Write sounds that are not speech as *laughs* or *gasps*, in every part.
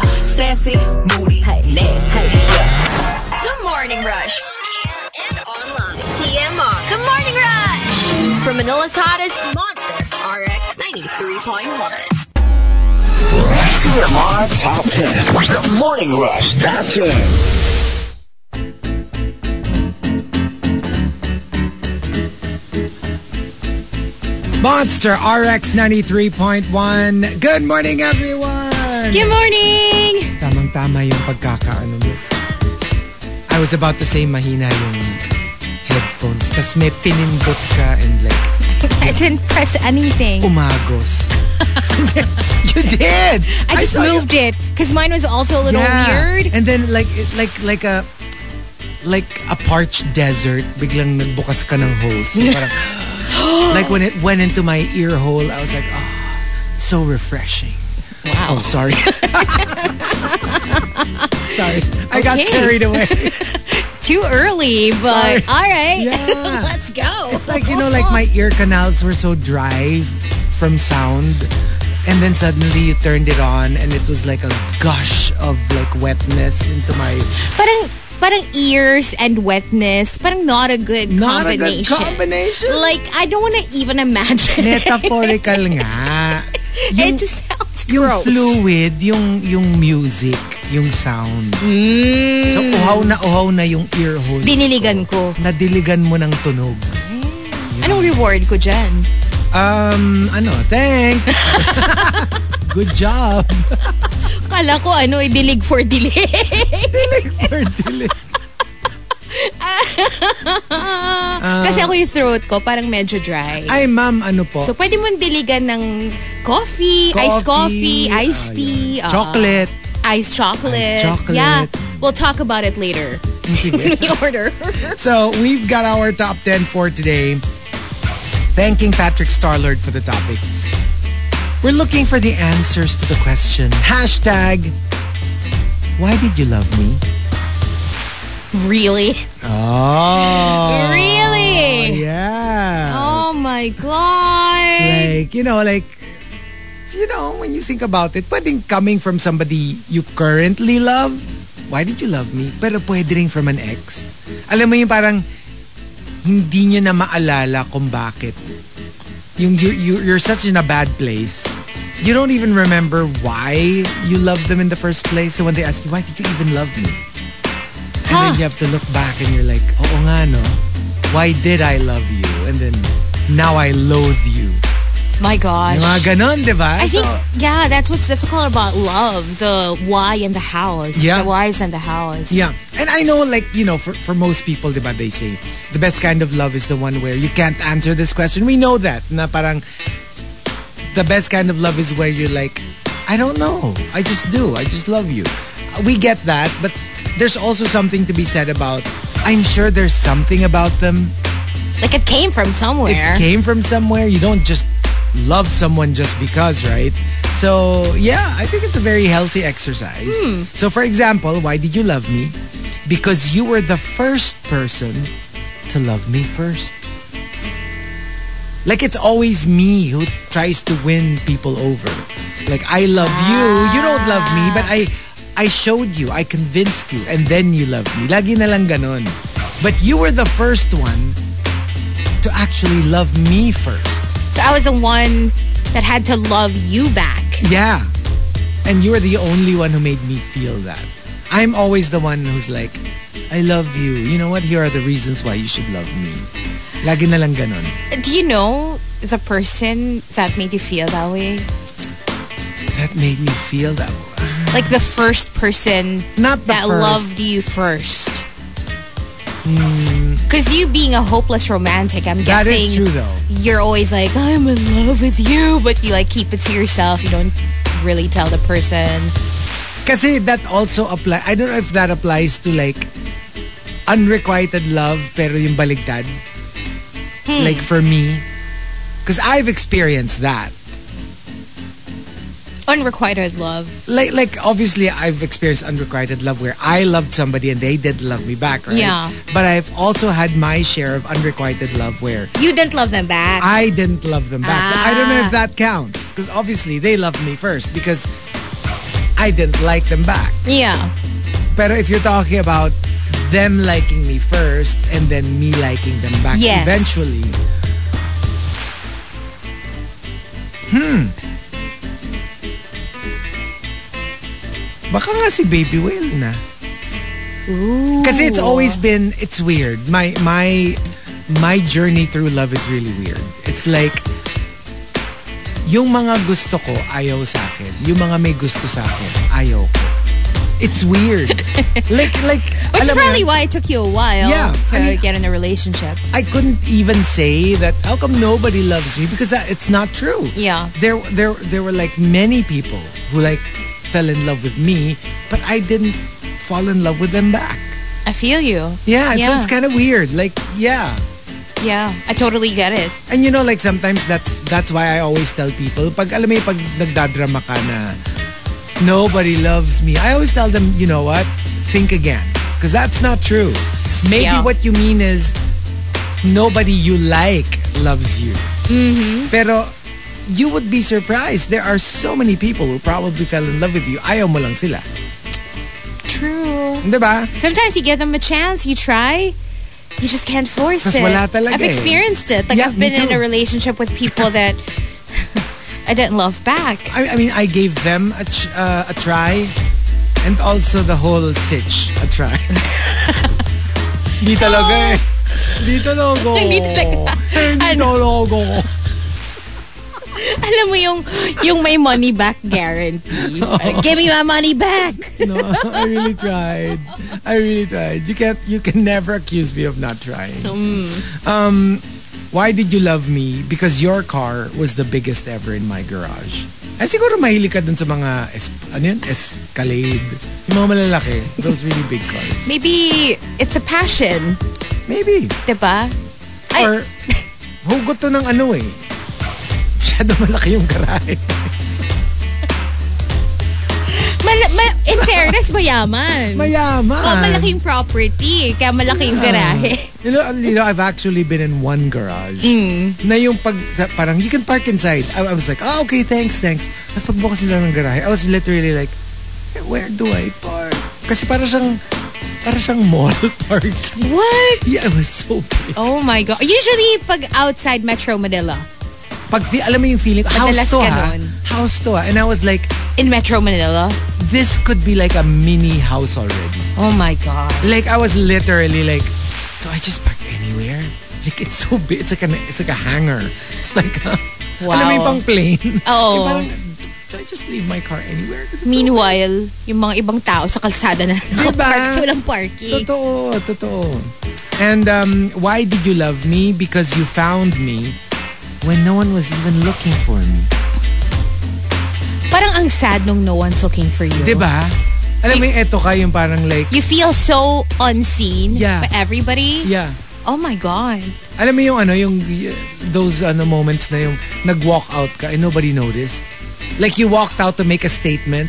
Sassy, moody, hey. nasty. Yeah. The Morning Rush. And, and online. TMR. The Morning Rush. From Manila's hottest monster, RX 93.1. TMR Top 10. The Morning Rush Top 10. Monster RX 93.1. Good morning, everyone! Good morning! Tamang-tama yung pagkakaano mo. I was about to say mahina yung headphones. Tapos may pinindot ka and like, I didn't press anything. *laughs* umagos. *laughs* you did! I just saw you- moved it because mine was also a little weird. And then like it- like like a like a parched desert, biglang nagbukas ka ng hose. So parang, *gasps* like when it went into my ear hole, I was like, oh, so refreshing. Wow. Oh, sorry. *laughs* sorry. I got Okay. carried *laughs* away. Too early, Sorry. but all right. Yeah. Let's go. like you know, like my ear canals were so dry from sound. And then suddenly you turned it on and it was like a gush of like wetness into my Parang, parang ears and wetness. Parang not a good Not a good combination. combination. Like, I don't want to even imagine. it. Metaphorical nga. *laughs* it just sounds yung gross. fluid, yung yung music, yung sound. So uhaw na uhaw na yung ear holes. Mm. Diniligan ko. Nadiligan mo ng tunog. Anong reward ko dyan? Um, ano, thanks. *laughs* Good job. *laughs* Kala ko ano, eh, dilig for dilig. Or dili- *laughs* Kasi ako yung throat ko, parang medyo dry. Ay, ma'am, ano po? So, pwede mong diligan ng coffee, iced coffee, iced ayun. tea, uh, Ah, chocolate. iced chocolate. Iced chocolate. Yeah. We'll talk about it *laughs* later. Sige. The *laughs* order. So we've got our top 10 for today. Thanking Patrick Starlord for the topic. We're looking for the answers to the question. Hashtag, why did you love me? really? Oh. really? Yeah. Oh my god. Like, you know, like, you know, when you think about it, pwedeng coming from somebody you currently love, why did you love me? Pero pwede rin from an ex. Alam mo yung parang, hindi nyo na maalala kung bakit. Yung, you, you, you're such in a bad place. You don't even remember why you loved them in the first place. So when they ask you, why did you even love me? And then Huh. you have to look back and you're like, oo nga no, why did I love you? And then, now I loathe you. my gosh. Yung mga uh, ganon, di ba? I think So, yeah, that's what's difficult about love, the why and the hows. Yeah. The whys and the hows. yeah. And I know, like, you know, for, for most people, di ba, they say, the best kind of love is the one where you can't answer this question. We know that. Na parang, the best kind of love is where you're like, I don't know. I just do. I just love you. We get that. But there's also something to be said about, I'm sure there's something about them Like it came from somewhere. It came from somewhere. You don't just love someone just because, right? So, yeah, I think it's a very healthy exercise. So, for example, why did you love me? Because you were the first person to love me first. Like, it's always me who tries to win people over. Like, I love you. You don't love me, but I I showed you. I convinced you. And then you love me. Lagi na lang ganun. But you were the first one to actually love me first. so I was the one that had to love you back. Yeah. And you're the only one who made me feel that. I'm always the one who's like, I love you. You know what? Here are the reasons why you should love me. Lagi na lang ganun. Do you know the person that made you feel that way? That made me feel that. Like the first person Not the that first. loved you first. Because you being a hopeless romantic, I'm Hmm. That guessing is true though. you're always like, I'm in love with you, but you like keep it to yourself. You don't really tell the person. Kasi that also apply. I don't know if that applies to like unrequited love pero yung baligtad. Hmm. Like for me. Because I've experienced that. Unrequited love. Like, like obviously I've experienced unrequited love where I loved somebody and they did love me back, right? Yeah. But I've also had my share of unrequited love where You didn't love them back. I didn't love them back. So I don't know Ah. if that counts. Because obviously they loved me first because I didn't like them back. yeah. Pero if you're talking about them liking me first and then me liking them back Yes. eventually. Hmm. hmm. Baka nga si Baby Whale na. Kasi it's always been it's weird. My my my journey through love is really weird. It's like yung mga gusto ko ayaw sa akin. Yung mga may gusto sa akin ayaw ko. It's *laughs* weird. like like Which is alam mo probably yun, why it took you a while Yeah, to I mean- get in a relationship. I couldn't even say that how come nobody loves me because that it's not true. Yeah. There there there were like many people who like fell in love with me, but I didn't fall in love with them back. I feel you. Yeah, so Yeah. it's kind of weird. Like, yeah. Yeah. I totally get it. And you know, like sometimes that's that's why I always tell people, pag alam mo yung pag nagdadrama ka na nobody loves me, I always tell them, you know what? Think again. Because that's not true. Maybe Yeah. what you mean is nobody you like loves you. Pero you would be surprised. There are so many people who probably fell in love with you. Ayaw mo lang sila. True. Di ba? Sometimes you give them a chance, you try, you just can't force Tas it. wala talaga I've eh. experienced it. Like Yeah, I've been me in too. a relationship with people that *laughs* I didn't love back. *laughs* I, I mean, I gave them a, ch- uh, a try and also the whole sitch a *laughs* try. Di talaga eh. Di talaga. *laughs* Hindi talaga. Hindi Ano? talaga. Alam mo yung yung may money back *laughs* guarantee. Oh. Parang, Give me my money back. No, I really tried. I really tried. You can't, you can never accuse me of not trying. Mm. Um, why did you love me? Because your car was the biggest ever in my garage. Ay, siguro mahilig ka dun sa mga, es, ano yun? Escalade. Yung mga malalaki. Those really big cars. Maybe it's a passion, Maybe. 'di ba? Ay. Or, hugot to ng ano eh. Masyado malaki yung garahe. Mal- ma- in *laughs* fairness, mayaman. Mayaman. Ah. Oh, malaking property, kaya malaking garahe. *laughs* You know, you know, I've actually been in one garage. Hmm. Na yung pag, sa- parang, you can park inside. I, I was like, ah, okay, thanks, thanks. Tapos pagbukas nila ng garahe, I was literally like, "Eh, where do I park? Kasi para siyang, para siyang mall *laughs* parking. What? Yeah, it was so big. Oh my God. Usually, pag outside Metro Manila. Pag, fi- alam mo yung feeling, house Madalas to ha. ganon. House to ha. And I was like, In Metro Manila. this could be like a mini house already. Oh my God. Like I was literally like, do I just park anywhere? Like it's so big. It's like an it's like a hangar. It's like a Wow. alam mo yung pang plane. *laughs* Oo. Yung parang, do I just leave my car anywhere? Kasi Meanwhile, yung mga ibang tao sa kalsada na *laughs* nakapark sa walang parking. Diba? Totoo, totoo. And um, why did you love me? Because you found me when no one was even looking for me. Parang ang sad nung no one's looking for you. Di ba? Alam mo yung eto ka yung parang like, You feel so unseen Yeah. by everybody. yeah. Oh my God. Alam mo yung ano, yung y- those ano moments na yung nag-walk out ka and nobody noticed. Like you walked out to make a statement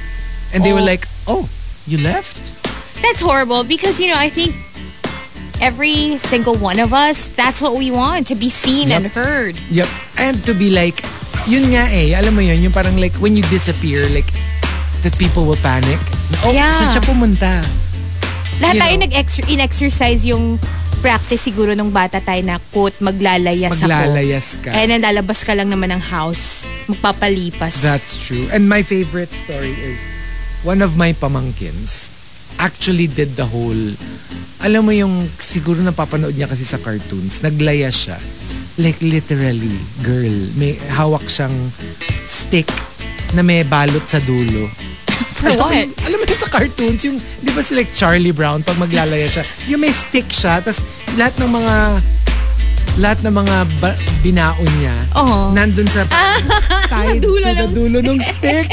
and they were Oh. like, "Oh, you left?" That's horrible because, you know, I think every single one of us, that's what we want, to be seen Yep. and heard. Yep. And to be like, yun nga eh, alam mo yun, yung parang like when you disappear, like that people will panic. Na, Oh, Yeah. saan siya pumunta? Lahat You tayo know? nag-exer- in-exercise yung practice siguro nung bata tayo na, quote, maglalayas ako. Maglalayas ka. And then lalabas ka lang naman ng house. Magpapalipas. That's true. And my favorite story is one of my pamangkins actually did the whole alam mo yung siguro napapanood niya kasi sa cartoons, naglaya siya. Like literally, girl, may hawak siyang stick na may balot sa dulo. For *laughs* what? Alam mo sa cartoons, yung, di ba si like Charlie Brown, pag maglalaya siya, yung may stick siya, tas lahat ng mga, lahat ng mga ba- binaon niya, Oo. nandun sa *laughs* tied to dulo the ng dulo ng stick.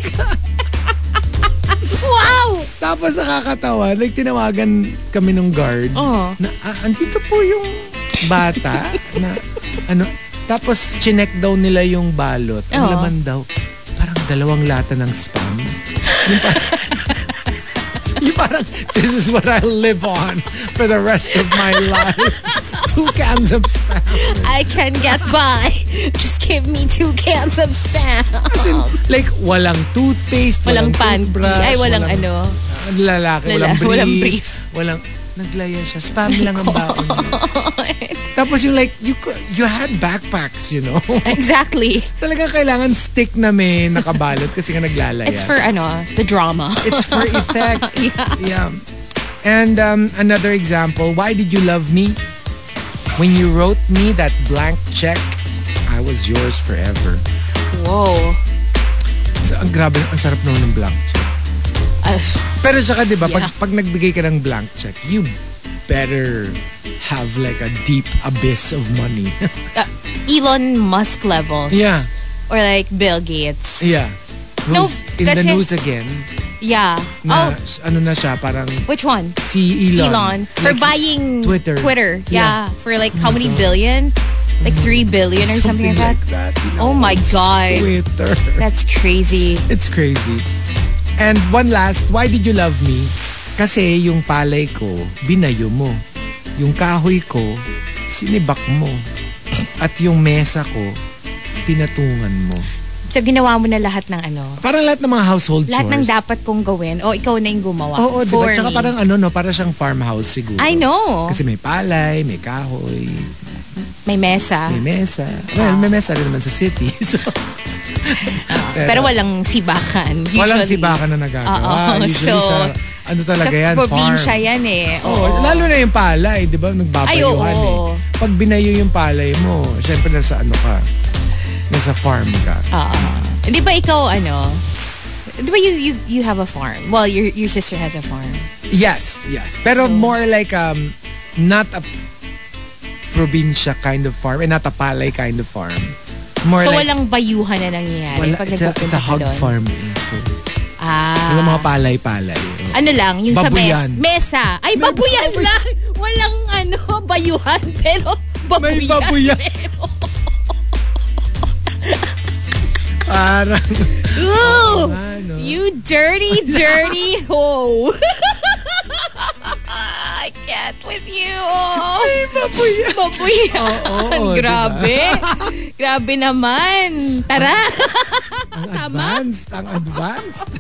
Wow! Tapos nakakatawa, like tinawagan kami ng guard. Oo. Na, ah, andito po yung *laughs* bata na ano. Tapos chinek daw nila yung balot. Ang Oo. laman daw, parang dalawang lata ng spam. Yung parang, *laughs* yung parang, this is what I live on for the rest of my *laughs* life. Two cans of spam. I can get by. *laughs* Just give me two cans of spam. As in, like, walang toothpaste, walang, Walang pan. toothbrush, Ay, walang, ano. Ang lalaki, Lala- walang brief. Walang walang brief. Naglaya siya. Spam lang ang baon. *laughs* Tapos yung like, you, cou- you had backpacks, you know? *laughs* Exactly. Talaga kailangan stick na may nakabalot kasi nga naglalaya. It's for, ano, the drama. It's for *laughs* effect. yeah. And um, another example, why did you love me? When you wrote me that blank check, I was yours forever. Whoa. So, ang grabe, ang sarap naman ng blank check. Uh, Pero saka, di ba, Yeah. pag, pag nagbigay ka ng blank check, you better have like a deep abyss of money. uh, Elon Musk levels. Yeah. Or like Bill *laughs* Gates. yeah. No, Who's in the kasi- news again Yeah. na oh, s- ano na siya, parang which one? si Elon. Elon. For Like, buying Twitter. Twitter. Yeah. Oh Yeah. For like how many billion? Like three Mm-hmm. billion or something, like that. you know, Oh my it's God. Twitter. *laughs* That's crazy. It's crazy. And one last, why did you love me? Kasi yung palay ko, binayo mo. Yung kahoy ko, sinibak mo. At yung mesa ko, pinatungan mo. So ginawa mo na lahat ng ano? Parang lahat ng mga household chores. Lahat ng dapat kong gawin. O ikaw na yung gumawa. Oo, di ba? for Tsaka me. parang ano, no? Para siyang farmhouse siguro. I know. Kasi may palay, may kahoy, May mesa. may mesa. Ah. Well, may mesa rin naman sa city. *laughs* So, Ah, Pero walang sibakan. Usually. walang sibaka na Oo, nagagawa. Usually so, sa, ano talaga Sa yan, probinsya farm. yan eh. Oo, lalo na yung palay, di ba? Ay, oo. Nagbabayuhan eh. Pag binayo yung palay mo, syempre nasa ano ka, nasa farm ka. Di ba ikaw ano? Di ba you, you, you have a farm? Well, your, your sister has a farm. Yes, yes. Pero So- more like um not a probinsya kind of farm and not a palay kind of farm. More so like walang bayuhan na nangyayari wala, pag it's, a, it's nagpupunta a hog ka doon? farm. eh. So, Ah. walang mga palay-palay. Ano lang, yung sa Babuyan. mes- mesa. Ay, babuyan lang. *laughs* Walang ano, *laughs* bayuhan, pero May babuyan. *laughs* babuyan. Parang, Ooh! ano. You dirty, *laughs* dirty hoe. I can't with you. Ay, *laughs* Oh, babuyan. Babuyan. oo, *laughs* Grabe. *laughs* Grabe naman. Tara. ang advanced, ang advanced.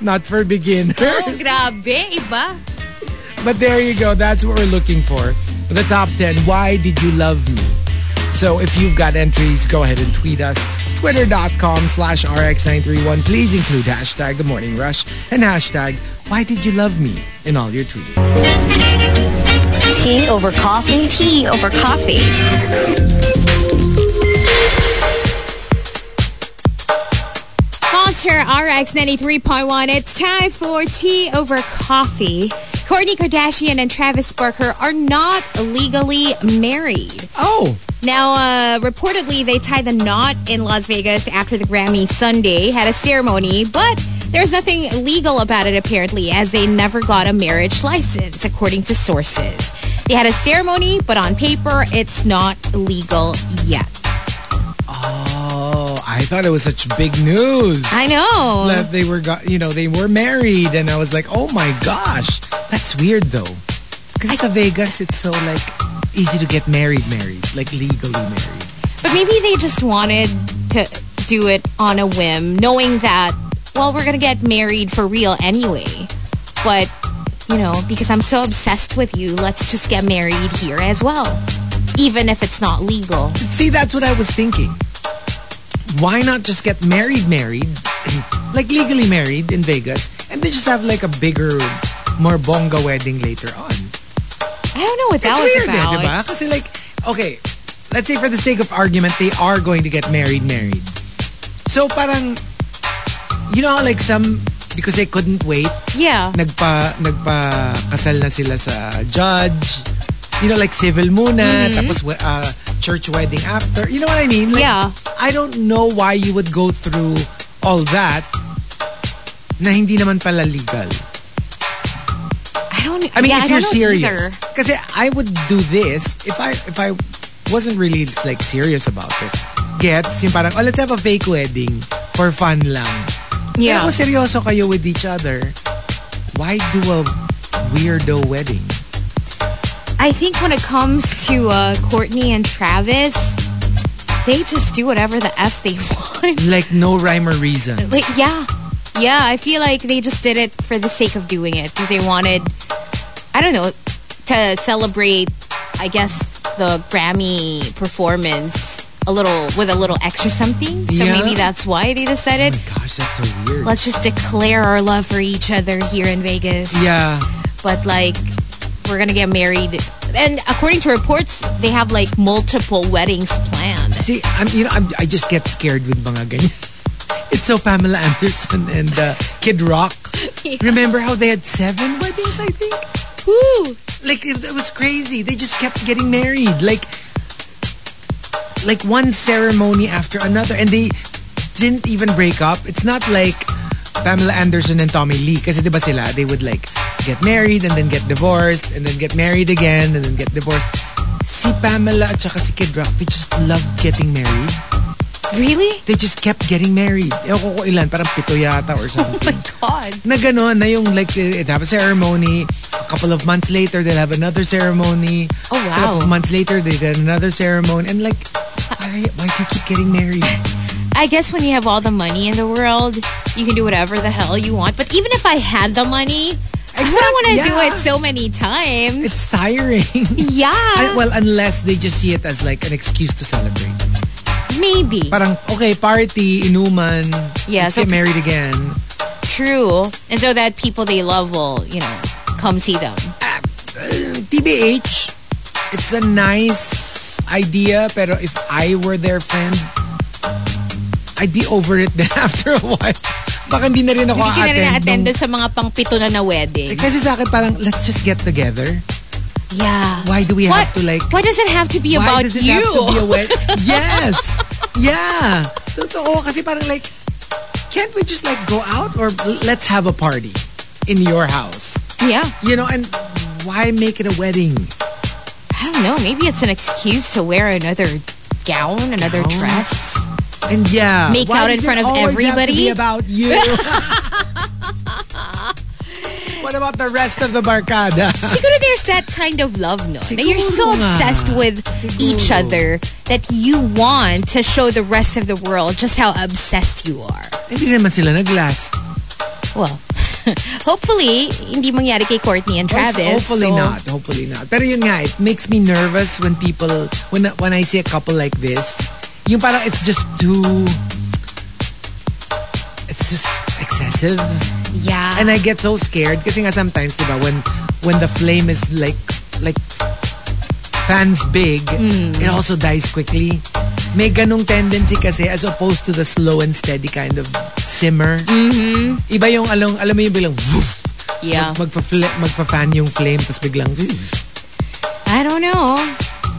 *laughs* not for beginners. Oh, *laughs* grabe. Iba. But there you go. That's what we're looking for. The top 10. Why did you love me? So if you've got entries, go ahead and tweet us. Twitter.com slash RX931. Please include hashtag The Morning Rush and hashtag Why Did You Love Me in all your tweets. Tea over coffee. Tea over coffee. Monster RX 93.1. It's time for tea over coffee. Kourtney Kardashian and Travis Barker are not legally married. Oh, Now, uh, reportedly, they tied the knot in Las Vegas after the Grammy Sunday had a ceremony, but there's nothing legal about it apparently, as they never got a marriage license, according to sources. They had a ceremony, but on paper, it's not legal yet. oh, I thought it was such big news I know. that they were, got, you know, they were married. And I was like, oh my gosh. That's weird though. Because it's Vegas, it's so like easy to get married, married, like legally married. But maybe they just wanted to do it on a whim, knowing that, well, we're going to get married for real anyway. But, you know, because I'm so obsessed with you, let's just get married here as well. Even if it's not legal. See, that's what I was thinking. Why not just get married, married, *clears throat* like legally married in Vegas, and then just have like a bigger, more bonga wedding later on? I don't know what that it's was weird, eh, about. di ba? Kasi like, okay, let's say for the sake of argument, they are going to get married, married. So parang, you know, how, like some because they couldn't wait, Yeah. nagpa nagpakasal na sila sa judge. You know, like civil muna, Mm-hmm. tapos we- uh, church wedding after. You know what I mean? Like, Yeah. I don't know why you would go through all that na hindi naman pala legal. I don't. I mean, yeah, if don't you're know serious, either. because I would do this if I if I wasn't really like serious about it. Gets yung parang, oh, let's have a fake wedding for fun lang. Pero Yeah. kung seryoso kayo with each other, why do a weirdo wedding? I think when it comes to uh, Courtney and Travis, they just do whatever the f they *laughs* want. Like no rhyme or reason. like, yeah, yeah. I feel like they just did it for the sake of doing it because they wanted, I don't know, to celebrate. I guess the Grammy performance a little with a little extra something. So Yeah. maybe that's why they decided. Oh my gosh, that's so weird. Let's just declare our love for each other here in Vegas yeah. but like we're gonna get married and according to reports they have like multiple weddings planned See, I'm you know I'm, I just get scared with mga ganyan. *laughs* It's so Pamela Anderson and uh, Kid *laughs* Rock. Remember how they had seven weddings? I think. Woo! Like it, it was crazy. They just kept getting married. Like, like one ceremony after another, and they didn't even break up. It's not like Pamela Anderson and Tommy Lee, kasi di ba sila? They would like get married and then get divorced and then get married again and then get divorced. Si Pamela at saka si Kid Rock, they just loved getting married really they just kept getting married. Ewan ko kung ilan, parang pito yata or something. god na gano'n, na yung like, they'd have a ceremony, a couple of months later, they'll have another ceremony. Oh, A couple wow. of months later, they get another ceremony. And like, why, why do you keep getting *laughs* married? i guess when you have all the money in the world you can do whatever the hell you want but even if i had the money i wouldn't Exact- want to do yeah. it so many times It's *laughs* tiring. yeah I- well, unless they just see it as like an excuse to celebrate. maybe Parang, okay, party, inuman, Yeah, let's so- get married again. true and so that people they love will you know come see them TBH, it's a nice idea, pero if I were their friend, I'd be over it *laughs* then after a while. Baka hindi na rin ako hindi ka na a-attend rin na-attend nung- dun sa mga pangpito na na wedding Kasi sa akin parang, let's just get together. yeah Why do we What- have to like... why does it have to be why about does it you have to be a *laughs* wedding? yes! Yeah! Totoo, kasi parang like, can't we just like go out or let's have a party in your house? yeah You know, and why make it a wedding? I don't know. Maybe it's an excuse to wear another gown, another dress. And yeah, Make why out in does front it of always Have to everybody? be about *laughs* you. what about the rest of the barkada? Siguro there's that kind of love, no? That you're so Siguro nga. obsessed with each other that you want to show the rest of the world just how obsessed you are. Hindi naman sila naglast. Well, *laughs* hopefully, hindi mangyari kay Courtney and Travis. hopefully so- not. Hopefully not. Pero yun nga, it makes me nervous when people when when I see a couple like this. Yung parang it's just too. It's just excessive. Yeah. And I get so scared kasi nga sometimes, diba, when when the flame is like like fans big, Mm. it also dies quickly. May ganung tendency kasi as opposed to the slow and steady kind of simmer. Mm-hmm. Iba yung along, alam mo yung bilang woof, yeah. magpa-fl- magpa-fan yung flame tapos biglang I don't know.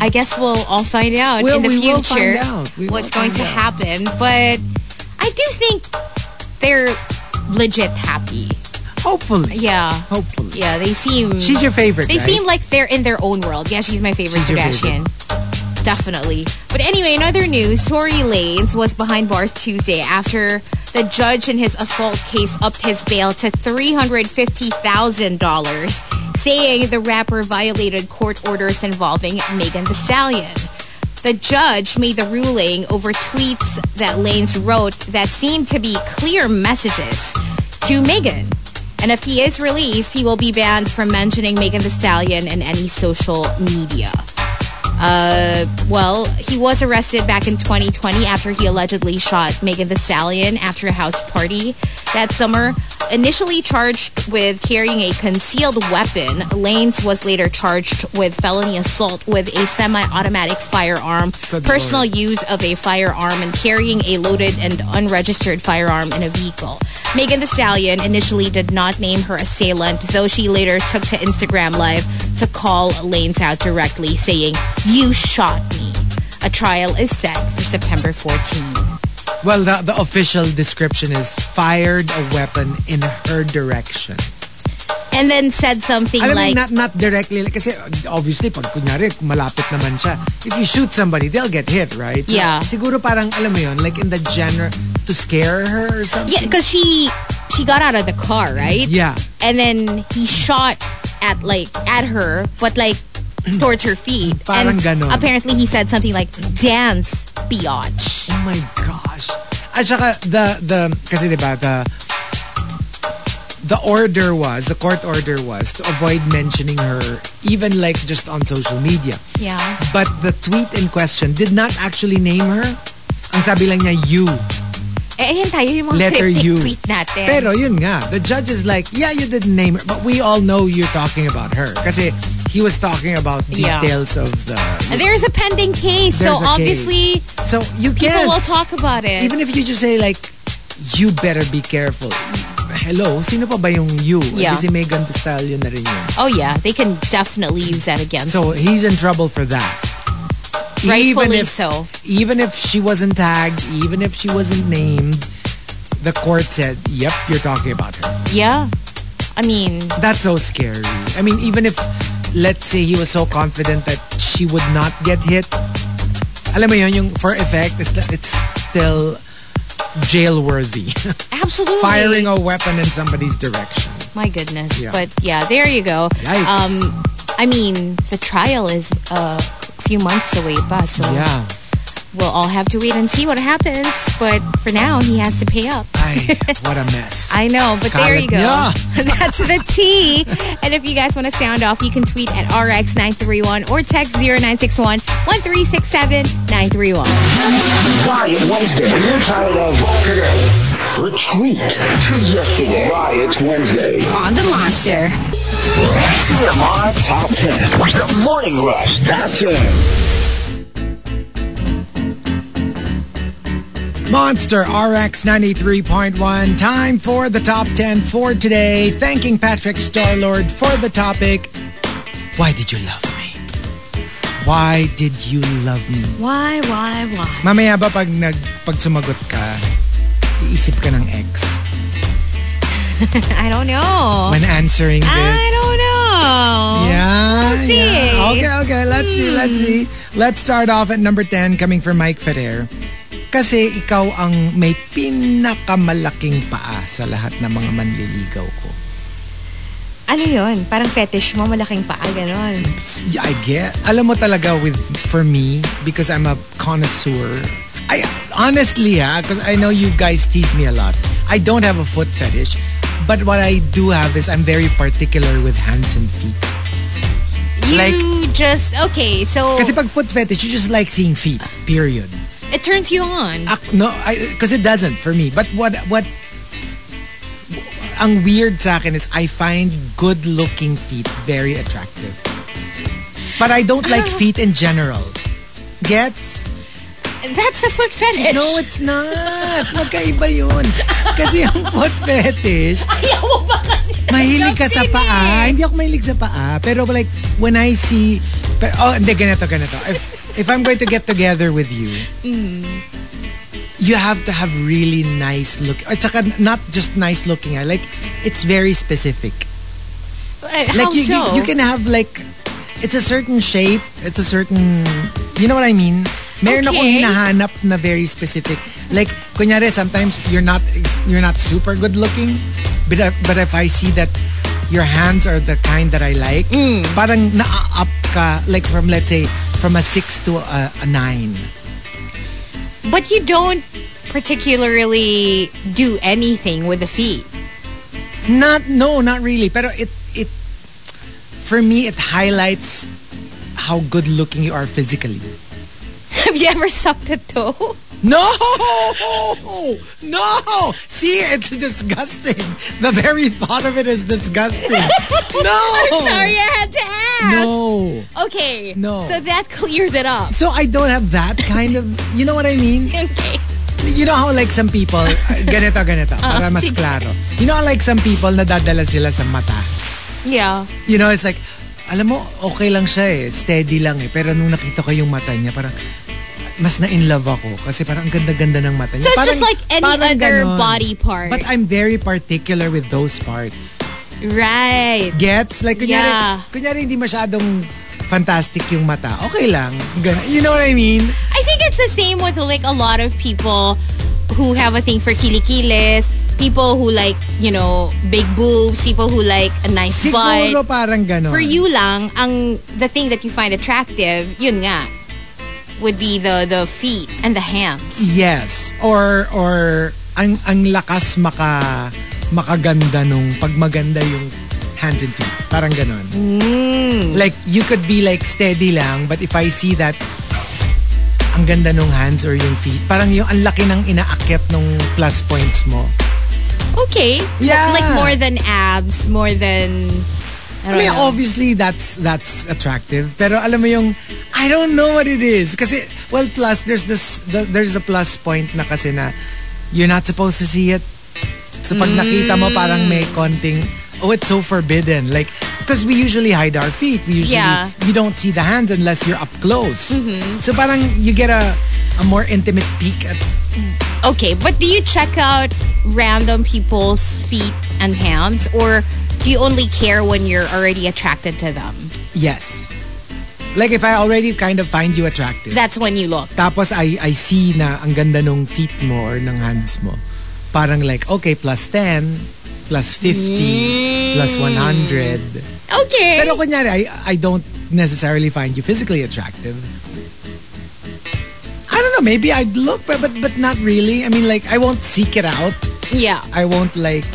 I guess we'll all find out Well, in the we will find future out. We will what's going to find out. happen. But I do think they're legit happy. hopefully, Yeah. hopefully. Yeah, they seem Oh. She's your favorite, they right? seem like they're in their own world. Yeah, she's my favorite She's your Kardashian. Definitely. But anyway, in other news, Tory Lanez was behind bars Tuesday after the judge in his assault case upped his bail to $350,000, saying the rapper violated court orders involving Megan Thee Stallion. The judge made the ruling over tweets that Lanez wrote that seemed to be clear messages to Megan. And if he is released, he will be banned from mentioning Megan Thee Stallion in any social media. Uh, well, he was arrested back in 2020 after he allegedly shot Megan Thee Stallion after a house party that summer. Initially charged with carrying a concealed weapon, Lanes was later charged with felony assault with a semi-automatic firearm, Good personal use of a firearm, and carrying a loaded and unregistered firearm in a vehicle. Megan Thee Stallion initially did not name her assailant, though she later took to Instagram Live to call Lanes out directly, saying, "You shot me." A trial is set for September 14. Well, the, the official description is fired a weapon in her direction. and then said something Alam like, mo, not, not directly. Like, kasi obviously, pag kunyari, malapit naman siya. If you shoot somebody, they'll get hit, right? So, Yeah. Siguro parang, alam mo yun, like in the genre, to scare her or something. yeah, because she she got out of the car, right? Yeah. and then he shot at like at her, *clears throat* but like towards her feet. Parang and ganon. apparently he said something like dance biatch. Oh my gosh. At saka, the, the, kasi diba, the, the order was, the court order was to avoid mentioning her, even like just on social media. Yeah. But the tweet in question did not actually name her. Ang sabi lang niya, you. Eh, ayan tayo yung mga Letter cryptic U. tweet natin. Pero yun nga, the judge is like, yeah, you didn't name her, but we all know you're talking about her. Kasi he was talking about Yeah. details of the... there's a pending case, There's so a obviously So you people can, will talk about it. even if you just say like, you better be careful. Hello, sino pa ba yung you? Yeah. Kasi Megan Thee Stallion na rin yun. oh yeah, they can definitely use that against. So he's in trouble for that. even Rightfully if, so. Even if she wasn't tagged, even if she wasn't named, the court said, yep, you're talking about her. yeah, I mean, That's so scary. I mean, even if, let's say, he was so confident that she would not get hit, alam mo yun, yung for effect, it's, it's still jail-worthy. *laughs* absolutely Firing a weapon in somebody's direction. My goodness. Yeah. But yeah, there you go. Yikes. Um, I mean, the trial is uh, a few months away, pa, so Yeah. we'll all have to wait and see what happens. But for now, he has to pay up. Ay, what a mess. I know, but there you go. Yeah. *laughs* That's the T. And if you guys want to sound off, you can tweet at RX931 or text 0961 1367 931. Riot Wednesday. You're tired of today. Retreat to yesterday. Riot Wednesday. On the monster. TMR Top 10. The Morning Rush Top 10. Monster RX 93.1. Time for the top 10 for today. Thanking Patrick Starlord for the topic Why Did You Love Me? Why Did You Love Me? Why, why, why? Mamaya ba pag, nag, pag sumagot ka, iisip ka ng ex I don't know. when answering this? I don't know. Yeah. We'll see. Okay, okay. Let's see, let's see. Let's start off at number 10 coming from Mike Ferrer. Kasi ikaw ang may pinakamalaking paa sa lahat ng mga manliligaw ko. Ano yun? Parang fetish mo, malaking paa, ganon. Yeah, I get. Alam mo talaga with for me because I'm a connoisseur. I honestly, ha, because I know you guys tease me a lot. I don't have a foot fetish, but what I do have is I'm very particular with hands and feet. You Like- just okay, so Kasi pag foot fetish, you just like seeing feet. Period. it turns you on. Ak- no, because it doesn't for me. But what what ang weird sa akin is I find good-looking feet very attractive. But I don't like feet in general. Gets? That's a foot fetish. Uh, No, it's not. Magkaiba yun. Kasi yung foot fetish, *laughs* Ayaw mo ba kasi? eh. mahilig ka sa Sabi paa. ni- Hindi ako mahilig sa paa. Pero like, when I see... Pero, oh, hindi, ganito, ganito. If, if I'm going to get together with you, Mm. you have to have really nice look. At saka, not just nice looking. ah, Like, it's very specific. Uh, How Like, you, so? you, you can have like... It's a certain shape. It's a certain... You know what I mean? Meron akong Okay. hinahanap na very specific. Like, kunyari, sometimes you're not you're not super good looking, but, but if I see that your hands are the kind that I like, Mm. parang na-up ka, like from, let's say, from a 6 to a, a 9. but you don't particularly do anything with the feet. *laughs* Not no, not really. Pero it it for me it highlights how good looking you are physically. Have you ever sucked a toe? *laughs* No! No! See, it's disgusting. The very thought of it is disgusting. *laughs* No! I'm sorry, I had to ask. No. Okay. No. So that *laughs* clears it up. So I don't have that kind of, you know what I mean? Okay. You know how like some people, *laughs* ganito, ganito, para mas Ah, sige. klaro. You know how like some people nadadala sila sa mata. Yeah. You know, it's like, alam mo, okay lang siya eh. Steady lang eh. Pero nung nakita ko yung mata niya, parang, mas na-in love ako. Kasi parang ang ganda-ganda ng mata niya. So it's Parang- just like any parang other ganon. body part. But I'm very particular with those parts. Right. Gets? Like, kunyari, Yeah. kunyari hindi masyadong fantastic yung mata. Okay lang. Gan- You know what I mean? I think it's the same with like a lot of people who have a thing for kilikilis, people who like, you know, big boobs, people who like a nice butt. Siguro parang ganon. For you lang, ang the thing that you find attractive, yun nga, would be the the feet and the hands. Yes. Or, or, ang, ang lakas maka, makaganda nung pag maganda yung hands and feet. Parang ganon. Mm. Like, you could be like steady lang, but if I see that ang ganda nung hands or yung feet, parang yung ang laki ng inaakit nung plus points mo. Okay. Mm. Yeah. Like more than abs, more than I I don't mean, know. obviously, that's that's attractive. Pero alam mo yung, I don't know what it is. Kasi, well, plus, there's this, the, there's a plus point na kasi na you're not supposed to see it. So pag nakita mo, parang may konting, oh, it's so forbidden. Like, because we usually hide our feet. We usually, Yeah. you don't see the hands unless you're up close. So parang you get a, a more intimate peek at, Okay, but do you check out random people's feet and hands or do you only care when you're already attracted to them? yes. Like if I already kind of find you attractive. That's when you look. Tapos I, I see na ang ganda nung feet mo or ng hands mo. Parang like, okay, plus 10, plus 50, plus 100. Okay. Pero kunyari, I, I don't necessarily find you physically attractive. I don't know, maybe I'd look, but, but, but not really. I mean, like, I won't seek it out. yeah. I won't like,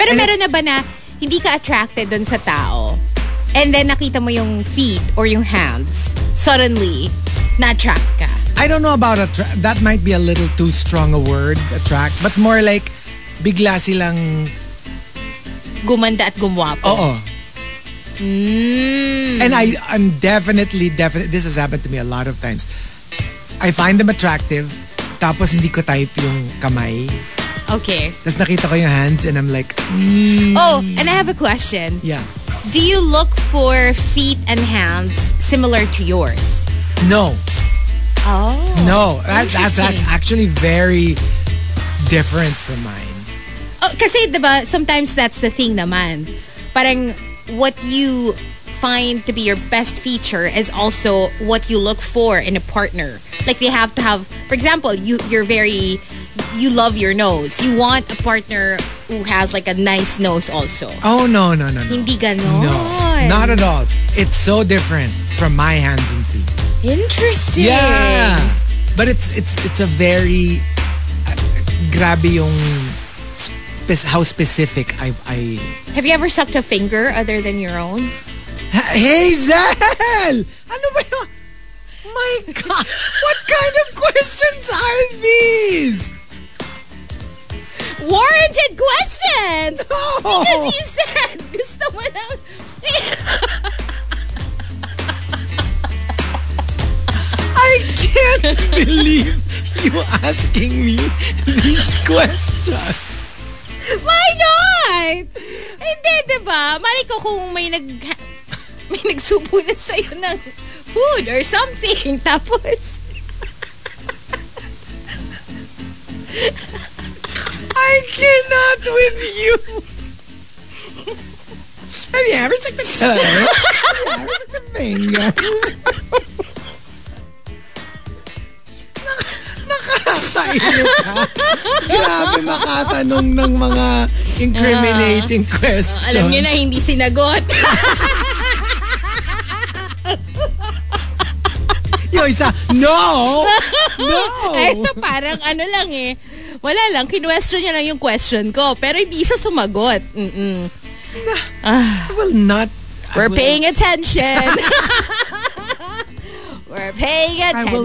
Pero meron na ba na hindi ka attracted dun sa tao and then nakita mo yung feet or yung hands, suddenly, na-attract ka. I don't know about attract. That might be a little too strong a word, attract. But more like, bigla silang, Gumanda at gumwapo. oo, Mm. And I, I'm definitely, definitely, this has happened to me a lot of times. I find them attractive, tapos hindi ko type yung kamay. Okay. Tapos nakita ko yung hands and I'm like, mm, Oh, and I have a question. yeah. Do you look for feet and hands similar to yours? No, Oh. no. That, that's ac- Interesting. actually very different from mine. Oh, kasi 'di ba, sometimes that's the thing naman. Parang what you find to be your best feature is also what you look for in a partner. Like they have to have for example, you you're very you love your nose. You want a partner who has like a nice nose also. Oh, no, no, no, no. Hindi ganon. No, not at all. It's so different from my hands and feet. Interesting. Yeah. But it's it's it's a very uh, grabe yung spec- how specific I I Have you ever sucked a finger other than your own? Hazel! Ano ba yun? My God! What kind of questions are these? Warranted questions. No! Because you said *laughs* gusto mo lang. *laughs* I can't believe you asking me these questions. *laughs* Why not? Hindi, di ba? Malay ko kung may nag... *laughs* May nagsubo na sa'yo ng food or something. *laughs* Tapos, I cannot with you. Have you ever sucked the toe? Have you ever sucked the finger? Nakakainis ha. Grabe makatanong ng mga incriminating questions. alam niyo na hindi sinagot. *laughs* Yung isa, no! No! Ito parang ano lang eh. Wala lang, kinwestiyon niya lang yung question ko. Pero hindi siya sumagot. Mm-mm. I will not. I We're will- paying attention. *laughs* We're paying I will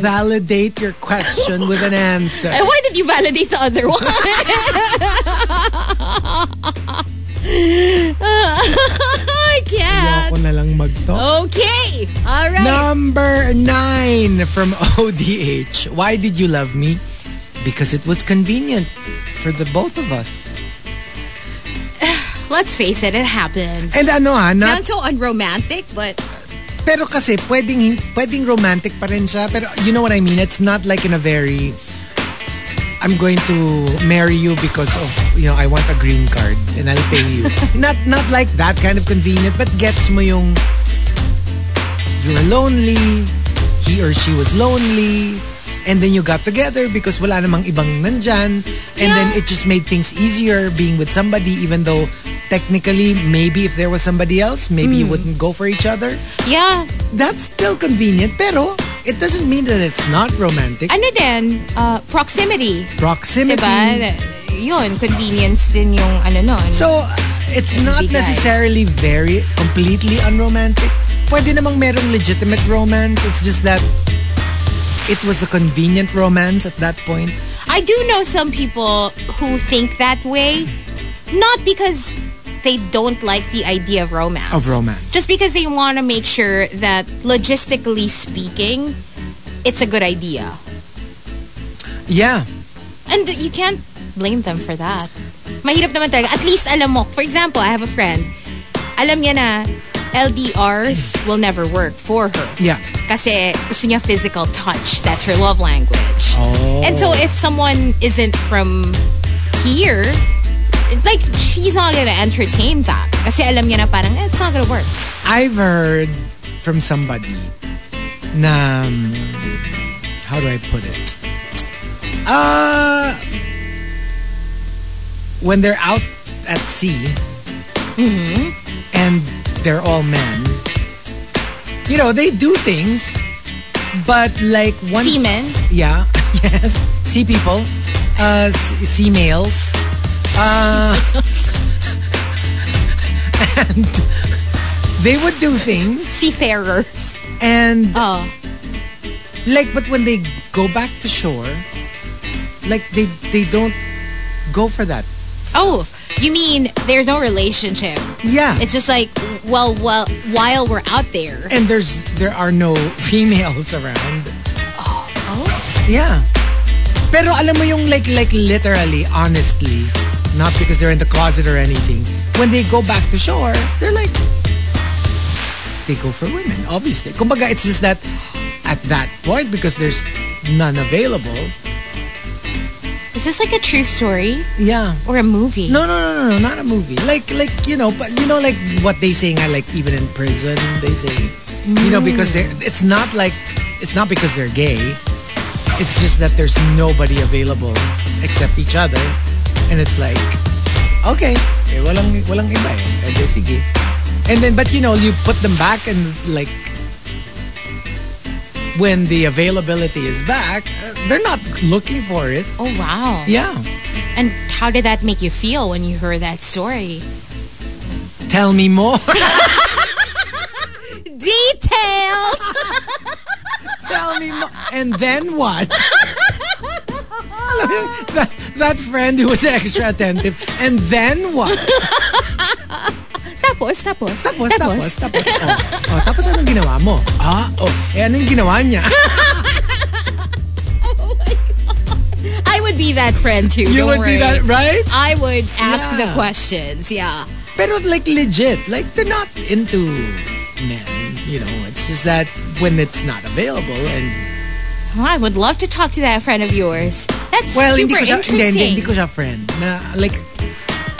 not validate your question with an answer. And why did you validate the other one? *laughs* I can't. Ako na lang mag-talk. Okay. All right. Number nine from *laughs* ODH. Why did you love me? Because it was convenient for the both of us. Let's face it, it happens. And ano ha, not, Sounds so unromantic, but pero kasi pwedeng, hin- pwedeng romantic pa rin siya. Pero you know what I mean? It's not like in a very, I'm going to marry you because of, you know, I want a green card and I'll pay you. not not like that kind of convenient, but gets mo yung you were lonely, he or she was lonely, and then you got together because wala namang ibang nandyan, and then it just made things easier being with somebody even though technically maybe if there was somebody else, maybe you wouldn't go for each other. Yeah. That's still convenient, pero it doesn't mean that it's not romantic. Ano din, uh, proximity. Proximity. Diba? Mm-hmm. Yun, convenience din yung ano nun. So, it's not Bigay. necessarily very completely unromantic. Pwede namang merong legitimate romance. It's just that it was a convenient romance at that point. I do know some people who think that way, not because they don't like the idea of romance. Of romance. Just because they want to make sure that, logistically speaking, it's a good idea. Yeah. And you can't blame them for that. Mahirap naman talaga. At least alam mo. For example, I have a friend. Alam niya na LDRs will never work for her. Yeah. Kasi gusto niya physical touch. That's her love language. Oh. And so if someone isn't from here, like she's not gonna entertain that. Kasi alam niya na parang eh, it's not gonna work. I've heard from somebody na um, how do I put it? Uh when they're out at sea and they're all men, you know, they do things, but like once Semen. yeah, *laughs* yes, sea people, uh, s- sea males, uh, and they would do things, *laughs* Seafarers. and Oh. like, but when they go back to shore, like they they don't go for that. Oh. You mean there's no relationship. Yeah, It's just like well well while we're out there. and there's there are no *laughs* females around. Oh. Yeah. Pero alam mo yung like like literally, honestly, not because they're in the closet or anything. When they go back to shore, they're like they go for women, obviously. Kumbaga, it's just that at that point because there's none available. Is this like a true story Yeah. or a movie? No, no, no, no, no, not a movie. Like, like you know, but you know, like what they saying. I like even in prison, they say, you know, because they're. It's not like, it's not because they're gay. It's just that there's nobody available except each other, and it's like, okay, eh, walang walang iba eh. Eh, di, sige. And then, but you know, you put them back and like. When the availability is back, uh, they're not looking for it. Oh wow. Yeah. And how did that make you feel when you heard that story? Tell me more. Details. Tell me mo- And then what? Alam mo yung- that, that friend who was extra attentive. And then what? tapos, tapos. Tapos, tapos, tapos. Oh, oh, tapos anong ginawa mo? Ah, oh. Eh, anong ginawa niya? I would be that friend too. You *laughs* don't would be worry. that, right? I would ask Yeah. the questions. Yeah. Pero like legit, like they're not into men. You know, it's just that when it's not available and Oh, I would love to talk to that friend of yours. That's well, hindi super ko siya, interesting. hindi, hindi, hindi ko siya friend. Na, like,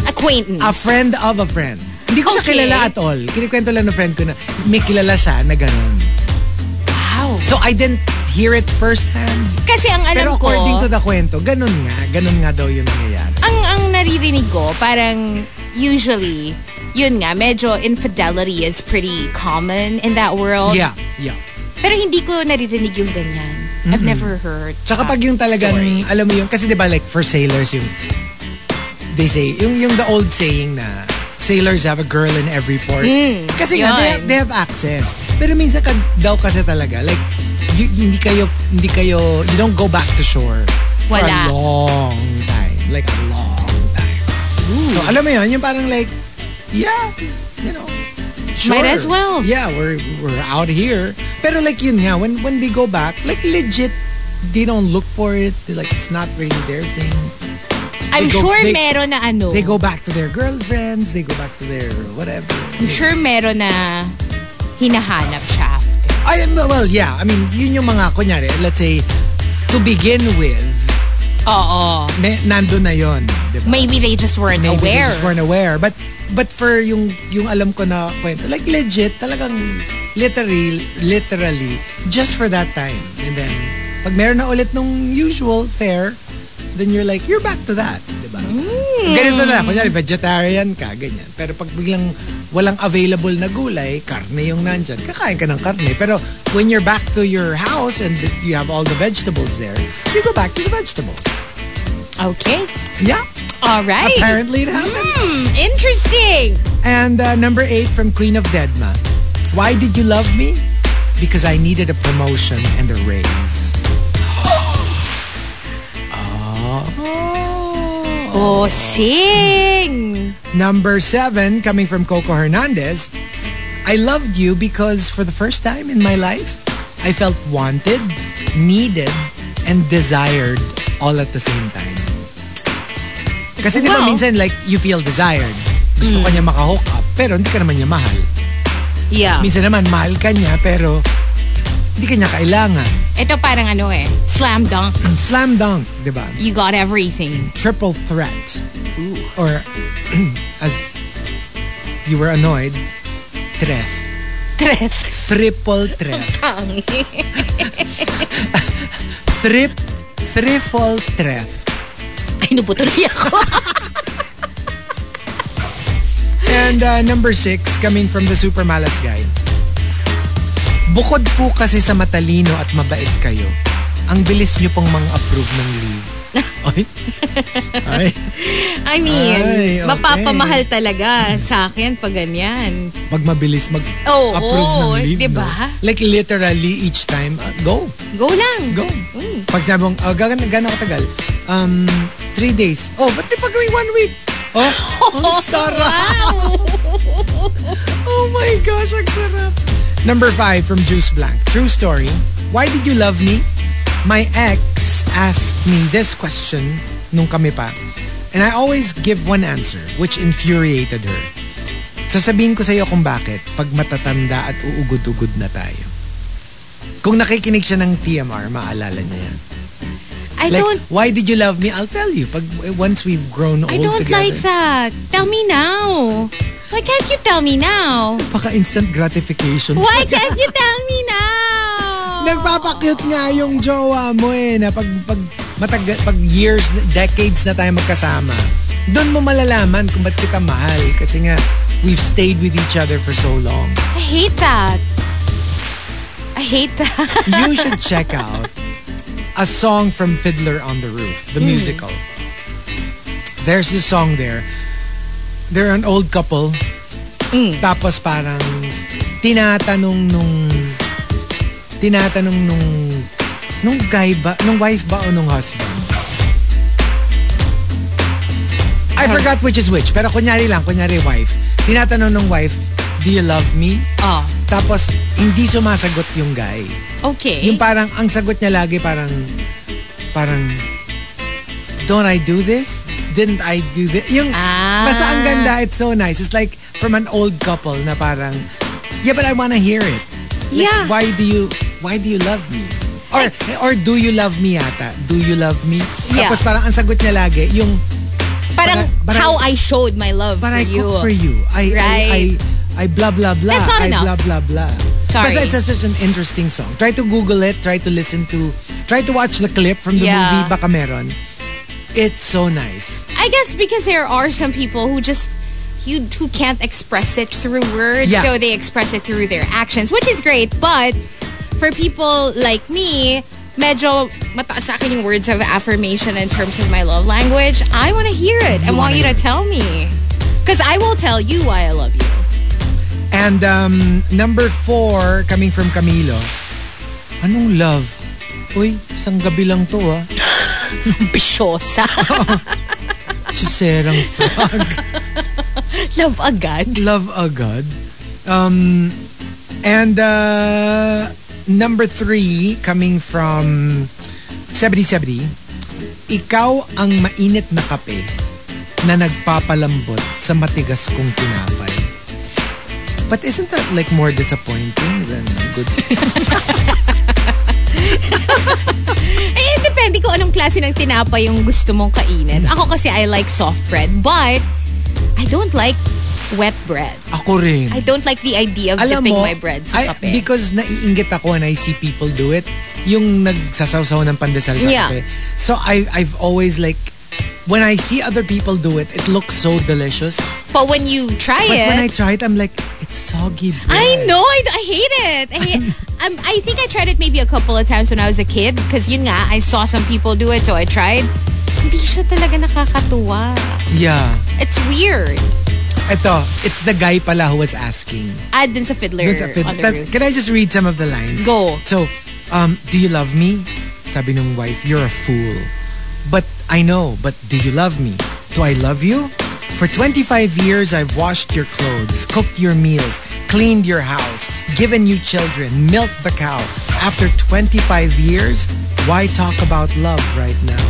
Acquaintance. a friend of a friend. Hindi ko Okay. siya kilala at all. Kinikwento lang ng friend ko na may kilala siya na ganun. Wow. So I didn't hear it firsthand. Kasi ang alam Pero ko, according to the kwento, ganun nga, ganun nga daw yung nangyayari. ang, ang naririnig ko, parang usually, yun nga, medyo infidelity is pretty common in that world. Yeah, yeah. Pero hindi ko naririnig yung ganyan. I've never heard Tsaka that pag yung talagang, Ah, story. alam mo yung, kasi di ba like for sailors yung, they say, yung, yung the old saying na, sailors have a girl in every port. kasi nga, they have, Hmm, yun. they have access. Pero minsan ka, daw kasi talaga, like, you- hindi kayo, hindi kayo, you don't go back to shore for a Wala. long time. Like a long time. So alam mo yun, yung parang like, yeah, you know, sure. Might as well. Yeah, we're we're out here. Pero like yun nga, when when they go back, like legit, they don't look for it. They, like it's not really their thing. I'm they go- sure they- meron na ano. They go back to their girlfriends. They go back to their whatever. I'm sure meron na hinahanap siya after. I well, yeah. I mean, yun yung mga kunyari. Let's say to begin with, Oo. ne, nandun na yon. Diba? Maybe they just weren't Maybe they aware. just weren't aware. But but for yung yung alam ko na kwento, like legit, talagang literally, literally, just for that time. And then, pag meron na ulit nung usual fare, then you're like, you're back to that. Diba? Ganito na. Kunyari, vegetarian ka, ganyan. Pero pag biglang walang available na gulay, karne yung nandyan, kakain ka ng karne. Pero when you're back to your house and you have all the vegetables there, you go back to the vegetables. Okay. Yeah. All right. Apparently it happens. Hmm, interesting. And uh, number eight from Queen of Deadma. Why did you love me? Because I needed a promotion and a raise. Oh. Oh, sing. Number seven, coming from Coco Hernandez. I loved you because for the first time in my life, I felt wanted, needed, and desired all at the same time. Kasi di ba Wow. Hmm. minsan like you feel desired. Gusto ka niya makahook up pero hindi ka naman niya mahal. Yeah. Minsan naman, mahal ka niya, pero hindi kanya kailangan. Ito parang ano eh, slam dunk. Slam dunk, di ba? You *laughs* got everything. Triple threat. Or, *clears throat* as you were annoyed, tref. Tres. Triple tref. Trip, triple tref. Ay, nabutuloy ako. And uh, number six, coming from the super malas guy. Bukod po kasi sa matalino at mabait kayo, ang bilis nyo pong mang-approve ng *laughs* leave. Ay? Ay? I mean, Ay, okay. mapapamahal talaga sa akin pag ganyan. Pag mabilis Oo, mag-approve ng leave. di no? ba? Like literally each time, uh, go, Go lang. go. Pag sabi mong, oh, gano'n gano katagal? Um, three days. Oh, ba't di pa gawing one week? Oh, ang sarap. *laughs* Oh my gosh, ang sarap. Number five from Juice Blank. True story. Why did you love me? My ex asked me this question nung kami pa. And I always give one answer, which infuriated her. Sasabihin ko sa iyo kung bakit pag matatanda at uugod-ugod na tayo. Kung nakikinig siya ng TMR, maalala niya yan. I Like, don't why did you love me? I'll tell you pag eh, once we've grown old I don't together. like that. Tell me now. Why can't you tell me now? Paka instant gratification. *laughs* Why can't you tell me now? Nagpapakute nga yung jowa mo eh, na pag, pag, mataga, pag years, decades na tayo magkasama, doon mo malalaman kung ba't kita mahal. Kasi nga, we've stayed with each other for so long. I hate that. I hate that. You should check out a song from Fiddler on the Roof, the musical. There's this song there. They're an old couple. Tapos parang tinatanong nung tinatanong nung nung guy ba, nung wife ba o nung husband? I forgot which is which. Pero kunyari lang, kunyari wife. Tinatanong nung wife, do you love me? Oh, Tapos hindi sumasagot yung guy. *laughs* okay. Yung parang, ang sagot niya lagi parang, parang, don't I do this? Didn't I do this? Yung, Ah. basta ang ganda, it's so nice. It's like from an old couple na parang, yeah, but I wanna hear it. Like, Yeah. Why do you, why do you love me? Or, or do you love me yata? Do you love me? Yeah. Tapos parang ang sagot niya lagi, yung, Parang but I- how I showed my love but I for you. cook for you. I, Right. I, I, I blah, blah, blah. That's not I enough. blah, blah, blah. Sorry. Basta it's a- such an interesting song. Try to Google it. Try to listen to, try to watch the clip from the Yeah. movie. Baka meron. It's so nice. I guess because there are some people who just you who can't express it through words, Yeah. so they express it through their actions, which is great. But for people like me, medyo mataas sa akin yung words of affirmation in terms of my love language. I want to hear it. I want you to tell me, because I will tell you why I love you. And um, number four, coming from Camilo. Anong love? Uy, isang gabi lang to *laughs* ah. Bisyosa. Chiserang frog. *laughs* love agad. love agad. Um, and uh, number three, coming from 7070, ikaw ang mainit na kape na nagpapalambot sa matigas kong tinapay. But isn't that like more disappointing than good? Eh, depende kung anong klase ng tinapa yung gusto mong kainin. Ako kasi I like soft bread, but I don't like wet bread. *laughs* Ako rin. I don't like the idea of Alam dipping mo, my bread sa I- kape. because naiinggit ako when I see people do it, yung nagsasawsaw ng pandesal sa Yeah. kape. So I, I've always like, when I see other people do it, it looks so delicious. but when you try But it, when I try it, I'm like, it's soggy bread. I know. I, I hate it. I, *laughs* hate, um, I think I tried it maybe a couple of times when I was a kid because yun nga, I saw some people do it so I tried. Hindi siya talaga nakakatuwa. Yeah. It's weird. Ito, it's the guy pala who was asking. Add dun sa Fiddler That's a fit- on the that's- Roof. Can I just read some of the lines? Go. So, um, do you love me? Sabi ng wife, you're a fool. But I know, but do you love me? Do I love you? For 25 years, I've washed your clothes, cooked your meals, cleaned your house, given you children, milked the cow. After 25 years, why talk about love right now?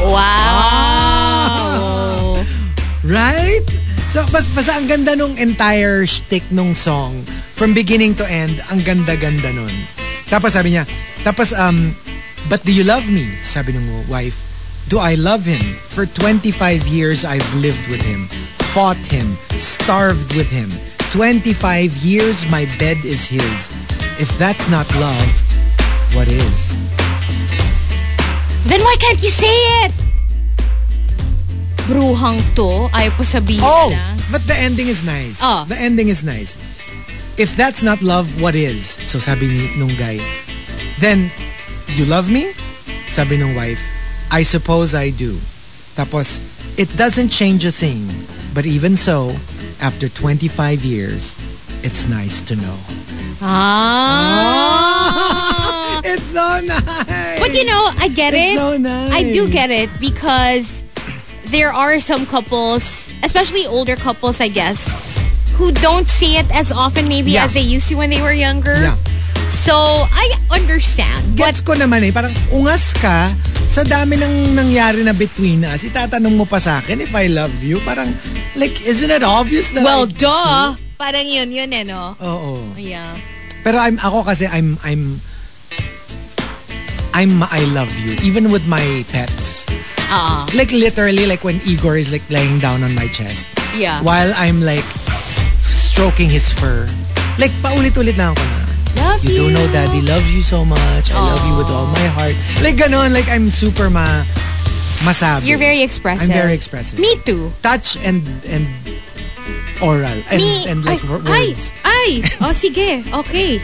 Ah. Wow. Right? So, bas basta ang ganda nung entire shtick nung song. From beginning to end, ang ganda-ganda nun. Tapos sabi niya, tapos, um, but do you love me? Sabi nung wife, do I love him? For 25 years, I've lived with him, fought him, starved with him. 25 years, my bed is his. If that's not love, what is? Then why can't you say it? Bruhang to, ayaw po sabihin Oh, na. but the ending is nice. Oh. The ending is nice. If that's not love, what is? So sabi ni nung guy. Then, you love me? Sabi nung wife, I suppose I do. Tapos, it doesn't change a thing. But even so, after 25 years, it's nice to know. Ah. Ah. It's so nice. But you know, I get It's it. so nice. I do get it because there are some couples, especially older couples, I guess, who don't say it as often maybe Yeah. as they used to when they were younger. Yeah. So I understand. Gets ko naman eh, parang ungas ka sa dami ng nangyari na between us. Itatanong mo pa sa akin if I love you. Parang, like, isn't it obvious that well, I- hmm? duh. Parang yun yun eh, no? Oo. Yeah. Pero I'm ako kasi I'm I'm I'm I love you even with my pets. Ah, Like literally like when Igor is like laying down on my chest yeah. while I'm like stroking his fur. Like paulit-ulit lang ako na. Love You you. don't know daddy loves you so much. I love you with all my heart. Like ganon like I'm super ma masabi. You're very expressive. I'm very expressive. Me too. touch and and oral and Me. Oh, and like wor- ay, words. ay, ay. Oh, sige. Okay. *laughs*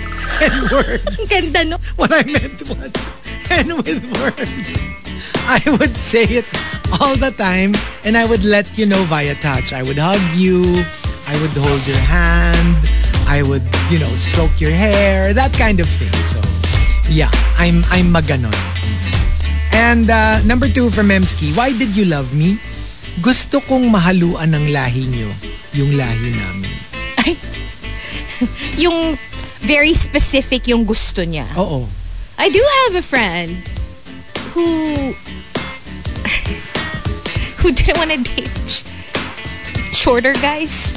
Words. *laughs* Ang ganda, no? What I meant was, and with words, I would say it all the time and I would let you know via touch. I would hug you, I would hold your hand, I would, you know, stroke your hair, that kind of thing. So, yeah, I'm, I'm maganon. And uh, number two from Memski, why did you love me? Gusto kong mahaluan ng lahi nyo, yung lahi namin. Yung very specific yung gusto niya. Oo. I do have a friend who *laughs* who didn't want to date sh- shorter guys.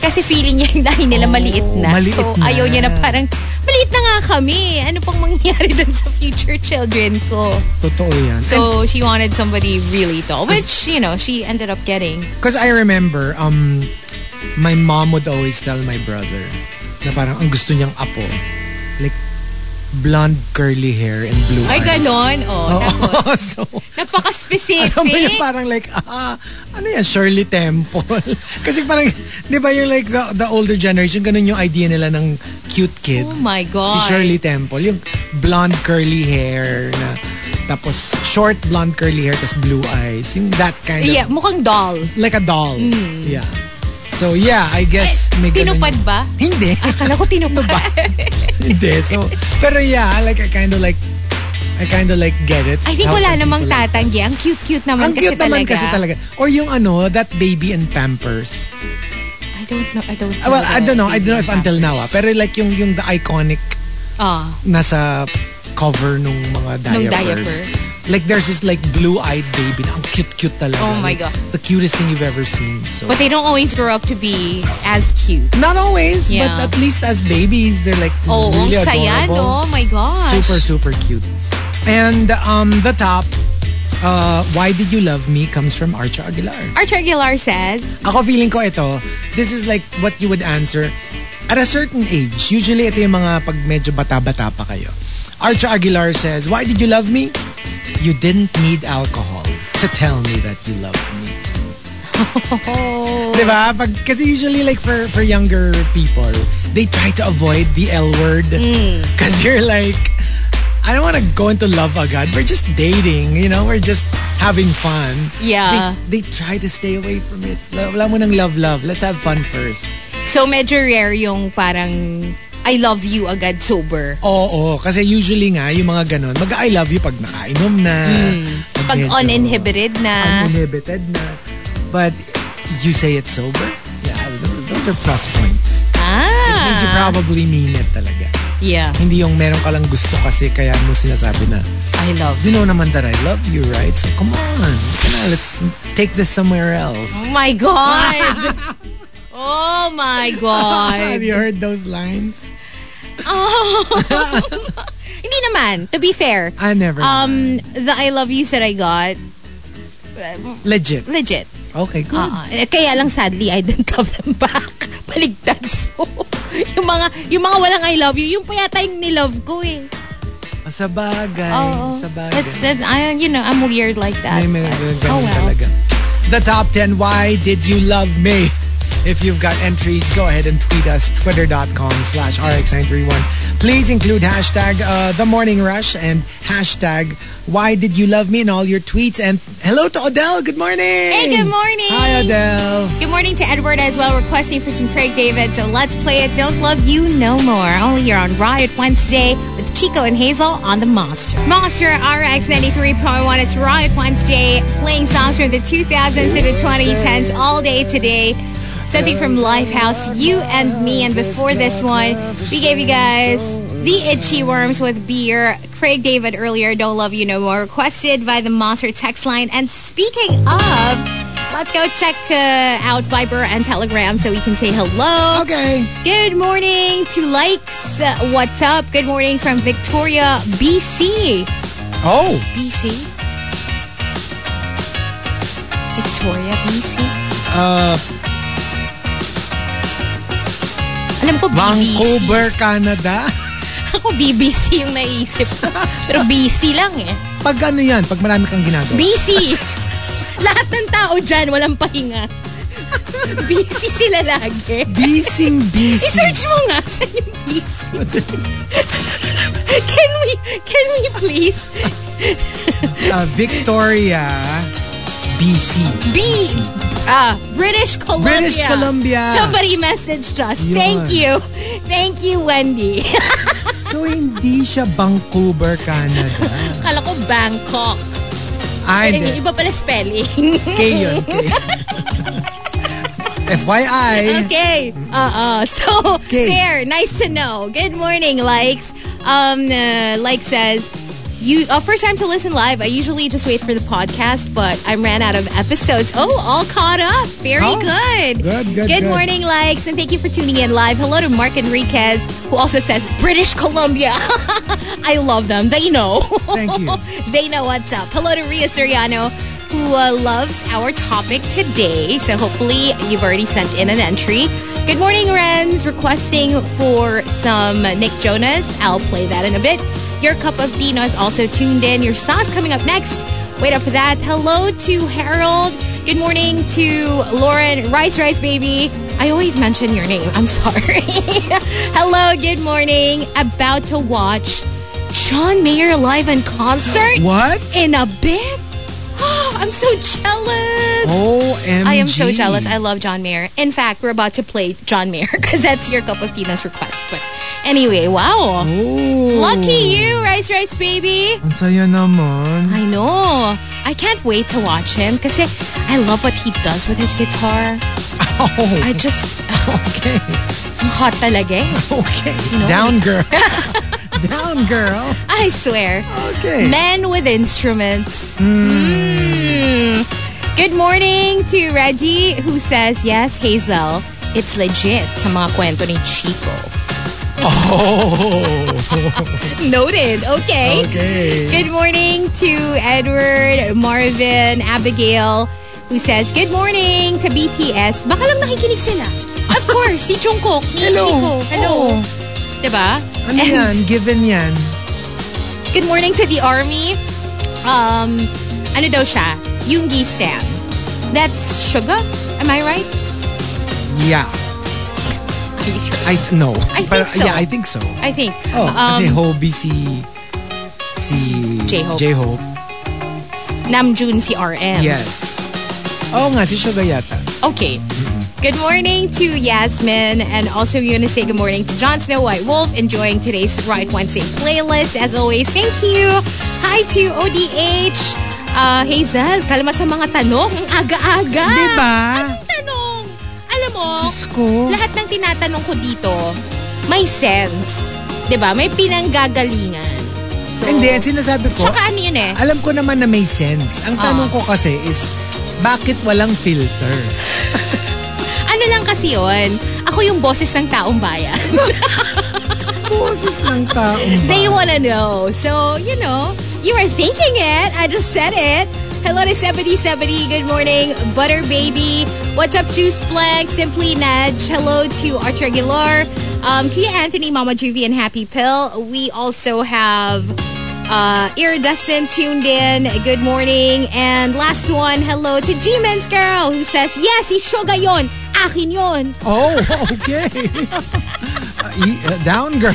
Kasi feeling niya yung dahil nila Oh, maliit na. maliit so, na. ayaw niya na parang, maliit na nga kami. Ano pang mangyari dun sa future children ko? Totoo yan. So, she wanted somebody really tall. Which, you know, she ended up getting. Because I remember, um, my mom would always tell my brother na parang ang gusto niyang apo. Like, blonde curly hair and blue Ay, eyes. ganon. *laughs* Oh, Tapos, Oo, so, napaka-specific. alam mo yung parang like, ah, ano yan, Shirley Temple. *laughs* Kasi parang, di ba you're like the, the older generation, ganun yung idea nila ng cute kid. oh my God. Si Shirley Temple, yung blonde curly hair na, tapos short blonde curly hair, tapos blue eyes. Yung that kind of Yeah, mukhang doll. like a doll. Yeah. So yeah, I guess may ganun Mm. Tinupad yun. ba? *laughs* *laughs* Hindi. Akala ko *laughs* tinupad. Hindi. So, pero yeah, like I kind of like I kind of like get it. I think How wala some namang people like- tatanggi. Ang cute-cute naman Ang kasi cute naman talaga. kasi talaga. Or yung ano, that baby and pampers. I don't know. I don't know. Ah, Well, I the don't know. I don't know if baby until now ah. rappers. Pero like yung yung the iconic Ah, nasa cover nung mga diapers. Nung diaper. Like there's this like blue-eyed baby na ang cute-cute talaga. Oh my Like, God. The cutest thing you've ever seen. So But they don't always grow up to be as cute. not always, Yeah. but at least as babies they're like Oh, really ang saya, adorable. no? Oh My gosh. Super super cute. And um the top uh, why did you love me comes from Archa Aguilar. Archer Aguilar says, Ako feeling ko ito, this is like what you would answer at a certain age. Usually ito yung mga pag medyo bata-bata pa kayo. Archa Aguilar says, Why did you love me? You didn't need alcohol to tell me that you loved me. oh, Diba? Pag, kasi usually like for, for younger people, they try to avoid the L word. Because you're like, I don't want to go into love agad. We're just dating, you know? We're just having fun. Yeah. They, they try to stay away from it. Wala mo ng love-love. Let's have fun first. so medyo rare yung parang I love you agad sober. Oo, kasi usually nga, yung mga ganun, mag-I love you pag nakainom na. Hmm. Pag medyo uninhibited na. Uninhibited na. But you say it sober? Yeah, those, those are plus points. Because you Ah. probably mean it talaga. Yeah. Hindi yung meron ka lang gusto kasi kaya mo sinasabi na, I love you know naman that I love you, right? So come on. Come on, let's take this somewhere else. Oh my *laughs* God. Oh my Have *laughs* God. you heard those lines? Oh. *laughs* Hindi naman. To be fair. I never. Um, Mm. the I love yous that I got, Legit. legit. Okay, good. Ah, eh, Kaya lang sadly, I didn't love them *laughs* back. Baligtad. So, yung mga, yung mga walang I love you, yung pa yata yung nilove ko eh. Sa bagay. Oo. Sa bagay. That's it. I, you know, I'm weird like that. Oh, May mga But- ganun talaga. The top 10, why did you love me? If you've got entries, go ahead and tweet us, twitter.com slash rx931. Please include hashtag uh, the morning rush and hashtag why did you love me in all your tweets. And hello to Odell. Good morning. Hey, good morning. Hi, Odell. Good morning to Edward as well, requesting for some Craig David. So let's play it. Don't love you no more. Only here on Riot Wednesday with Chico and Hazel on the Monster. Monster RX 93.1. It's Riot Wednesday, playing songs from the 2000s to the 2010s all day today. Something from Lifehouse, You and Me. And before this one, we gave you guys The Itchy Worms with Beer. Craig David earlier, Don't Love You No More, requested by the Monster text line. And speaking of, Let's go check uh, out Viber and Telegram so we can say hello. Okay. Good morning to likes. Uh, What's up? Good morning from Victoria, BC. Oh, BC? Victoria, BC? uh, Alam ko BBC. Vancouver, Canada. *laughs* Ako BBC yung naisip ko. Pero BC lang eh. Pag ano yan, pag marami kang ginagawa. *laughs* BC! Lahat ng tao dyan, walang pahinga. *laughs* BC sila lagi. Bising *laughs* busy. I-search mo nga sa yung please. can we, can we please? Uh, Victoria, BC. B, ah, British Columbia. British Columbia. Somebody messaged us. Yun. Thank you. Thank you, Wendy. *laughs* So, hindi siya Vancouver, Canada. Kala ko Bangkok. Ay, Yung hindi. iba pala spelling. K yun. *laughs* K. FYI, Okay. Uh-uh. *laughs* So, Okay. there. Nice to know. Good morning, likes. Um, uh, like says, you uh, first time to listen live. I usually just wait for the podcast, but I ran out of episodes. Oh, all caught up. Very Oh, good. good, good, good. morning, likes, and thank you for tuning in live. Hello to Mark Enriquez, who also says British Columbia. *laughs* I love them. They know. *laughs* Thank you. they know what's up. Hello to Ria Soriano, who uh, loves our topic today. So hopefully you've already sent in an entry. Good morning, Renz. Requesting for some Nick Jonas. I'll play that in a bit. Your cup of Dino is also tuned in. Your sauce coming up next. Wait up for that. Hello to Harold. Good morning to Lauren Rice Rice Baby. I always mention your name. I'm *laughs* sorry. Hello. Good morning. About to watch Sean Mayer live in concert what? in a bit. *gasps* I'm so jealous. OMG. I am so jealous. I love John Mayer. In fact, we're about to play John Mayer *laughs* because that's your cup of Tina's request. But anyway, wow. Oh. Lucky you, Rice Rice Baby. Ang saya *laughs* naman. I know. I can't wait to watch him because I love what he does with his guitar. *laughs* Oh, I just, okay. hot talaga. eh. *laughs* Okay. Down girl. down, girl. I swear. Okay. Men with instruments. Mm. Good morning to Reggie who says, yes, Hazel, it's legit sa mga kwento ni Chico. Oh. Noted. Okay. Okay. Good morning to Edward, Marvin, Abigail who says, good morning to BTS. Baka lang nakikinig sila. Of course, si Jungkook, ni Hello. Chico. Hello. Oo. Diba? Ano And- yan? Given yan. Good morning to the army. Um, ano daw siya? Yunggi Sam. That's sugar? Am I right? Yeah. Are you sure? I no. I think But, so. Yeah, I think so. I think. Oh, kasi um, Hobie si si J-Hope. J-Hope. Namjoon si RM. Yes. Oo nga, si Suga yata. Okay. Good morning to Yasmin. And also, we want to say good morning to Jon Snow White Wolf, enjoying today's Right Wednesday playlist. As always, thank you. Hi to ODH. Uh, Hazel, kalma sa mga tanong. Ang aga-aga. Diba? Ang tanong. Alam mo, Diyos ko. Ah, ano lahat ng tinatanong ko dito, may sense. 'Di ba? May pinanggagalingan. So, And then, sinasabi ko, Tsaka ano yun eh? Ah. alam ko naman na may sense. Ang tanong ko kasi is, bakit walang filter? Ano lang kasi yun? Ako yung boses ng taong bayan. *laughs* Boses ng taong They wanna know. So, you know, you are thinking it. I just said it. Hello to 7070. Good morning, Butter Baby. What's up, Juice Blank? Simply Nudge. Hello to Archer Aguilar. Um, Kia Anthony, Mama Juvie, and Happy Pill. We also have uh, Iridescent tuned in. Good morning. And last one, hello to G-Men's Girl who says, Yes, si Suga yon. Akin yon. Oh, okay. *laughs* Uh, e- uh, down, *laughs* girl.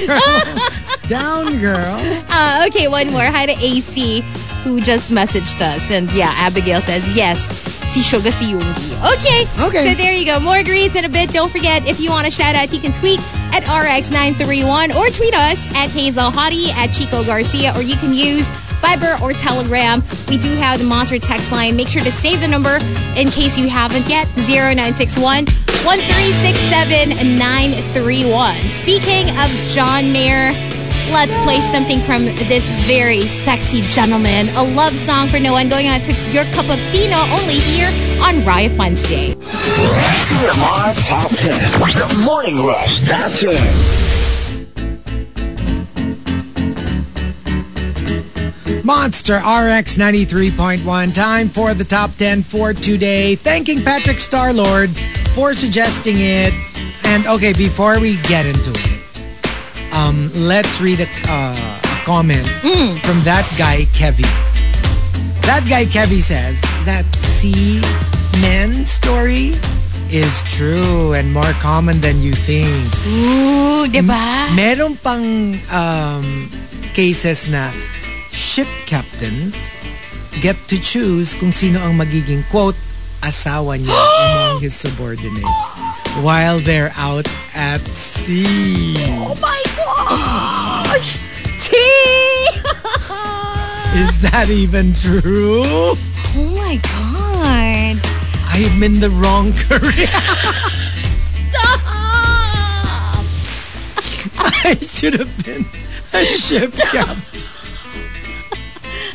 down, girl. Uh, okay, one more. Hi to AC who just messaged us. And yeah, Abigail says, yes, si Suga si Yungi. Okay. Okay. So there you go. More greets in a bit. Don't forget, if you want a shout out, you can tweet at RX931 or tweet us at Hazel Hottie, at Chico Garcia, or you can use Viber or Telegram. We do have the Monster text line. Make sure to save the number in case you haven't yet. 0961 1367 931. Speaking of John Mayer, Let's play something from this very sexy gentleman. A love song for no one going on to your cup of Dino only here on Riot Wednesday. TMR Top 10. The Morning Rush Top 10. Monster RX 93.1. Time for the top 10 for today. Thanking Patrick Starlord for suggesting it. And okay, before we get into it, um, let's read a, uh, a comment from that guy, Kevy. That guy, Kevy, says that C men story is true and more common than you think. Ooh, diba? Meron pang um, cases na ship captains get to choose kung sino ang magiging quote asawa *gasps* niya among his subordinates while they're out at sea. Oh my gosh! T! *laughs* oh Is that even true? my god! I'm in the wrong *laughs* career. Stop! I should have been a ship *laughs* captain.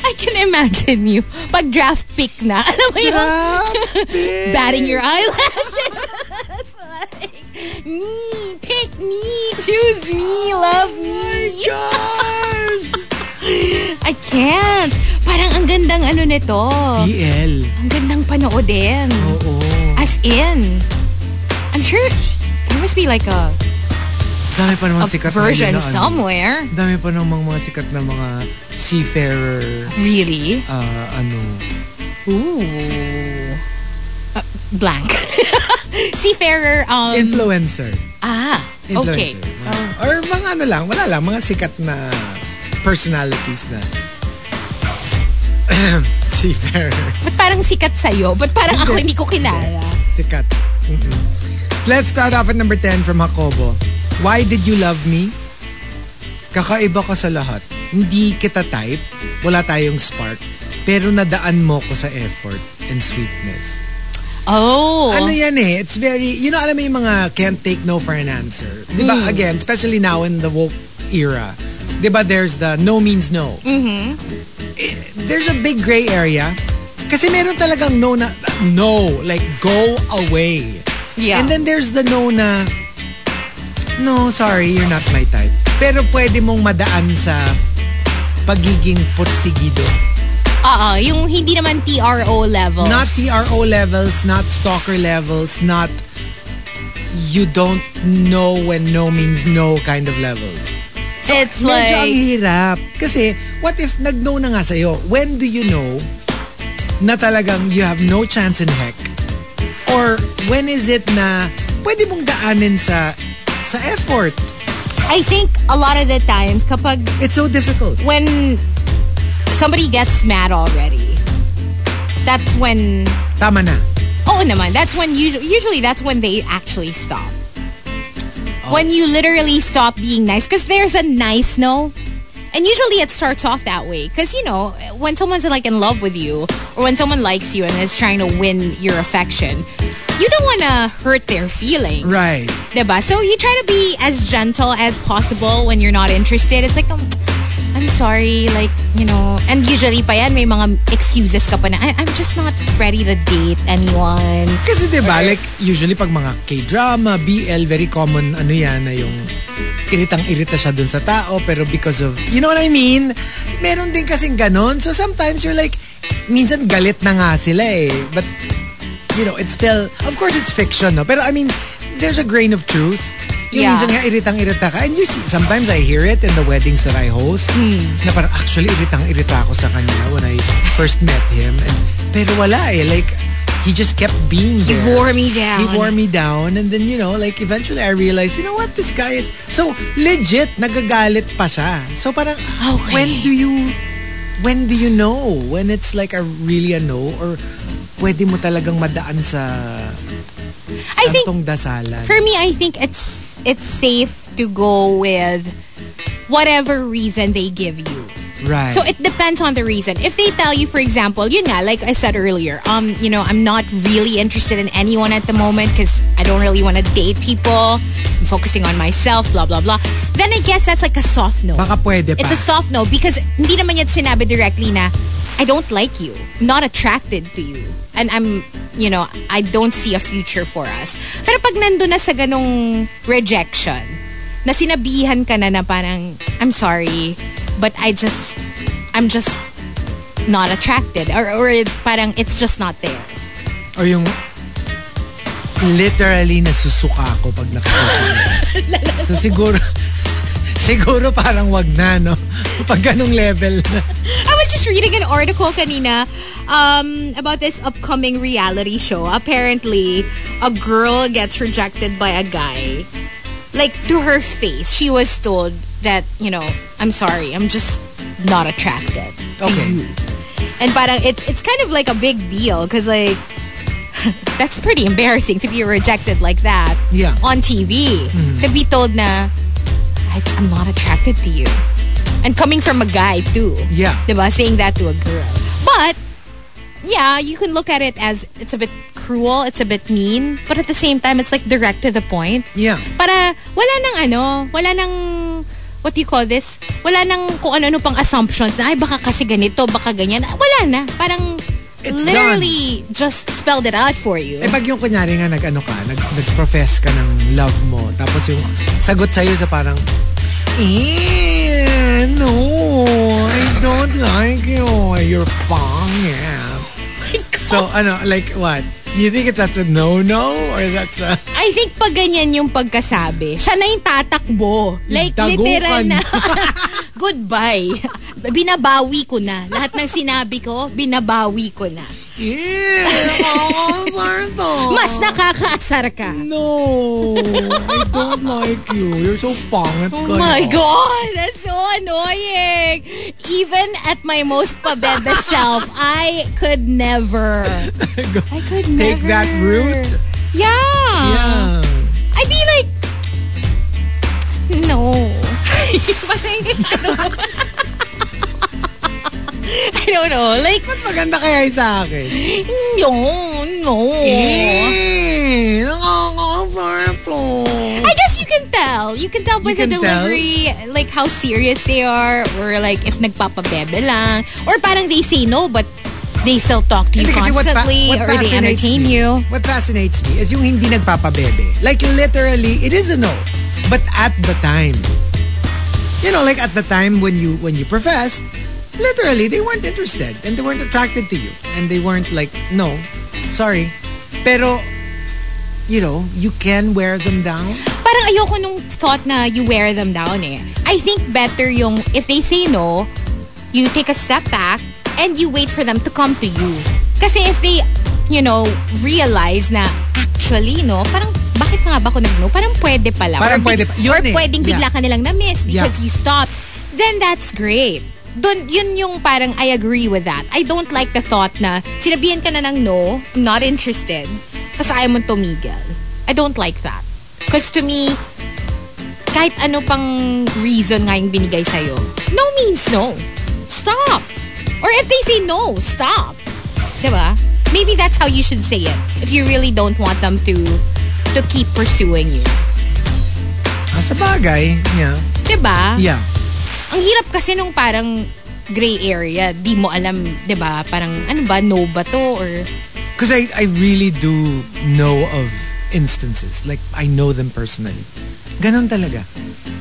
I can imagine you. Pag draft pick na, *laughs* alam mo yun? Grabe. batting your eyelashes. *laughs* It's like, me, pick me, choose me, love me. Gosh! *laughs* I can't. Parang ang gandang ano nito. BL. Ang gandang panoodin. Oo. As in, E I'm sure there must be like a, Dami pa a naman sikat na version yun na ano. somewhere. dami pa namang mga sikat na mga seafarer, Really? ah, ano, Ooh. Uh, blank. *laughs* Seafarer, um, influencer. ah, okay. Influencer. Mga- Or mga ano lang, wala lang, mga sikat na personalities na *clears throat* seafarer. Ba't parang sikat sa'yo? Ba't parang ako hindi ko kilala? Sikat. Mm-mm. Let's start off at number 10 from Jacobo. Why did you love me? Kakaiba ka sa lahat. Hindi kita type. Wala tayong spark. Pero nadaan mo ko sa effort and sweetness. Oh. Ano yan eh, it's very, you know, alam mo Mm. yung mga can't take no for an answer. Di ba, again, especially now in the woke era, 'di ba there's the no means no. Eh, There's a big gray area kasi meron talagang no na no, like go away. Yeah. And then there's the no na no, sorry, you're not my type. Pero pwede mong madaan sa pagiging porsigido. Oo, Uh-uh, yung hindi naman TRO level. Not TRO levels, not stalker levels, not you don't know when no means no kind of levels. It's Medyo ang like, hirap. Kasi, what if nag-no na nga sa'yo? When do you know na talagang you have no chance in heck? Or when is it na pwede mong daanin sa sa effort? I think a lot of the times kapag It's so difficult. when somebody gets mad already, that's when, Tama na. oh naman, that's when usually, usually that's when they actually stop. When you literally stop being nice. Because there's a nice no. And usually it starts off that way. Because, you know, when someone's like in love with you or when someone likes you and is trying to win your affection, you don't want to hurt their feelings. Right. Diba? So you try to be as gentle as possible when you're not interested. It's like, um, I'm sorry, like, you know. And usually pa yan, may mga excuses ka pa na, I- I'm just not ready to date anyone. Kasi 'di ba like usually pag mga K-drama, BL, very common ano yan na yung iritang-irita siya dun sa tao pero because of, you know what I mean? Meron din kasing ganon. So sometimes you're like, minsan galit na nga sila eh. But, you know, it's still, of course it's fiction, no? Pero I mean, there's a grain of truth. Yung Yeah. minsan nga iritang-irita ka. And you see, sometimes I hear it in the weddings that I host Hmm. na parang actually iritang-irita ako sa kanya when I first met him. And, pero wala eh. Like, he just kept being He there. wore me He down. wore me down and then you know like eventually I realized you know what this guy is so legit nagagalit pa siya. So parang Okay. when do you when do you know when it's like a really a no or pwede mo talagang madaan sa I think santong dasalan. For me, I think it's it's safe to go with whatever reason they give you. right. So it depends on the reason. If they tell you, for example, yun nga, like I said earlier, um, you know, I'm not really interested in anyone at the moment because I don't really want to date people. I'm focusing on myself, blah, blah, blah. Then I guess that's like a soft no. Baka pwede pa. It's a soft no because hindi naman yet sinabi directly na, I don't like you. I'm not attracted to you. And I'm, you know, I don't see a future for us. Pero pag nandun na sa ganong rejection, na sinabihan ka na na parang, I'm sorry, but I just, I'm just not attracted. Or, or parang it's just not there. or yung literally nasusuka ako pag nakikita niya. so siguro *laughs* siguro parang wag na no *laughs* pag ganong level na. I was just reading an article kanina um, about this upcoming reality show. Apparently, a girl gets rejected by a guy. Like, to her face, she was told that, you know, I'm sorry, I'm just not attracted. to Okay. you." And parang, it's, it's kind of like a big deal because, like, *laughs* that's pretty embarrassing to be rejected like that Yeah. Mm-hmm. on TV. To be told na, I, I'm not attracted to you. And coming from a guy, too. Yeah. Diba? Saying that to a girl. But, yeah, you can look at it as it's a bit cruel, it's a bit mean, but at the same time, it's like direct to the point. Yeah. Para wala nang ano, wala nang, what do you call this? Wala nang kung ano-ano pang assumptions na, ay baka kasi ganito, baka ganyan. Wala na. Parang, It's literally just spelled it out for you. Eh pag yung kunyari nga nag-ano ka, nag, nag-profess ka ng love mo, tapos yung sagot sa'yo sa parang, eh, no, I don't like you. You're pang, yeah. So, ano, like what? You think it's that's a no-no? Or that's a... I think pag ganyan yung pagkasabi, siya na yung tatakbo. Like, Dagukan. literal *laughs* na. Goodbye. Binabawi ko na. Lahat ng sinabi ko, binabawi ko na. Yeah, oh, Martha. *laughs* Mas nakakaasar ka. No, I don't like you. You're so pangit Oh my God! That's so annoying! Even at my most *laughs* pabebe self, I could never. I could never. Take that route. Yeah! Yeah. I'd be like, no. *laughs* Parang, I don't know. I don't know. Like, Mas maganda kaya yung sa akin. no, no. Eh, nakaka-sarap oh. to. I guess you can tell. tell. You can tell by You the can tell? delivery, like how serious they are, or like if nagpapabebe lang, or parang they say no but they still talk to you Hindi, kasi what fa- constantly, what or they fascinates entertain me- you. What fascinates me is yung hindi nagpapabebe. Like literally, it is a no. But at the time. You know, like at the time when you when you professed, literally they weren't interested and they weren't attracted to you and they weren't like, no, sorry. Pero you know, you can wear them down. Parang ayoko nung thought na you wear them down eh. I think better yung if they say no, you take a step back and you wait for them to come to you. Kasi if they, you know, realize na actually, no, parang bakit nga ba ako nag-no? Parang pwede pala. Parang Or big- pwede pa- yun or eh. pwedeng bigla Yeah. ka nilang na-miss because Yeah. you stopped. Then that's great. Dun, yun yung parang I agree with that. I don't like the thought na sinabihan ka na ng no, I'm not interested, tapos ayaw mo tumigil. I don't like that. Because to me, kahit ano pang reason nga yung binigay sa'yo, no means no. Stop. Or if they say no, stop. Diba? Maybe that's how you should say it if you really don't want them to to keep pursuing you. Ah, sa bagay, yeah. Diba? Yeah. Ang hirap kasi nung parang gray area, di mo alam, diba? Parang ano ba, no ba to? Or Because I, I really do know of instances. Like, I know them personally. Ganon talaga.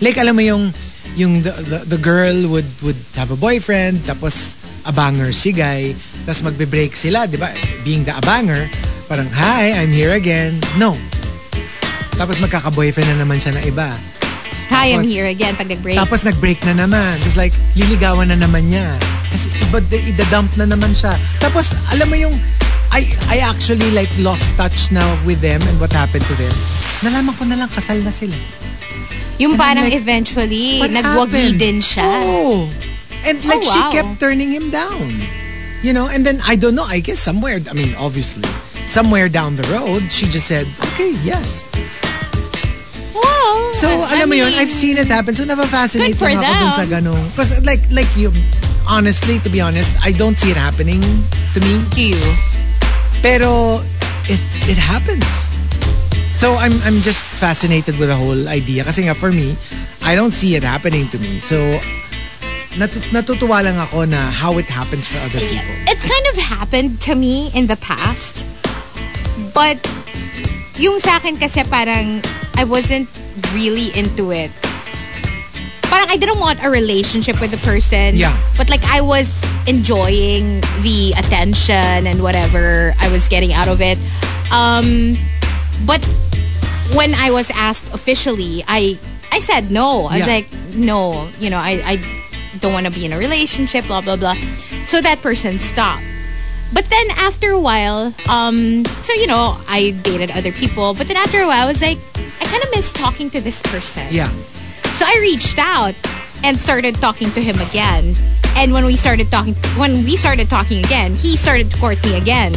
Like, alam mo yung, yung the, the, the girl would, would have a boyfriend, tapos abanger si guy, tapos magbe-break sila, di ba? Being the abanger, parang, hi, I'm here again. No. Tapos magkaka-boyfriend na naman siya na iba. hi, I'm Tapos- here again pag nag-break. Tapos nag-break na naman. It's like, liligawan na naman niya. Tapos iba, idadump na naman siya. Tapos, alam mo yung, I, I actually like lost touch now with them and what happened to them. Nalaman ko na lang kasal na sila. yung And I'm parang like, eventually, What Eh, nagwagi happened? Oh. din siya. Oo. And like Oh, she wow. kept turning him down. You know, and then I don't know, I guess somewhere, I mean, obviously, somewhere down the road, she just said, okay, yes. Wow. So, I alam mo yun, mean, I've seen it happen. So, Good napafascinate for lang ako dun them. sa ganun. Because, like, like you, honestly, to be honest, I don't see it happening to me. to you. Pero, it, it happens. So, I'm, I'm just fascinated with the whole idea. Kasi nga, for me, I don't see it happening to me. So, natu- natutuwa lang ako na how it happens for other people. It's kind of happened to me in the past. But yung sa akin kasi parang I wasn't really into it. Parang I didn't want a relationship with the person. Yeah. But like I was enjoying the attention and whatever I was getting out of it. Um but when I was asked officially, I I said no. I was Yeah. like, no, you know, I, I don't want to be in a relationship, blah blah blah. So that person stopped. But then after a while, um, so you know, I dated other people. But then after a while, I was like, I kind of miss talking to this person. Yeah. So I reached out and started talking to him again. And when we started talking, when we started talking again, he started to court me again.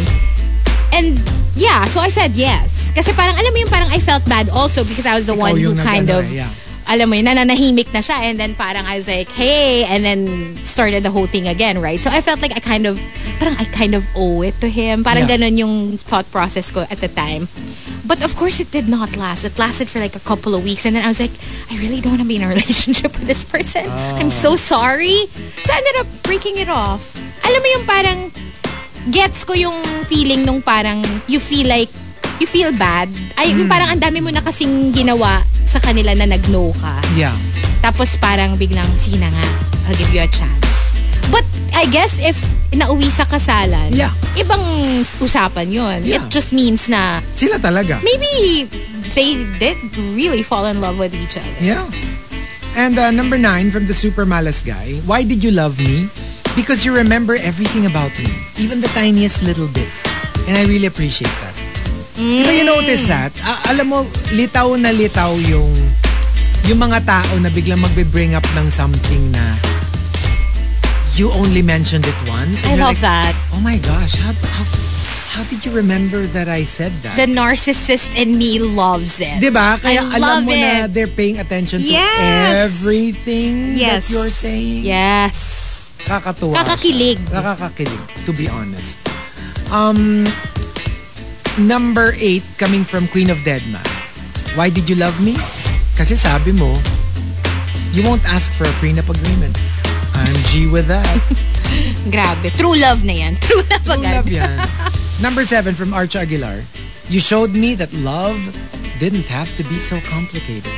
And yeah, so I said yes. Kasi parang, alam mo yung parang I felt bad also because I was the Ikaw one who yung kind nag-ano of, eh, yeah. alam mo yun, nananahimik na siya. And then parang I was like, hey, and then started the whole thing again, right? So I felt like I kind of, parang I kind of owe it to him. Parang Yeah. ganun yung thought process ko at the time. But of course, it did not last. It lasted for like a couple of weeks. And then I was like, I really don't want to be in a *laughs* relationship with this person. I'm so sorry. So I ended up breaking it off. Alam mo yung parang, gets ko yung feeling nung parang you feel like you feel bad. Ay, yung Hmm. parang ang dami mo na kasing ginawa sa kanila na nag-no ka. Yeah. Tapos parang biglang, sige na nga, I'll give you a chance. But I guess if nauwi sa kasalan, Yeah. ibang usapan yun. Yeah. It just means na Sila talaga. maybe they did really fall in love with each other. Yeah. And uh, number nine from the Super Malas guy. Why did you love me? Because you remember everything about me, even the tiniest little bit. And I really appreciate that. Diba you Mm. notice that? A- alam mo, litaw na litaw yung yung mga tao na biglang magbe-bring up ng something na you only mentioned it once. I And you're like, love that. Oh my gosh, how, how, how did you remember that I said that? The narcissist in me loves it. Diba? Kaya I alam love mo na it. they're paying attention Yes. to everything yes. that you're saying. Yes. Kakatuwa Kakakilig. Siya. Nakakakilig, to be honest. Um, number eight, coming from Queen of Deadma. Why did you love me? Kasi sabi mo, you won't ask for a prenup agreement. I'm G with *laughs* that. Grabe. True love na yan. *laughs* True love True agad. love yan. Number seven from Archa Aguilar. You showed me that love didn't have to be so complicated.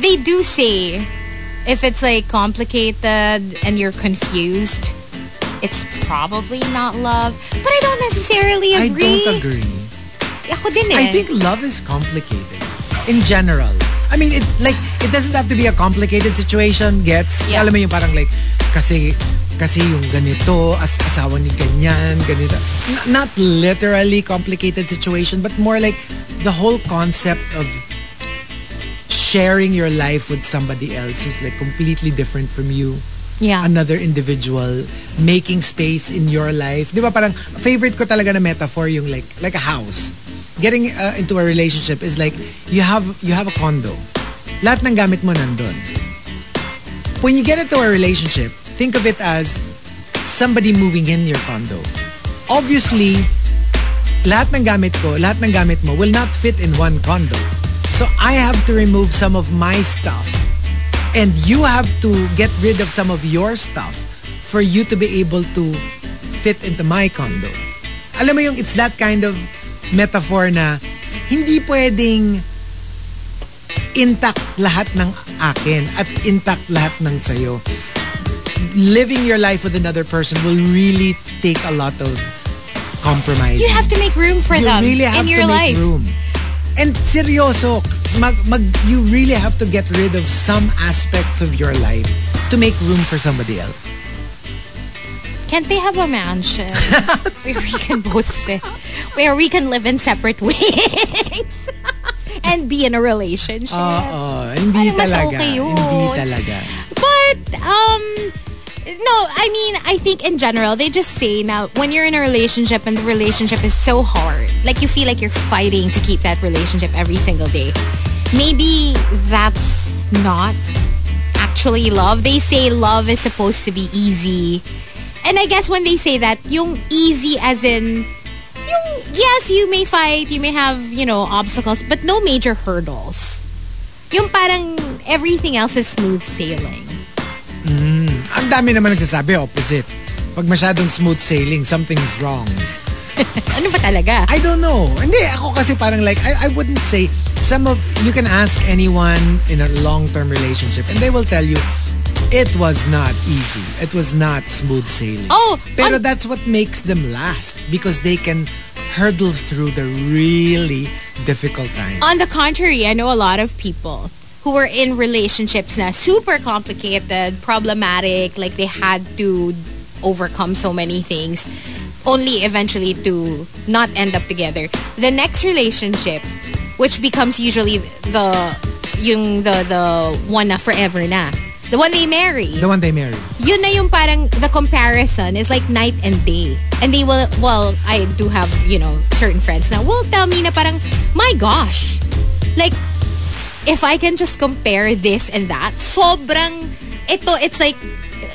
They do say if it's like complicated and you're confused, it's probably not love. But I don't necessarily I agree. don't agree. Ako din eh. I think love is complicated in general. I mean, it like it doesn't have to be a complicated situation. Gets? Yeah. Alam mo yung parang like kasi kasi yung ganito, as asawa ni ganyan, ganito. N- not literally complicated situation, but more like the whole concept of sharing your life with somebody else who's like completely different from you yeah. another individual making space in your life. 'Di ba parang favorite ko talaga na metaphor yung like like a house. Getting uh, into a relationship is like you have you have a condo. Lahat ng gamit mo nandun. When you get into a relationship, think of it as somebody moving in your condo. Obviously, lahat ng gamit ko, lahat ng gamit mo will not fit in one condo. So I have to remove some of my stuff and you have to get rid of some of your stuff for you to be able to fit into my condo. Alam mo yung it's that kind of metaphor na hindi pwedeng intact lahat ng akin at intact lahat ng sayo. Living your life with another person will really take a lot of compromise you have to make room for you them really have in your to life. make room. And seryoso, mag, mag, you really have to get rid of some aspects of your life to make room for somebody else. Can't they have a mansion *laughs* where we can both fit, where we can live in separate *laughs* wings and be in a relationship? Oo, hindi Ay, mas talaga. okay yun. Hindi talaga. But um no, I mean, I think in general they just say now when you're in a relationship and the relationship is so hard, like you feel like you're fighting to keep that relationship every single day. Maybe that's not actually love. They say love is supposed to be easy. And I guess when they say that, yung easy as in yung yes, you may fight, you may have, you know, obstacles, but no major hurdles yung parang everything else is smooth sailing. Ang dami naman nagsasabi, opposite. Pag masyadong smooth sailing, something is wrong. Ano ba talaga? I don't know. Hindi, ako kasi parang like, I, I wouldn't say, some of, you can ask anyone in a long-term relationship and they will tell you, it was not easy. It was not smooth sailing. Oh, Pero on- that's what makes them last because they can hurdle through the really difficult times. On the contrary, I know a lot of people who were in relationships na super complicated, problematic, like they had to overcome so many things only eventually to not end up together. The next relationship, which becomes usually the yung the the one na forever na. The one they marry. the one they married. yun na yung parang the comparison is like night and day. And they will, well, I do have, you know, certain friends now will tell me na parang, my gosh, like, if I can just compare this and that, sobrang, ito, it's like,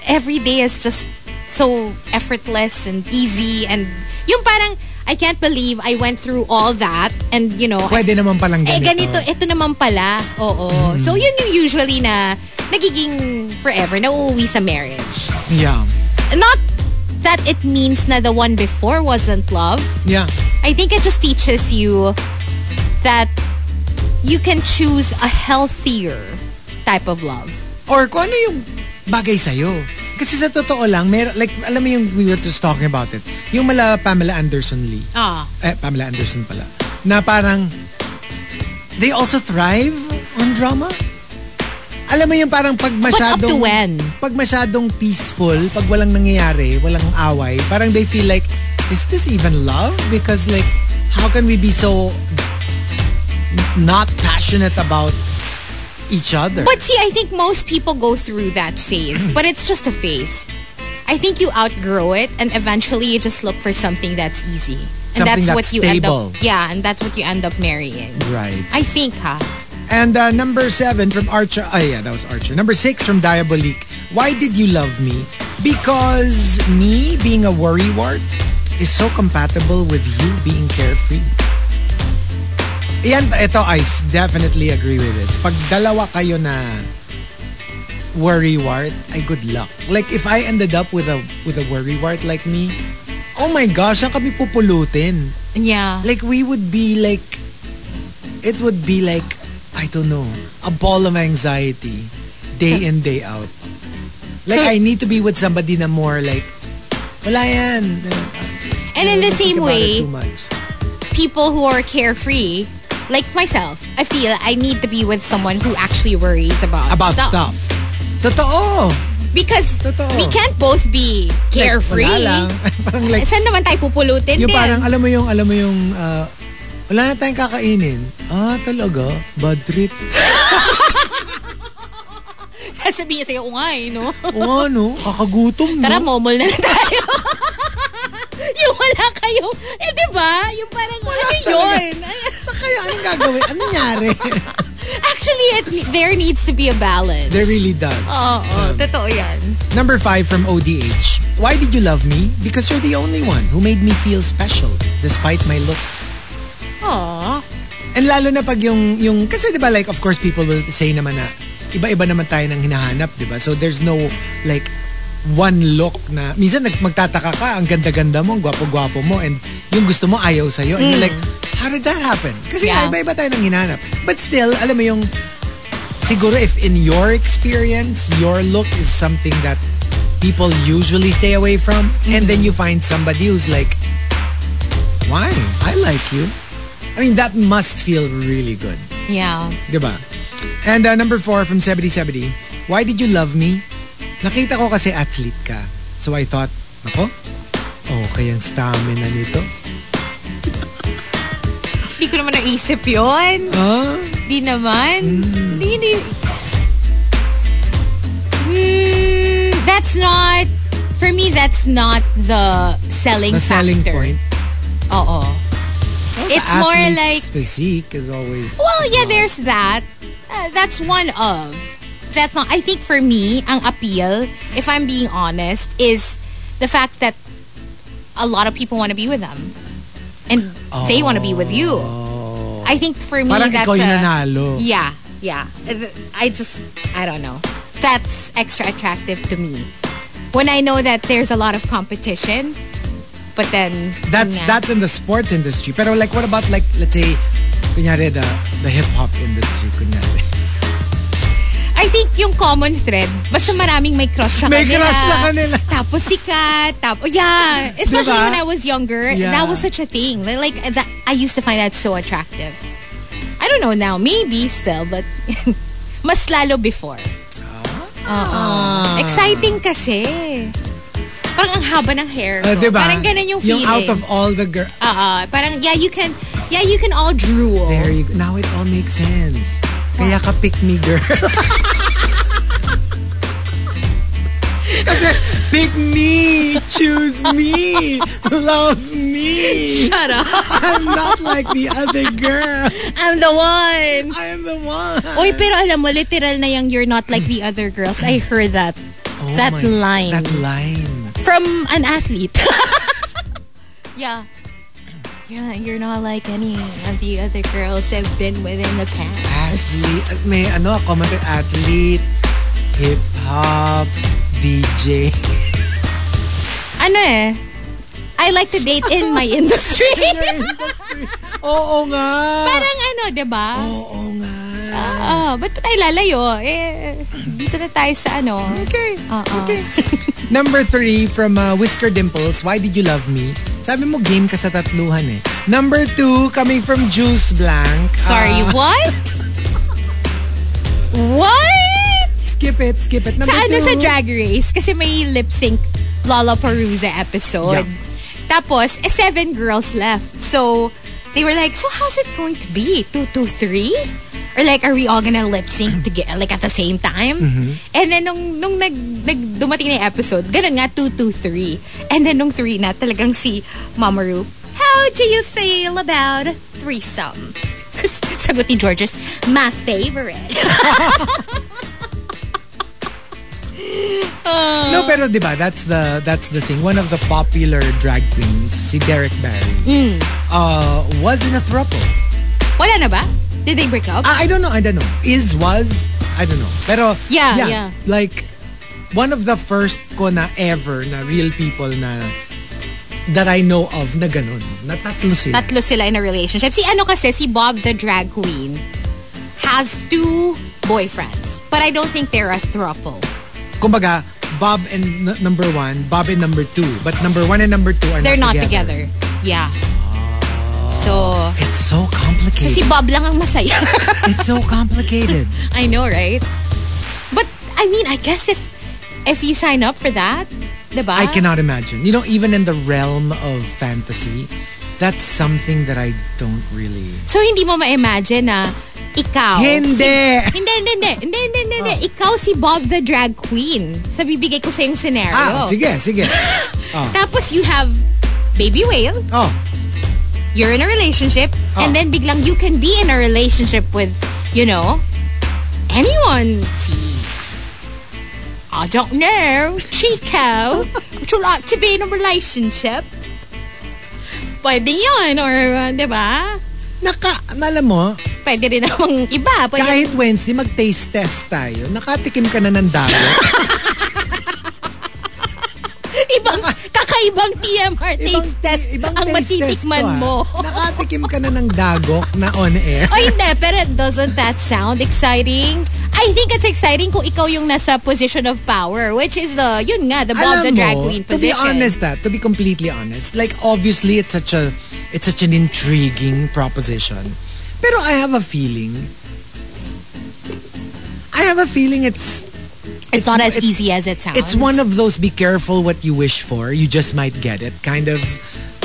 every day is just so effortless and easy and yung parang, I can't believe I went through all that and, you know, I Pwede naman palang ganito. Mm-hmm. eh, ganito, ito naman pala. Oo. So, yun yung usually na nagiging forever, na uuwi sa marriage. Yeah. Not that it means na the one before wasn't love. Yeah. I think it just teaches you that you can choose a healthier type of love. Or kung ano yung bagay sa'yo. Kasi sa totoo lang, mer- like, alam mo yung we were just talking about it. Yung mala Pamela Anderson Lee. Ah. eh, Pamela Anderson pala, na parang they also thrive on drama. Alam mo yung parang pag But up masyadong... to when? Pag masyadong peaceful, pag walang nangyayari, walang away, parang they feel like, is this even love? Because like, how can we be so n- not passionate about each other? But see, I think most people go through that phase, but it's just a phase. I think you outgrow it, and eventually you just look for something that's easy, and Something what that's you stable. end up. Yeah, and that's what you end up marrying. right. I think, huh? And uh, number seven from Archer. Oh yeah, that was Archer. Number six from Diabolique. Why did you love me? Because me being a worrywart is so compatible with you being carefree. Yan, ito I s- definitely agree with this. Pag dalawa kayo na worrywart, ay good luck. Like if I ended up with a with a worrywart like me, oh my gosh, saan kami pupulutin? Yeah. Like we would be like, it would be like, I don't know, a ball of anxiety day in, day out. Like So- I need to be with somebody na more like, wala yan. and in the Don't think same about it way, too much. people who are carefree, like myself, I feel I need to be with someone who actually worries about About stuff. stuff. Totoo! Because Totoo. we can't both be carefree. Like, wala lang. *laughs* parang like, Saan naman tayo pupulutin yung din? parang, alam mo yung, alam mo yung, ah, wala na tayong kakainin. Ah, talaga? Bad trip. *laughs* *laughs* Sabihin sa'yo, "Oo nga eh, no? Oo, ano? Kakagutom, Tara, no? momol na lang tayo. *laughs* yung wala kayo. Eh, di ba? Yung parang, ano yun? Sa kaya, anong gagawin? Anong *laughs* nangyari? Actually, it, there needs to be a balance. There really does. Oo, totoo yan. Number five from ODH. Why did you love me? Because you're the only one who made me feel special despite my looks. Aw. And lalo na pag yung, yung kasi di ba like of course people will say naman na iba-iba naman tayo ng hinahanap, di ba? So there's no like one look na minsan nag magtataka ka ang ganda-ganda mo, ang gwapo-gwapo mo and yung gusto mo ayaw sa and you're like how did that happen? Kasi Yeah. nga, iba-iba tayo ng hinahanap. But still, alam mo yung siguro if in your experience your look is something that people usually stay away from and then you find somebody who's like why? I like you. I mean, that must feel really good. Yeah. Diba? And uh, number four from 7070, Why did you love me? Nakita ko kasi athlete ka. So I thought, ako? Okay ang stamina nito. Hindi ko naman naisip yun. Ah, Di naman. Hmm. Hindi, hindi. Mm, that's not, for me, that's not the selling the selling factor. point. Oo. Well, It's the more athlete's like- physique is always... Well, yeah, there's that. Uh, that's one of. That's not, I think for me, ang appeal, if I'm being honest, is the fact that a lot of people want to be with them. And they want to be with you. I think for me, Oh. Parang that's ikaw yung a- nanalo. Yeah, yeah. I just, I don't know. That's extra attractive to me. When I know that there's a lot of competition, but then That's yeah. that's in the sports industry. Pero like, what about like, let's say, kunyari, the, the hip-hop industry, kunyari. *laughs* I think yung common thread, basta maraming may crush sa May kanila. crush sa kanila. *laughs* Tapos sikat. Tapos, yeah. Especially Diba? when I was younger, Yeah. that was such a thing. Like, like, that, I used to find that so attractive. I don't know now. Maybe still, but *laughs* mas lalo before. Ah. Oo. Exciting kasi. Parang ang haba ng hair ko. Uh, diba? Parang ganun yung Yung feeling. out of all the girl... Oo. Parang, yeah, you can, yeah, you can all drool. There you go. Now it all makes sense. Kaya ka pick me girl. *laughs* Kasi pick me, choose me, love me. *laughs* Shut up. *laughs* I'm not like the other girl. I'm the one. I am the one. Oy, pero alam mo, literal na yung you're not like the other girls. I heard that. Oh that my- line. That line. From an athlete. *laughs* yeah. Yeah, you're not like any of the other girls I've been with in the past. Athlete. At May ano, commenter athlete, hip-hop, DJ. Ano eh? I like to date in *laughs* my industry. *laughs* Oo nga. *laughs* Parang ano, di ba? Oo nga. Oo, ba't pa tayo lalayo? Eh, dito na tayo sa ano. Okay. Oo. *laughs* Number three from uh, Whisker Dimples, Why Did You Love Me? Sabi mo game ka sa tatluhan eh. Number two, coming from Juice Blank. uh, Sorry, *laughs* what? What? skip it, skip it. Number sa two. ano sa Drag Race kasi may lip sync Lollapalooza episode. Yeah. Tapos, eh, seven girls left. So, they were like, so how's it going to be? Two, two, three? Or like, are we all gonna lip sync together, like at the same time? And then, nung, nung nag, nag, dumating na yung episode, ganun nga, two, two, three. And then, nung three na, talagang si Mamaru, how do you feel about a threesome? *laughs* Sagot ni Georges, my favorite. *laughs* No, pero di ba, that's the, that's the thing. One of the Hmm. popular drag queens, si Derek Barry, uh, was in a throuple. Wala na ba? Did they break up? I, I don't know. I don't know. Is, was, I don't know. Pero, Yeah, yeah. Like, one of the first ko na ever na real people na that I know of na ganun. Na tatlo sila. Tatlo sila in a relationship. Si ano kasi, si Bob the drag queen has two boyfriends. But I don't think they're a throuple. Kumbaga, Bob and n- number one, Bob and number two. But number one and number two are They're not, Ah. not together. Yeah. So, It's so so si complicated. Bob lang ang masaya. *laughs* it's so complicated. I know, right? But I mean, I guess if if you sign up for that, diba? I cannot imagine. You know, even in the realm of fantasy, that's something that I don't really. So hindi mo ma-imagine na ikaw. Hindi! *laughs* Si, hindi, hindi, hindi, hindi, hindi, hindi, hindi. Ikaw si Bob the drag queen. Sa bibigay ko sa yung scenario. Ah, sige, sige. Tapos you have baby whale, Oh, you're in a relationship, Ah. and then biglang you can be in a relationship with, you know, anyone. Si, I don't know, Chico, would you like to be in a relationship? Pwede yun, or, uh, di ba? naka, alam mo, Pwede rin namang iba. Pwede kahit Wednesday, mag-taste test tayo. Nakatikim ka na ng dagat. Ibang, *laughs* kakaibang TMR *laughs* taste test ibang ang taste test to, matitikman ah. mo. *laughs* Nakatikim ka na ng dagok na on air. o hindi, pero doesn't that sound exciting? I think it's exciting kung ikaw yung nasa position of power, which is the, yun nga, the Bob the Alam Drag mo, Queen to be position. honest that, to be completely honest, like obviously it's such a it's such an intriguing proposition. Pero I have a feeling I have a feeling it's it's, not as it's- easy as it sounds. it's one of those be careful what you wish for, you just might get it kind of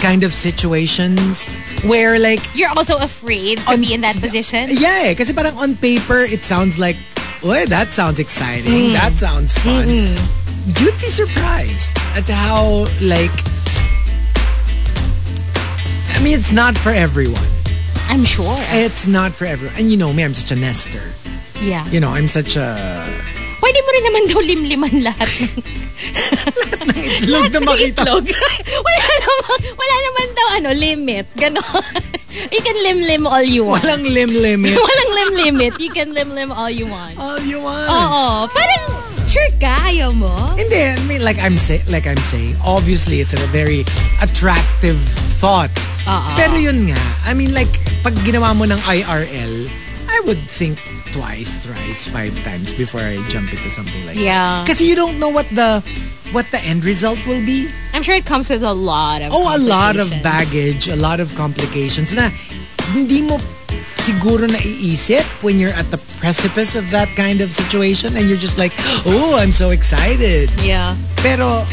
kind of situations where like You're also afraid to On- be in that position? yeah, eh, kasi parang on paper it sounds like Uy, that sounds exciting. That sounds fun. You'd be surprised at how like I mean it's not for everyone. I'm sure. It's not for everyone. And you know me, I'm such a nester. yeah. You know, I'm such a Pwede mo rin naman daw limliman *laughs* lahat ng itlog na makita. itlog. *laughs* wala, naman, wala naman daw, ano, limit. Ganon. *laughs* you can lim-lim all you want. *laughs* Walang lim limit. Walang lim limit. You can lim lim all you *laughs* want. All you want. Oo. Parang, sure ka, ayaw mo? And then, I mean, like I'm say, like I'm saying, obviously it's a very attractive thought. Uh-uh. Pero yun nga, I mean like pag ginawa mo ng IRL, I would think twice, thrice, five times before I jump into something like Yeah. that. Kasi you don't know what the what the end result will be. I'm sure it comes with a lot of Oh, a lot of complications. baggage, a lot of complications na hindi mo siguro naiisip when you're at the precipice of that kind of situation and you're just like, oh, I'm so excited. Yeah. Pero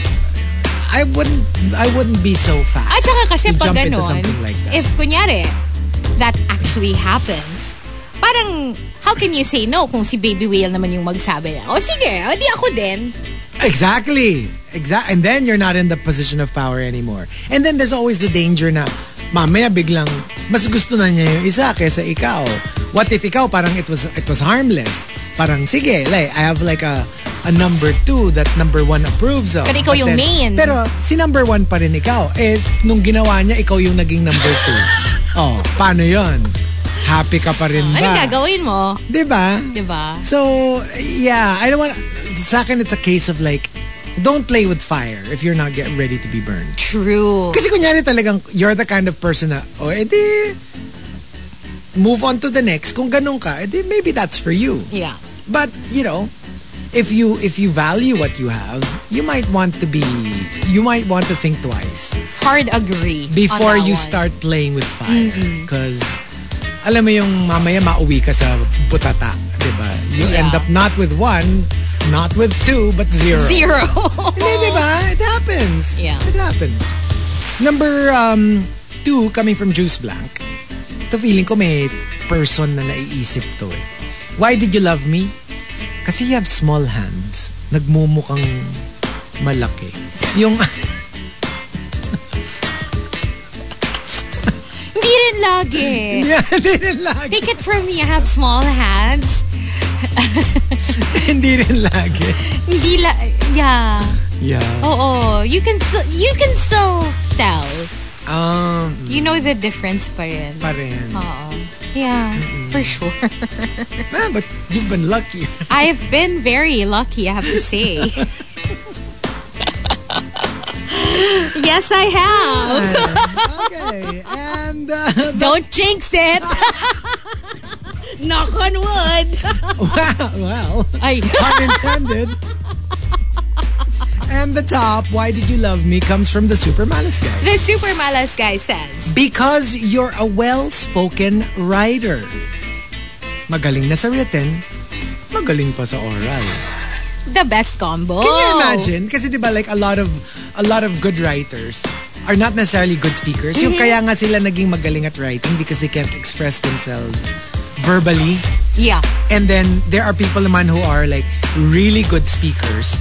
I wouldn't I wouldn't be so fast. At saka kasi to pag jump into ganon, something like that. if kunyari, that actually happens, parang, how can you say no kung si Baby Whale naman yung magsabi na, oh sige, o di ako din. exactly. Exactly. And then you're not in the position of power anymore. And then there's always the danger na mamaya biglang mas gusto na niya yung isa kaysa ikaw. What if ikaw parang it was it was harmless? Parang sige, like I have like a a number two that number one approves of. Pero ikaw But yung then- main. Pero si number one pa rin ikaw. Eh, nung ginawa niya, ikaw yung naging number *laughs* two. oh, paano yon? Happy ka pa rin ba? Anong gagawin mo? Diba? Diba? So, yeah, I don't want... Sa akin, it's a case of like, don't play with fire if you're not get ready to be burned. True. Kasi kunyari talagang, you're the kind of person na, oh, edi, move on to the next. Kung ganun ka, edi, maybe that's for you. Yeah. But, you know, if you if you value what you have, you might want to be, you might want to think twice Hard agree. on before that you one. Mm-hmm. start playing with fire. Because, alam mo yung mamaya mauwi ka sa butata, di ba? You Yeah. end up not with one, not with two, but zero. Zero. *laughs* Hindi, di ba? It happens. Yeah. It happens. Number um, two, coming from Juice Blank, to feeling ko may person na naiisip to eh. Why did you love me? Kasi you have small hands. Nagmumukhang malaki. Yung... *laughs* Hindi rin lagi. yeah, hindi rin *laughs* lagi. Take it from me, I have small hands. hindi rin lagi. Hindi la... Yeah. Yeah. Oo. You can still... You can still tell. Um, You know the difference pa rin. pa rin. Oo. Yeah, for sure. *laughs* Man, Ah, but you've been lucky. I've been very lucky, I have to say. *laughs* yes, I *laughs* have. okay. And uh, Don't jinx it. *laughs* Knock on wood. *laughs* wow, well, Ay. pun intended. and the top, why did you love me, comes from the Super Malice guy. *laughs* The super malas guy says. Because you're a well-spoken writer. Magaling na sa written, magaling pa sa oral. The best combo. Can you imagine? Kasi 'di ba like a lot of a lot of good writers are not necessarily good speakers. Yung kaya nga sila naging magaling at writing because they can't express themselves verbally. Yeah. And then there are people naman who are like really good speakers.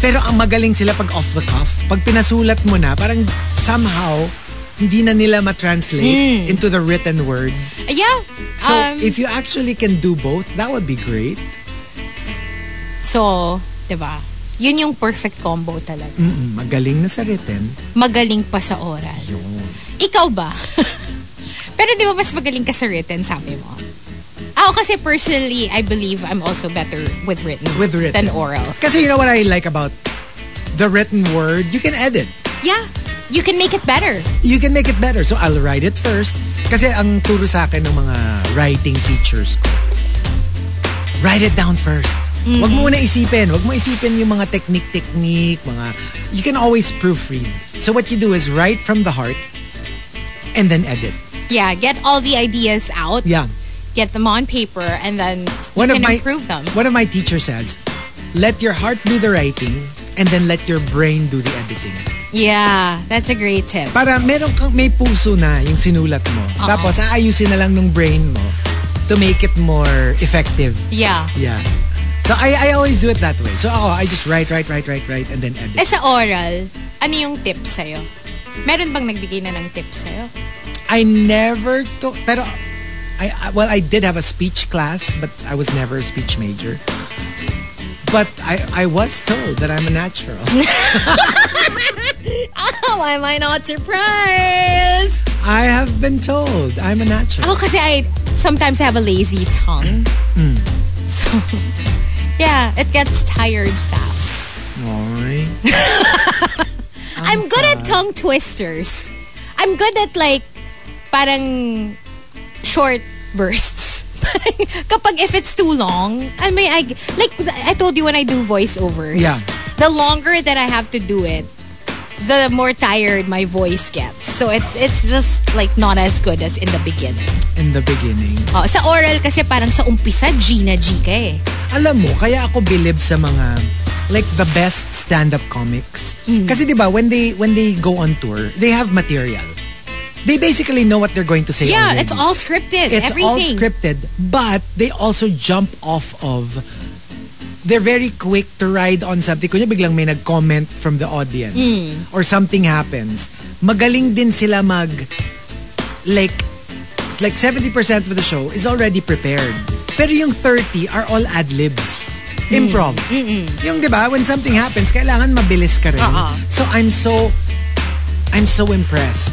Pero ang magaling sila pag off the cuff. Pag pinasulat mo na, parang somehow hindi na nila ma-translate into the written word. Yeah. So um, if you actually can do both, that would be great. so, 'di ba? Yun yung perfect combo talaga. Mm, Magaling na sa written. Magaling pa sa oral. Ikaw ba? *laughs* Pero di ba mas magaling ka sa written, sabi mo? Ako kasi personally, I believe I'm also better with written, With written. than oral. Kasi you know what I like about the written word? You can edit. Yeah. You can make it better. You can make it better. So I'll write it first. Kasi ang turo sa akin ng mga writing teachers ko, write it down first. Mm-hmm. Wag mo muna isipin. Wag mo isipin yung mga technique-technique, mga... You can always proofread. So what you do is write from the heart and then edit. Yeah, get all the ideas out. Yeah. Get them on paper and then One you of can my improve them. One of my teachers says, let your heart do the writing and then let your brain do the editing. Yeah, that's a great tip. para meron kang may puso na yung sinulat mo. Tapos aayusin na lang ng brain mo to make it more effective. Yeah. Yeah. So I I always do it that way. So ako, I just write, write, write, write, write, and then Eh edit. sa oral, ano yung tip sa'yo? Meron bang nagbigay na ng tip sa'yo? *laughs* I never took, pero, I, I- well, I did have a speech class, but I was never a speech major. But I, I was told that I'm a natural. Oh, am I not surprised? I have been told I'm a natural. Ako kasi I sometimes have a lazy tongue. So, yeah, it gets tired fast. Alright. I'm, good at tongue twisters. I'm good at like, parang short bursts. *laughs* Kapag if it's too long, I mean, I, like I told you when I do voiceovers, Yeah. the longer that I have to do it, the more tired my voice gets. So it's it's just like not as good as in the beginning. In the beginning. Oh, sa oral kasi parang sa umpisa, G na G ka eh. alam mo, kaya ako bilib sa mga like the best stand-up comics. Mm. Kasi 'di ba when they when they go on tour, they have material. They basically know what they're going to say. Yeah, already. it's all scripted. It's all everything. scripted, but they also jump off of they're very quick to ride on something. Kunya biglang may nag-comment from the audience or something happens. Magaling din sila mag like like 70% of the show is already prepared. Pero yung 30 are all ad-libs. Improv. Yung 'di ba when something happens, kailangan mabilis ka rin. Oo. So I'm so I'm so impressed.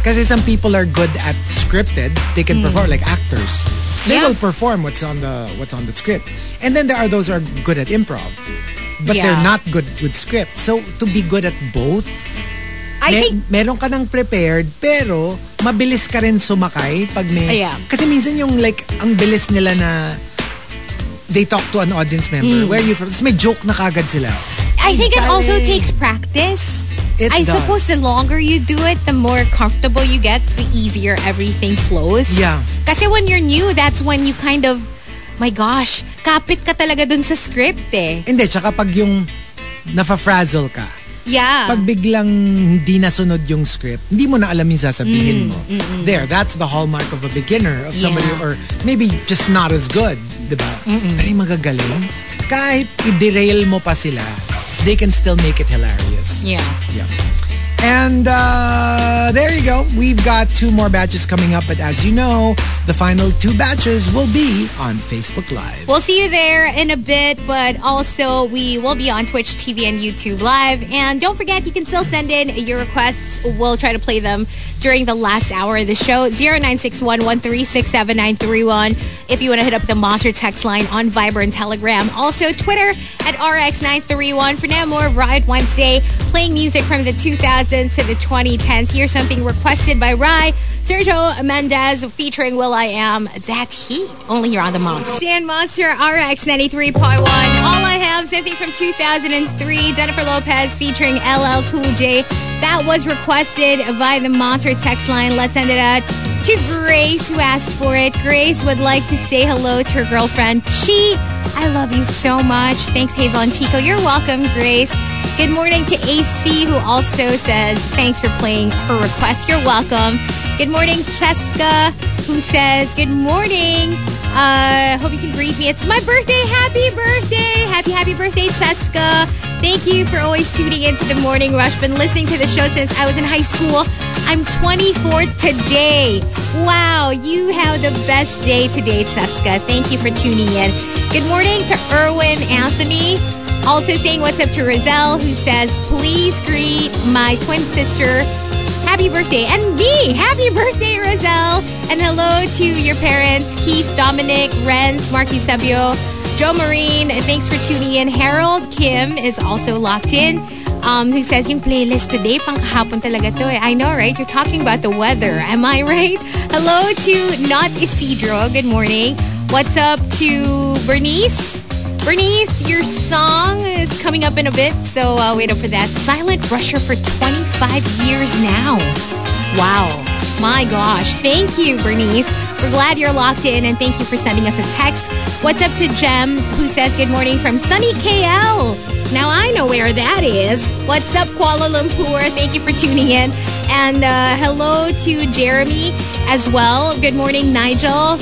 Kasi some people are good at scripted. They can perform like actors. They Hmm. Yeah. will perform what's on the what's on the script. And then there are those who are good at improv. But Yeah. they're not good with script. So to be good at both, I me- think, meron ka ng prepared pero mabilis ka rin sumakay pag may Yeah. Kasi minsan yung like ang bilis nila na they talk to an audience member. Hmm. Where are you from? Tapos may joke na kagad sila. I think it also galing. takes practice. It I does. suppose the longer you do it, the more comfortable you get, the easier everything flows. Yeah. Kasi when you're new, that's when you kind of, my gosh, kapit ka talaga dun sa script eh. Hindi, tsaka pag yung nafa-frazzle ka. Yeah. pag biglang hindi nasunod yung script, hindi mo na alam yung sasabihin mo. There, that's the hallmark of a beginner, of somebody Yeah. or maybe just not as good, di ba? Pero yung magagaling, kahit i-derail mo pa sila, they can still make it hilarious. yeah. Yeah. And uh, there you go. We've got two more batches coming up, but as you know, the final two batches will be on Facebook Live. We'll see you there in a bit, but also we will be on Twitch TV and YouTube Live. And don't forget, you can still send in your requests. We'll try to play them during the last hour of the show. 0961-1367931 if you want to hit up the Monster text line on Viber and Telegram. Also Twitter at RX931. For now, more of Riot Wednesday, playing music from the 2000s to the 2010s. Here's something requested by Rye. Sergio Mendez featuring Will I Am, That He, only here on The Monster. Dan Monster, RX 93.1. All I Have, something from 2003. Jennifer Lopez featuring LL Cool J. That was requested via the Monster text line. Let's end it out to Grace who asked for it. Grace would like to say hello to her girlfriend, Chi. I love you so much. Thanks, Hazel and Chico. You're welcome, Grace. Good morning to AC, who also says thanks for playing her request. You're welcome. Good morning, Cheska, who says good morning. Uh, hope you can greet me. It's my birthday. Happy birthday. Happy, happy birthday, Cheska. Thank you for always tuning into the morning rush. Been listening to the show since I was in high school. I'm 24 today. Wow, you have the best day today, Cheska. Thank you for tuning in. Good morning to Erwin Anthony. Also saying what's up to Roselle, who says, please greet my twin sister. Happy birthday. And me. Happy birthday, Roselle. And hello to your parents, Keith, Dominic, Renz, Marky Sebio, Joe Marine. Thanks for tuning in. Harold Kim is also locked in um, who says, yung playlist today, pangkahapon talaga to eh. I know, right? You're talking about the weather. Am I right? Hello to Not Isidro. Good morning. What's up to Bernice? Bernice, your song is coming up in a bit, so uh, wait up for that. Silent Rusher for 25 years now. Wow. My gosh. Thank you, Bernice. We're glad you're locked in and thank you for sending us a text. What's up to Jem, who says good morning from sunny KL? Now I know where that is. What's up, Kuala Lumpur? Thank you for tuning in. And uh, hello to Jeremy as well. Good morning, Nigel.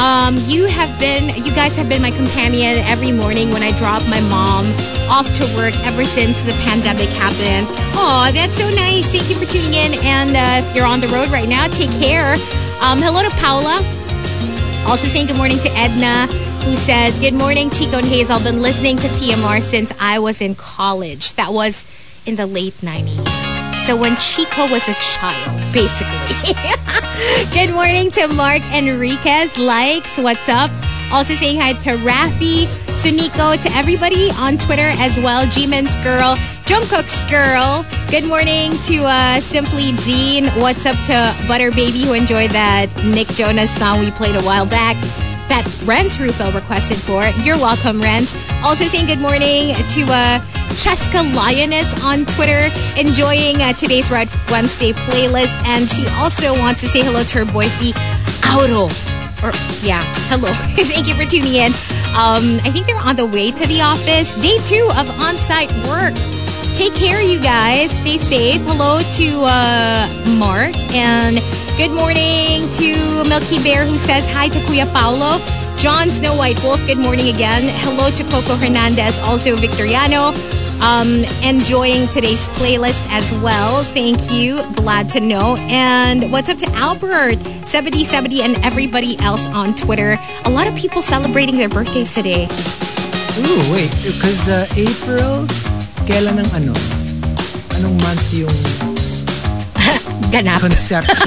Um, you have been, you guys have been my companion every morning when I drop my mom off to work ever since the pandemic happened. Oh, that's so nice. Thank you for tuning in. And uh, if you're on the road right now, take care. Um, hello to Paula. Also saying good morning to Edna, who says, Good morning, Chico and Hazel. Been listening to TMR since I was in college. That was in the late 90s. So when Chico was a child, basically. good morning to Mark Enriquez. Likes, what's up? Also saying hi to Rafi, Suniko, to everybody on Twitter as well. G-Man's girl, Jungkook's girl. Good morning to uh, Simply Jean. What's up to Butter Baby who enjoyed that Nick Jonas song we played a while back that Renz Rufo requested for. You're welcome, Renz. Also saying good morning to uh, Cheska Lioness on Twitter, enjoying uh, today's Red Wednesday playlist. And she also wants to say hello to her boyfriend, Auro. Or, yeah, hello. *laughs* Thank you for tuning in. Um, I think they're on the way to the office. Day two of on-site work. Take care, you guys. Stay safe. Hello to uh, Mark and good morning to Milky Bear who says hi to Kuya Paulo. John Snow White Wolf, good morning again. Hello to Coco Hernandez, also Victoriano. Um, enjoying today's playlist as well. Thank you. Glad to know. And what's up to Albert, 7070, and everybody else on Twitter. A lot of people celebrating their birthdays today. Ooh, wait. Because uh, April, kailan ang ano? Anong month yung Ganap. *laughs* conception?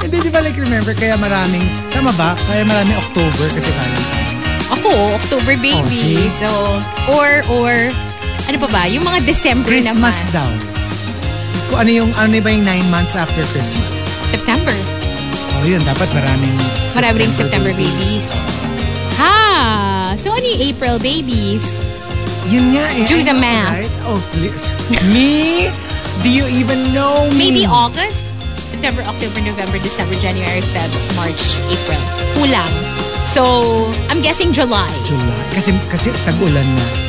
Hindi, di ba like remember, kaya maraming, tama ba? Kaya maraming October kasi Valentine's. Ako, October Oh, baby. see? so, or, or, ano pa ba? Yung mga December Christmas naman. daw. Kung ano yung, ano ba yung nine months after Christmas? September. Oh, yun. Dapat maraming Maraming September babies. Ha! So, ano yung April babies? Yun nga eh. Do I the know, math. right? Oh, please. me? Do you even know me? Maybe August? September, October, November, December, January, Feb, March, April. Kulang. So, I'm guessing July. July. Kasi, kasi tag-ulan na. *laughs*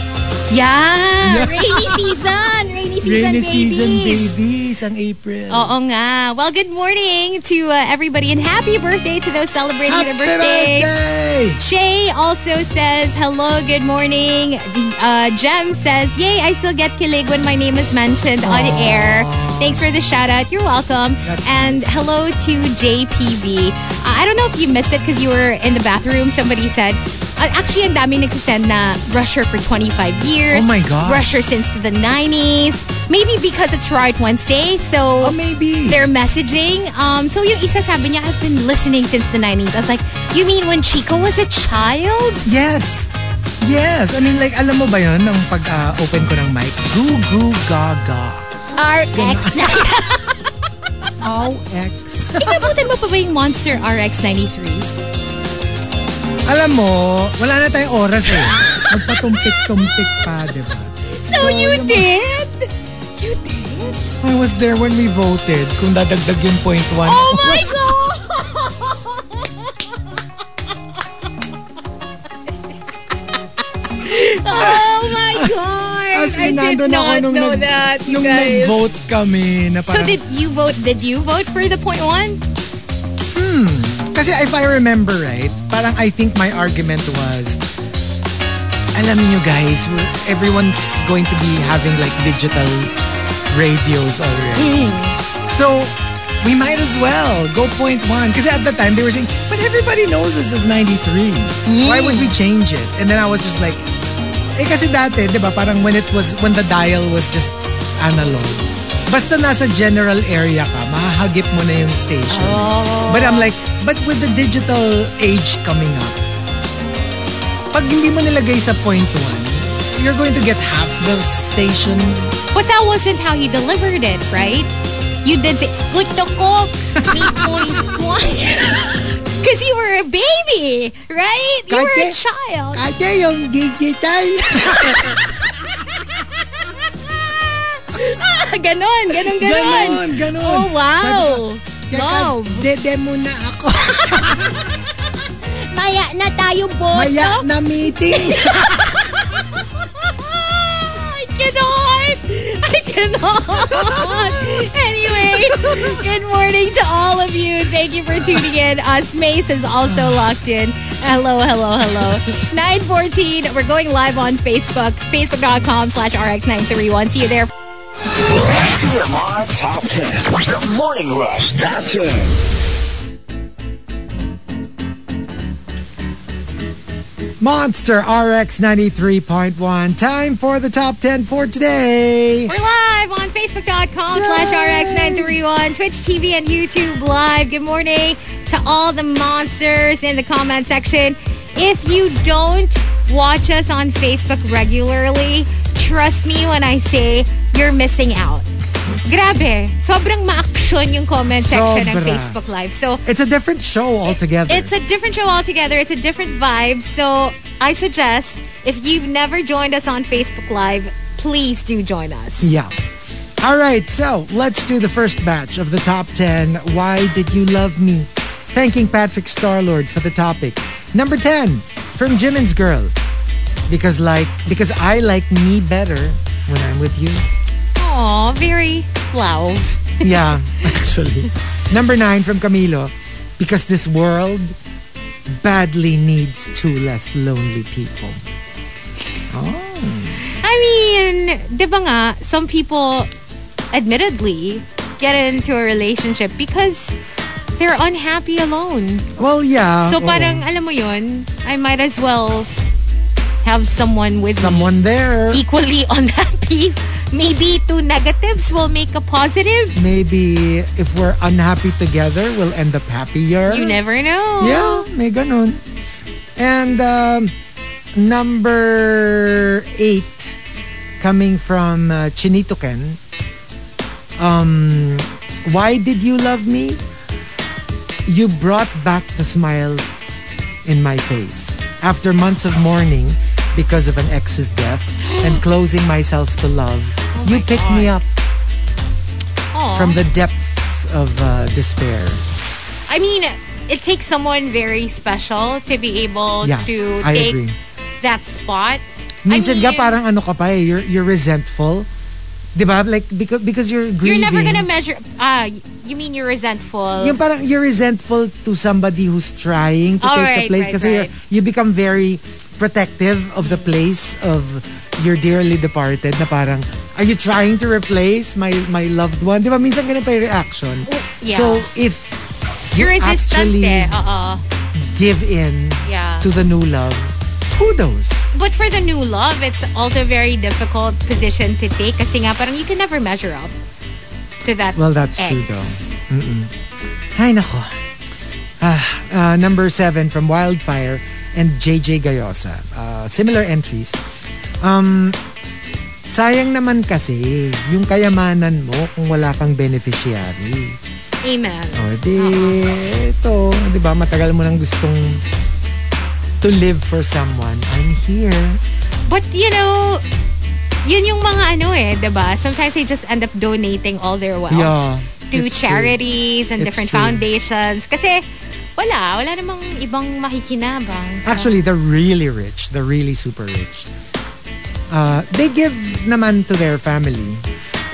Yeah! Rainy season! Rainy season Rainy season babies! babies ang April. Oo nga. Well, good morning to uh, everybody and happy birthday to those celebrating Happy their birthdays. birthday! Shay also says, hello, good morning. The uh, Gem says, yay, I still get kilig when my name is mentioned on air. Thanks for the shout out. You're welcome. That's and hello to JPB. Uh, I don't know if you missed it because you were in the bathroom. Somebody said, uh, actually, ang dami nagsasend na rusher for 25 years. Oh my God. Rusher since the 90s. Maybe because it's Right Wednesday, so Oh, maybe. they're messaging. Um, so yung isa sabi niya, I've been listening since the 90s. I was like, you mean when Chico was a child? Yes. Yes. I mean, like, alam mo ba yun, nung pag-open ko ng mic, goo goo gaga. RX. *laughs* OX. Inabutan mo pa ba yung Monster RX93? alam mo, wala na tayong oras *laughs* eh. Magpatumpik-tumpik pa, di ba? So you did? You did? I was there when we voted kung dadagdag yung point one. Oh *laughs* my God! *laughs* oh my God! As in, I did nandun ako not nung, know nag, that, you nung guys. nag-vote kami. Na So parang, did you vote? Did you vote for the point one? Kasi if I remember right, parang I think my argument was, alam niyo guys, we're- everyone's going to be having like digital radios already. So, we might as well go point one. Kasi at the time, they were saying, but everybody knows this is 93. Why would we change it? And then I was just like, eh kasi dati, di ba, parang when it was, when the dial was just analog. Basta nasa general area ka, mahahagip mo na yung station. But I'm like, but with the digital age coming up, pag hindi mo nilagay sa point one, you're going to get half the station. But that wasn't how he delivered it, right? You did say, gusto ko, may *laughs* point *laughs* one. Because you were a baby, right? You were a Kahit- child. Kaya yung digital. Ah, *laughs* ganon, ganon, ganon. ganon, ganon. Oh, wow. Teka, Love. Dede muna ako. Maya na tayo, boto. Maya na *laughs* meeting. I cannot. I cannot. anyway, good morning to all of you. Thank you for tuning in. Us Mace is also locked in. Hello, hello, hello. 914. We're going live on Facebook. Facebook.com slash RX931. See you there. TMR Top 10. The Morning Rush Top 10. Monster RX 93.1. Time for the top 10 for today. We're live on Facebook.com slash RX931, Twitch TV, and YouTube Live. Good morning to all the monsters in the comment section. If you don't watch us on Facebook regularly, trust me when I say you're missing out. Grabe, sobrang ma-action yung comment section ng Sobra. Facebook Live. So, It's a different show altogether. it's a different show altogether. It's a different vibe. So I suggest if you've never joined us on Facebook Live, please do join us. yeah. All right, so let's do the first batch of the top 10. Why did you love me? Thanking Patrick Starlord for the topic. Number 10 from Jimin's Girl. Because like because I like me better when I'm with you. Aw, very Laos. Yeah, actually. Number 9 from Camilo. Because this world badly needs two less lonely people. I mean, di ba nga, some people admittedly get into a relationship because they're unhappy alone. Well, yeah. Oh. So Ah, oo. parang, alam mo yun, I might as well have someone with E me. someone there. equally *laughs* unhappy. Maybe two negatives will make a positive. Maybe if we're unhappy together, we'll end up happier. You never know. Yeah, may ganun. And um, number eight, coming from uh, Chinito Ken. Um, why did you love me? You brought back the smile in my face after months of mourning because of an ex's death and closing myself to love. you picked me up Aw. from the depths of uh, despair. I mean, it takes someone very special to be able Yeah, to I take agree. that spot. Minsan ka I mean- parang ano ka pa eh, you're, you're resentful. Di ba? Like, because, because you're grieving. You're never gonna measure. Ah, you mean you're resentful? Yung parang you're resentful to somebody who's trying to take Oh, the right, place right, kasi you're- you become very protective of the place of your dearly departed na parang, are you trying to replace my my loved one? Di ba? Minsan ganun pa yung reaction. Oh, yeah. So, if you're you resistant. actually Eh. Uh-uh. give in Yeah. to the new love, kudos. but for the new love, it's also a very difficult position to take kasi nga parang you can never measure up to that Well, that's true, ex. though. Ay, nako. Ah, uh, number seven from Wildfire and JJ Gayosa. Uh, similar entries. Um, sayang naman kasi yung kayamanan mo kung wala kang beneficiary. Amen. O, di, ito, di ba, matagal mo nang gustong to live for someone. I'm here. But you know, yun yung mga ano eh, 'di ba? Sometimes they just end up donating all their wealth yeah. to it's true. charities and It's different true. foundations kasi wala, wala namang ibang makikinabang. So, Actually, the really rich, the really super rich, uh, they give naman to their family.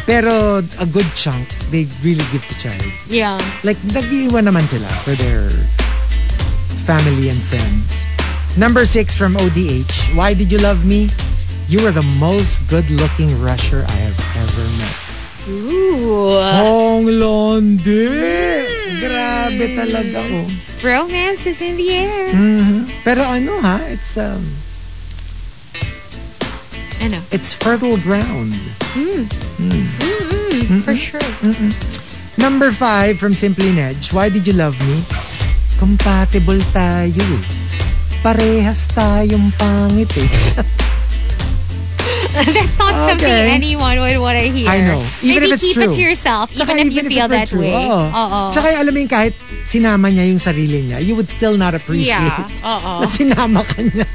Pero a good chunk, they really give to charity. yeah. Like, nag-iiwan naman sila for their family and friends. Number six from ODH, Why Did You Love Me? You were the most good-looking rusher I have ever met. Ooh. Hong Londi! Grabe talaga, oh. Romance is in the air. Pero ano ha, it's um, Ano? it's fertile ground. Mm-hmm. For sure. Number five from Simply Nedge, Why Did You Love Me? Compatible tayo eh. Parehas tayong pangit *laughs* eh. That's not something Okay. anyone would want to hear. I know. Even if Maybe it's keep it true. to yourself, Tsaka even if you even feel it were that true, way. oo. Oo. Tsaka alam mo yung kahit sinama niya yung sarili niya, you would still not appreciate Yeah. Oo. *laughs* na sinama ka niya.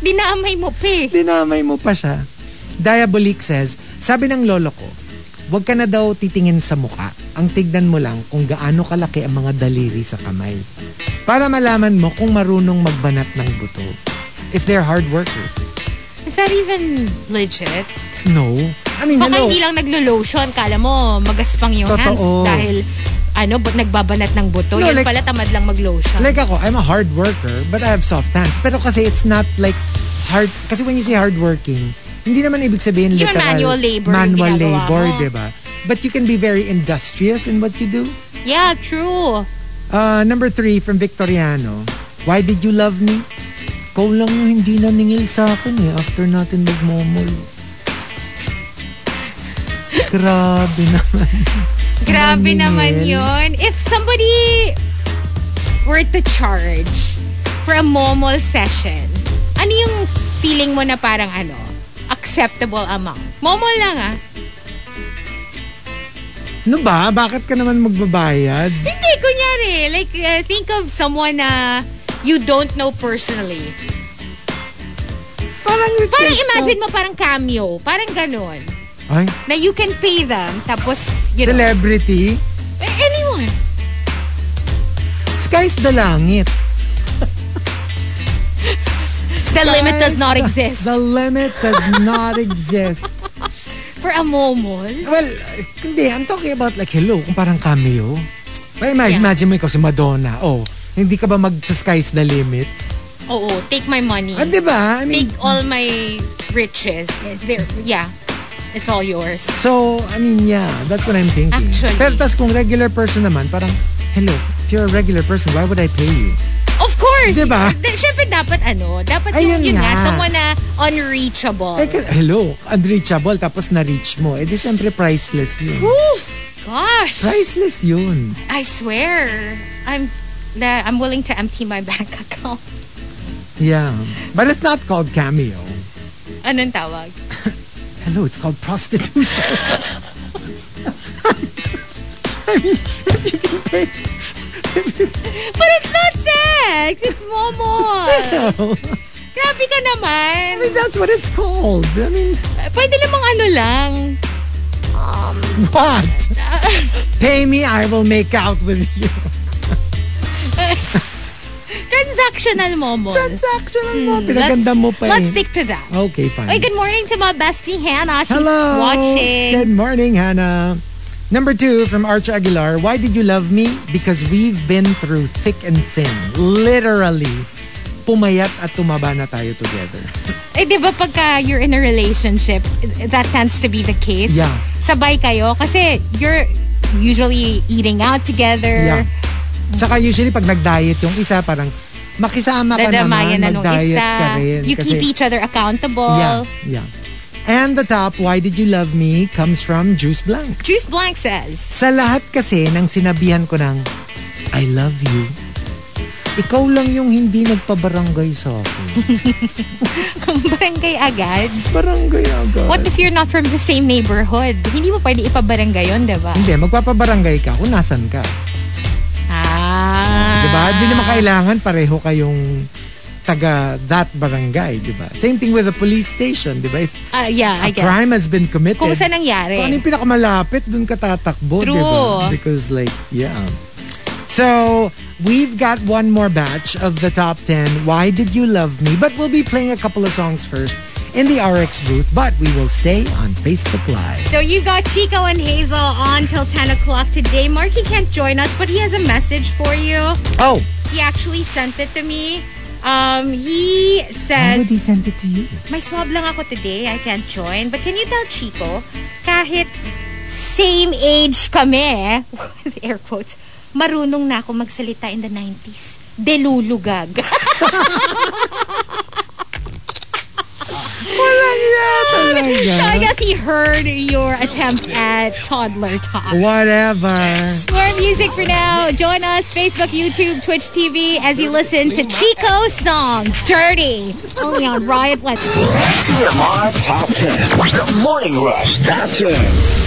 Dinamay mo pa eh. Dinamay mo pa siya. Diabolik says, sabi ng lolo ko, huwag ka na daw titingin sa muka. Ang tignan mo lang kung gaano kalaki ang mga daliri sa kamay. Para malaman mo kung marunong magbanat ng buto. If they're hard workers. Is that even legit? No. I mean, Baka hello. hindi lang naglo-lotion, kala mo magaspang yung hands Totoo. dahil ano, but nagbabanat ng buto. No, Yan like- pala tamad lang mag-lotion. Like ako, I'm a hard worker, but I have soft hands. Pero kasi it's not like hard, kasi when you say hardworking, hindi naman ibig sabihin Yun, literal manual labor yung manual ginagawa labor, mo. diba? But you can be very industrious in what you do. yeah, true. Uh, number three from Victoriano. Why did you love me? Ikaw lang yung hindi naningil sa akin eh after natin magmomol. *laughs* Grabe naman. Grabe Maningil. naman yun. If somebody were to charge for a momol session, ano yung feeling mo na parang ano, acceptable amount? Momol lang ah. Ano ba? Bakit ka naman magbabayad? Hindi, kunyari. Like, uh, think of someone na you don't know personally. Parang, it Parang takes imagine up- mo parang cameo. Parang ganun. Ay, Na you can pay them, tapos, you know, Eh, celebrity? anyone. Sky's the langit. The limit does Sky's not the- exist. The limit does *laughs* not exist. For a momol, Well, eh, hindi. I'm talking about like, hello, kung parang cameo. Well, ima- Yeah. imagine mo ikaw si Madonna. Oh, hindi ka ba mag sa sky's the limit? oo, take my money. Ah, di ba? I mean, Take all my riches. There, yeah. It's all yours. so, I mean, yeah, that's what I'm thinking. Actually. Pero tas kung regular person naman, parang, hello, if you're a regular person, why would I pay you? Of course! Diba? Da- Siyempre dapat ano, dapat Ayun yung, yun nga, nga. someone na unreachable. Eh, ka- hello, unreachable, tapos na-reach mo. Eh, di syempre, priceless yun. Whew! Gosh! Priceless yun. I swear, I'm na I'm willing to empty my bank *laughs* account. Yeah. But it's not called cameo. Anong tawag? Hello, it's called prostitution. *laughs* *laughs* I mean, if you can pay But it's not sex! It's *laughs* momol! hell, Grabe ka naman! I mean, that's what it's called. I mean, Pwede namang ano lang. what? pay me, I will make out with you. Transactional momol. Transactional mo. Mm, Pinaganda let's- mo pa Let's eh. stick to that. Okay, fine. Oy, good morning to my bestie Hannah. She's Hello. watching. Good morning, Hannah. Number two from Archer Aguilar. Why did you love me? Because we've been through thick and thin. Literally. Pumayat at tumaba na tayo together. Eh, di ba pagka you're in a relationship, that tends to be the case? Yeah. Sabay kayo kasi you're usually eating out Yeah. together. Tsaka usually pag nag-diet yung isa, parang makisama ka naman, Dadamayan na nung mag-diet isa. ka rin. You Kasi- keep each other accountable. Yeah, yeah. And the top, Why Did You Love Me, comes from Juice Blank. Juice Blank says, *laughs* Sa lahat kasi ng sinabihan ko ng, I love you, ikaw lang yung hindi nagpabarangay sa akin. barangay agad? Barangay agad. What if you're not from the same neighborhood? Hindi mo pwede ipabarangay yun, di ba? Hindi, magpapabarangay ka kung nasan ka. Ah. Di ba? Hindi naman kailangan pareho kayong taga that barangay, di ba? Same thing with the police station, di ba? If Ah, yeah, I a guess. crime has been committed, Kung saan nangyari. Kung ano yung pinakamalapit, dun ka tatakbo, True. di ba? Because like, yeah. So, we've got one more batch of the top 10, Why Did You Love Me? But we'll be playing a couple of songs first in the RX booth, but we will stay on Facebook Live. So you got Chico and Hazel on till 10 o'clock today. Marky can't join us, but he has a message for you. Oh, He actually sent it to me. Um, he why would says, he send it to you? May swab lang ako today. I can't join. But can you tell Chico, kahit same age kami, *laughs* with air quotes, marunong na ako magsalita in the 90s. Delulugag. *laughs* Walang yan talaga. so I guess he heard your attempt at toddler talk. Whatever. More music for now. Join us Facebook, YouTube, Twitch TV as you listen to Chico's song, Dirty. Only on Riot Let's TMR Top 10. The Morning Rush Top 10.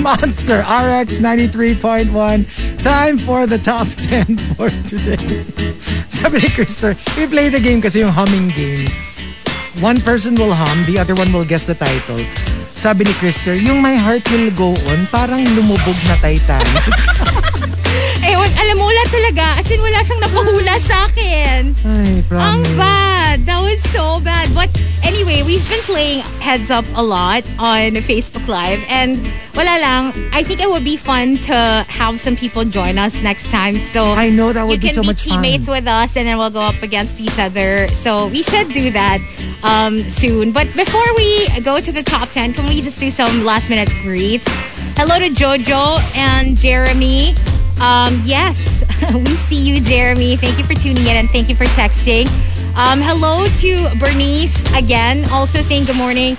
Monster RX 93.1. Time for the top *laughs* 10 for today. *laughs* Sabi ni Krister, we play the game kasi yung humming game. One person will hum, the other one will guess the title. Sabi ni Krister, yung My Heart Will Go On, parang lumubog na Titanic. Ewan, alam mo, wala talaga. As in, wala siyang napahula sa akin. Ay, Ang promise. bad. That was so bad. But anyway, we've been playing Heads Up a lot on Facebook Live. And wala lang, I think it would be fun to have some people join us next time. So I know that you would be can so be much fun. teammates with us and then we'll go up against each other. So we should do that um, soon. But before we go to the top 10, can we just do some last minute greets? Hello to Jojo and Jeremy. Um, yes, *laughs* we see you, Jeremy. Thank you for tuning in and thank you for texting. Um, hello to Bernice again. Also saying good morning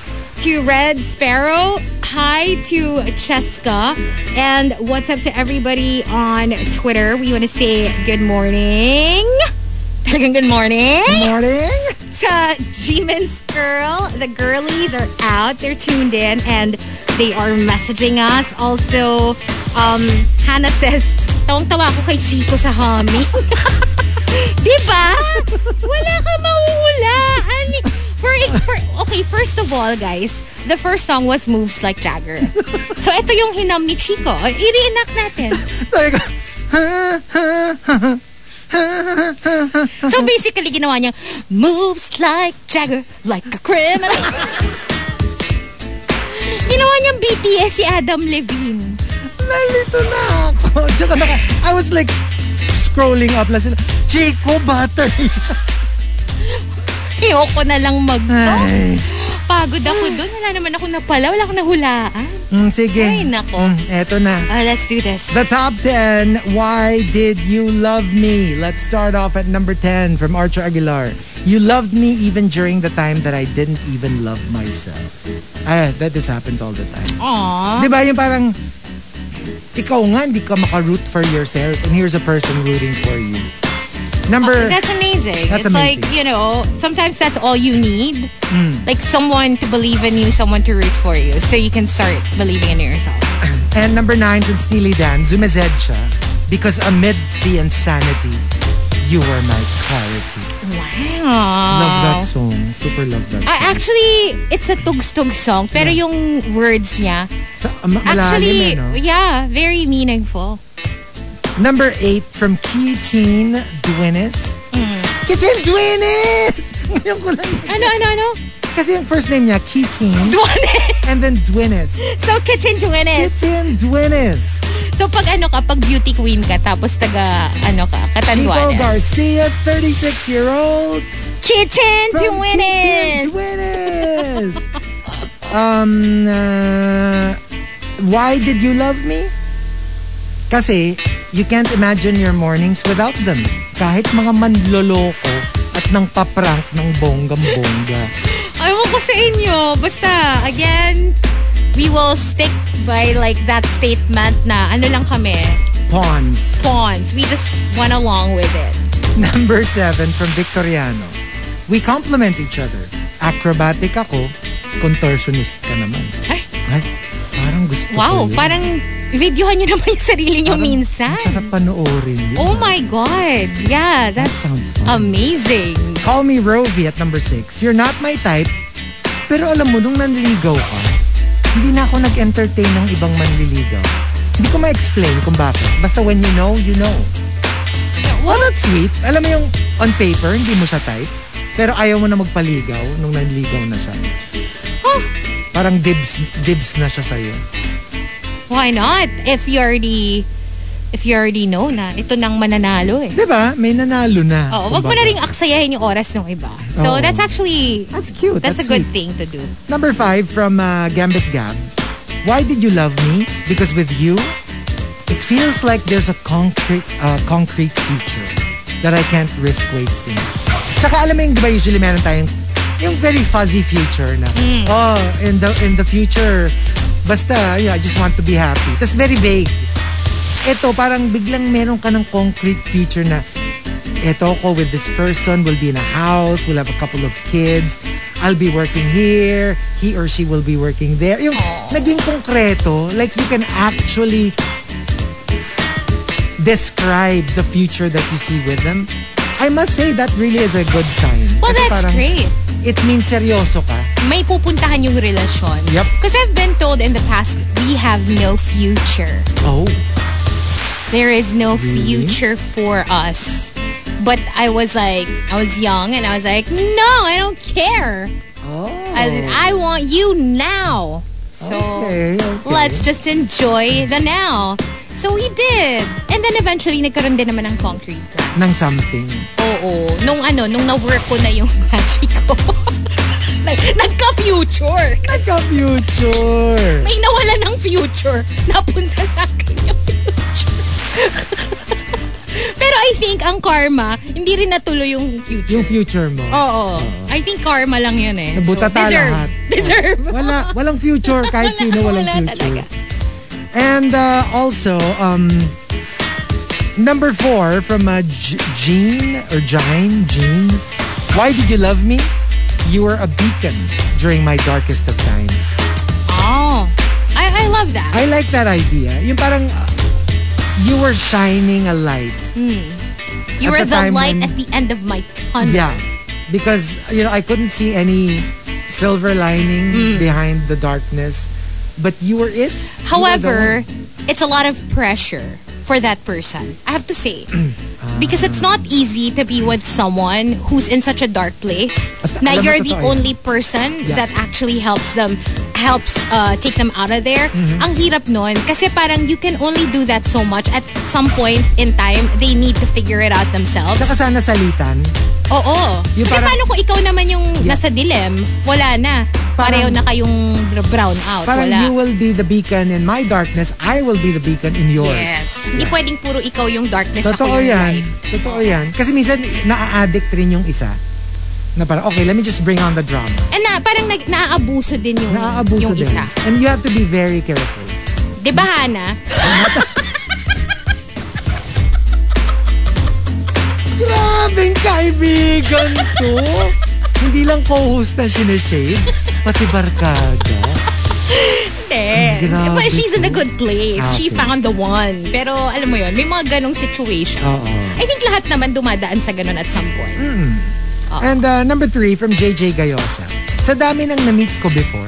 to Red Sparrow. Hi to Cheska. And what's up to everybody on Twitter? We want to say good morning. *laughs* Talagang good morning Morning. to G-Man's Girl. The girlies are out. They're tuned in and they are messaging us. Also, um, Hannah says, tawang-tawa ako kay Chico sa homie. *laughs* Di ba? Wala ka mahuhulaan. For, for, okay, first of all, guys, the first song was Moves Like Jagger. So, ito yung hinam ni Chico. I-reenact natin. Sabi ko, *laughs* So, basically, ginawa niya, Moves like Jagger, like a criminal. *laughs* ginawa niya BTS si Adam Levine. nalito na ako. *laughs* Tsaka naka, I was like, scrolling up lang sila. Chico Butter. Ayoko na lang mag... Ay. Pagod ako doon. Wala naman ako napala. Wala akong nahulaan. Mm, sige. Ay, nako. Mm, eto na. Ah, let's do this. The top 10, Why Did You Love Me? Let's start off at number 10 from Archer Aguilar. You loved me even during the time that I didn't even love myself. Ah, that this happens all the time. Aw. Di ba yung parang, ikaw nga, hindi ka makaroot for yourself and here's a person rooting for you. Number, That's amazing. That's it's amazing. Hmm. like, you know, sometimes that's all you need. Like someone to believe in you, someone to root for you. So you can start believing in yourself. and number 9 from Steely Dan, Zumezed siya. Because amid the insanity, you were my clarity. Wow. Love that song. Super love that Ah, song. actually, it's a tugstog song. Pero yung words niya, Sa, ma- malalim eh, actually, no? yeah, very meaningful. Number eight from Keateen Duenes. Keateen Duenes! *laughs* Ngayon ko lang. Ano, ano, ano? *laughs* Kasi yung first name niya, Keateen, Duwanes! and then Duenes. so, Kitchen Duwanes. Keateen Duenes. So, pag ano ka, pag beauty queen ka, tapos taga, ano ka, Chico Katanduanes. Garcia, 36-year-old. Kitchen from Keateen Duwanes! *laughs* Duenes! um, uh, why did you love me? Kasi, you can't imagine your mornings without them. Kahit mga manloloko at nang paprank ng bonggam-bongga. Ewan ko sa inyo. Basta, again, we will stick by like that statement na ano lang kami, Pawns. *laughs* pawns. We just went along with it. Number seven from Victoriano. We complement each other. Acrobatic ako, contortionist ka naman. Ay. Ay, parang gusto Wow, ko yun. parang videohan nyo naman yung sarili nyo Parang minsan. Sarap panoorin yun. Oh my God. Yeah, that's sounds fun. amazing. Call me Rovi at number 6. You're not my type, pero alam mo, nung nanliligaw ka, hindi na ako nag-entertain ng ibang manliligaw. Hindi ko ma-explain kung bakit. Basta when you know, you know. Well, that's sweet. Alam mo yung on paper, hindi mo siya type, pero ayaw mo na magpaligaw nung nanliligaw na siya. Huh. Parang dibs, dibs na siya sa'yo. Why not? If you already, if you already know na, ito nang mananalo eh. Di ba? Diba? May nanalo na. Oh, wag mo kumbaga. na rin aksayahin yung oras ng iba. So Oo. that's actually, That's cute. that's, That's, a good sweet. thing to do. Number five from uh, Gambit Gab. Why did you love me? Because with you, it feels like there's a concrete, uh, concrete future that I can't risk wasting. Tsaka alam mo yung, di ba usually meron tayong yung very fuzzy future na, oh, in the, in the future, basta, yeah, I just want to be happy. That's very vague. Ito, parang biglang meron ka ng concrete future na, eto ko with this person, we'll be in a house, we'll have a couple of kids, I'll be working here, he or she will be working there. Yung naging konkreto, like you can actually describe the future that you see with them. I must say, that really is a good sign. Well, Kasi that's parang great. It means seryoso ka. May pupuntahan yung relasyon. Yep. Because I've been told in the past, we have no future. Oh. There is no future for us. But I was like, I was young and I was like, no, I don't care. Oh. As in, I want you now. So Okay, okay. let's just enjoy the now. So we did. And then eventually, nagkaroon din naman ng concrete plans. Nang something. Oo. Nung ano, nung na-work ko na yung *laughs* magic ko. Nag- Nagka-future. Nagka future. May nawala ng future. Napunta sa akin yung future. *laughs* Pero I think ang karma, hindi rin natuloy yung future. Yung future mo. Oo. I think karma lang yun eh. Nabutata deserve. lahat. Deserve. Wala, walang future kahit Wala, sino walang wala future. talaga. And uh, also um number 4 from uh, J- Jean or Jine, Jean. Why did you love me? You were a beacon during my darkest of times. Oh. I, I love that. I like that idea. Yung parang uh, you were shining a light. you at were the the time light when- at the end of my tunnel. Yeah. Because, you know, I couldn't see any silver lining Mm. behind the darkness. But you were it. You were the However, it's a lot of pressure for that person. I have to *clears throat* say. *clears throat* Because it's not easy to be with someone who's in such a dark place. At- Now alam mo, you're the totoo yan. only person Yeah. that actually helps them, helps uh, take them out of there. Mm-hmm. Ang hirap nun. Kasi parang you can only do that so much. At some point in time, they need to figure it out themselves. Tsaka sana salitan. Oo. Yung Kasi parang- paano kung ikaw naman yung nasa dilem, wala na. Pareho Parang- na kayong brown out. Parang wala. you will be the beacon in my darkness. I will be the beacon in yours. Yes. Hindi pwedeng puro ikaw yung darkness Totoo ako yung yan. light. Totoo yan. Kasi minsan, na-addict rin yung isa. Na parang, okay, let me just bring on the drama. And Eh na, parang nag, naaabuso din yung, Naaabuso yung din. isa. And you have to be very careful. Di ba, Hana? Grabing kaibigan to. *laughs* Hindi lang co-host na sineshade, pati barkada. Hindi. Grabe But she's in a to. good place. She Okay. found the one. Pero alam mo yun, may mga ganong situations. Oo. Mm. I think lahat naman dumadaan sa ganon at some point. And uh, number three from JJ Gayosa. Sa dami ng na-meet ko before,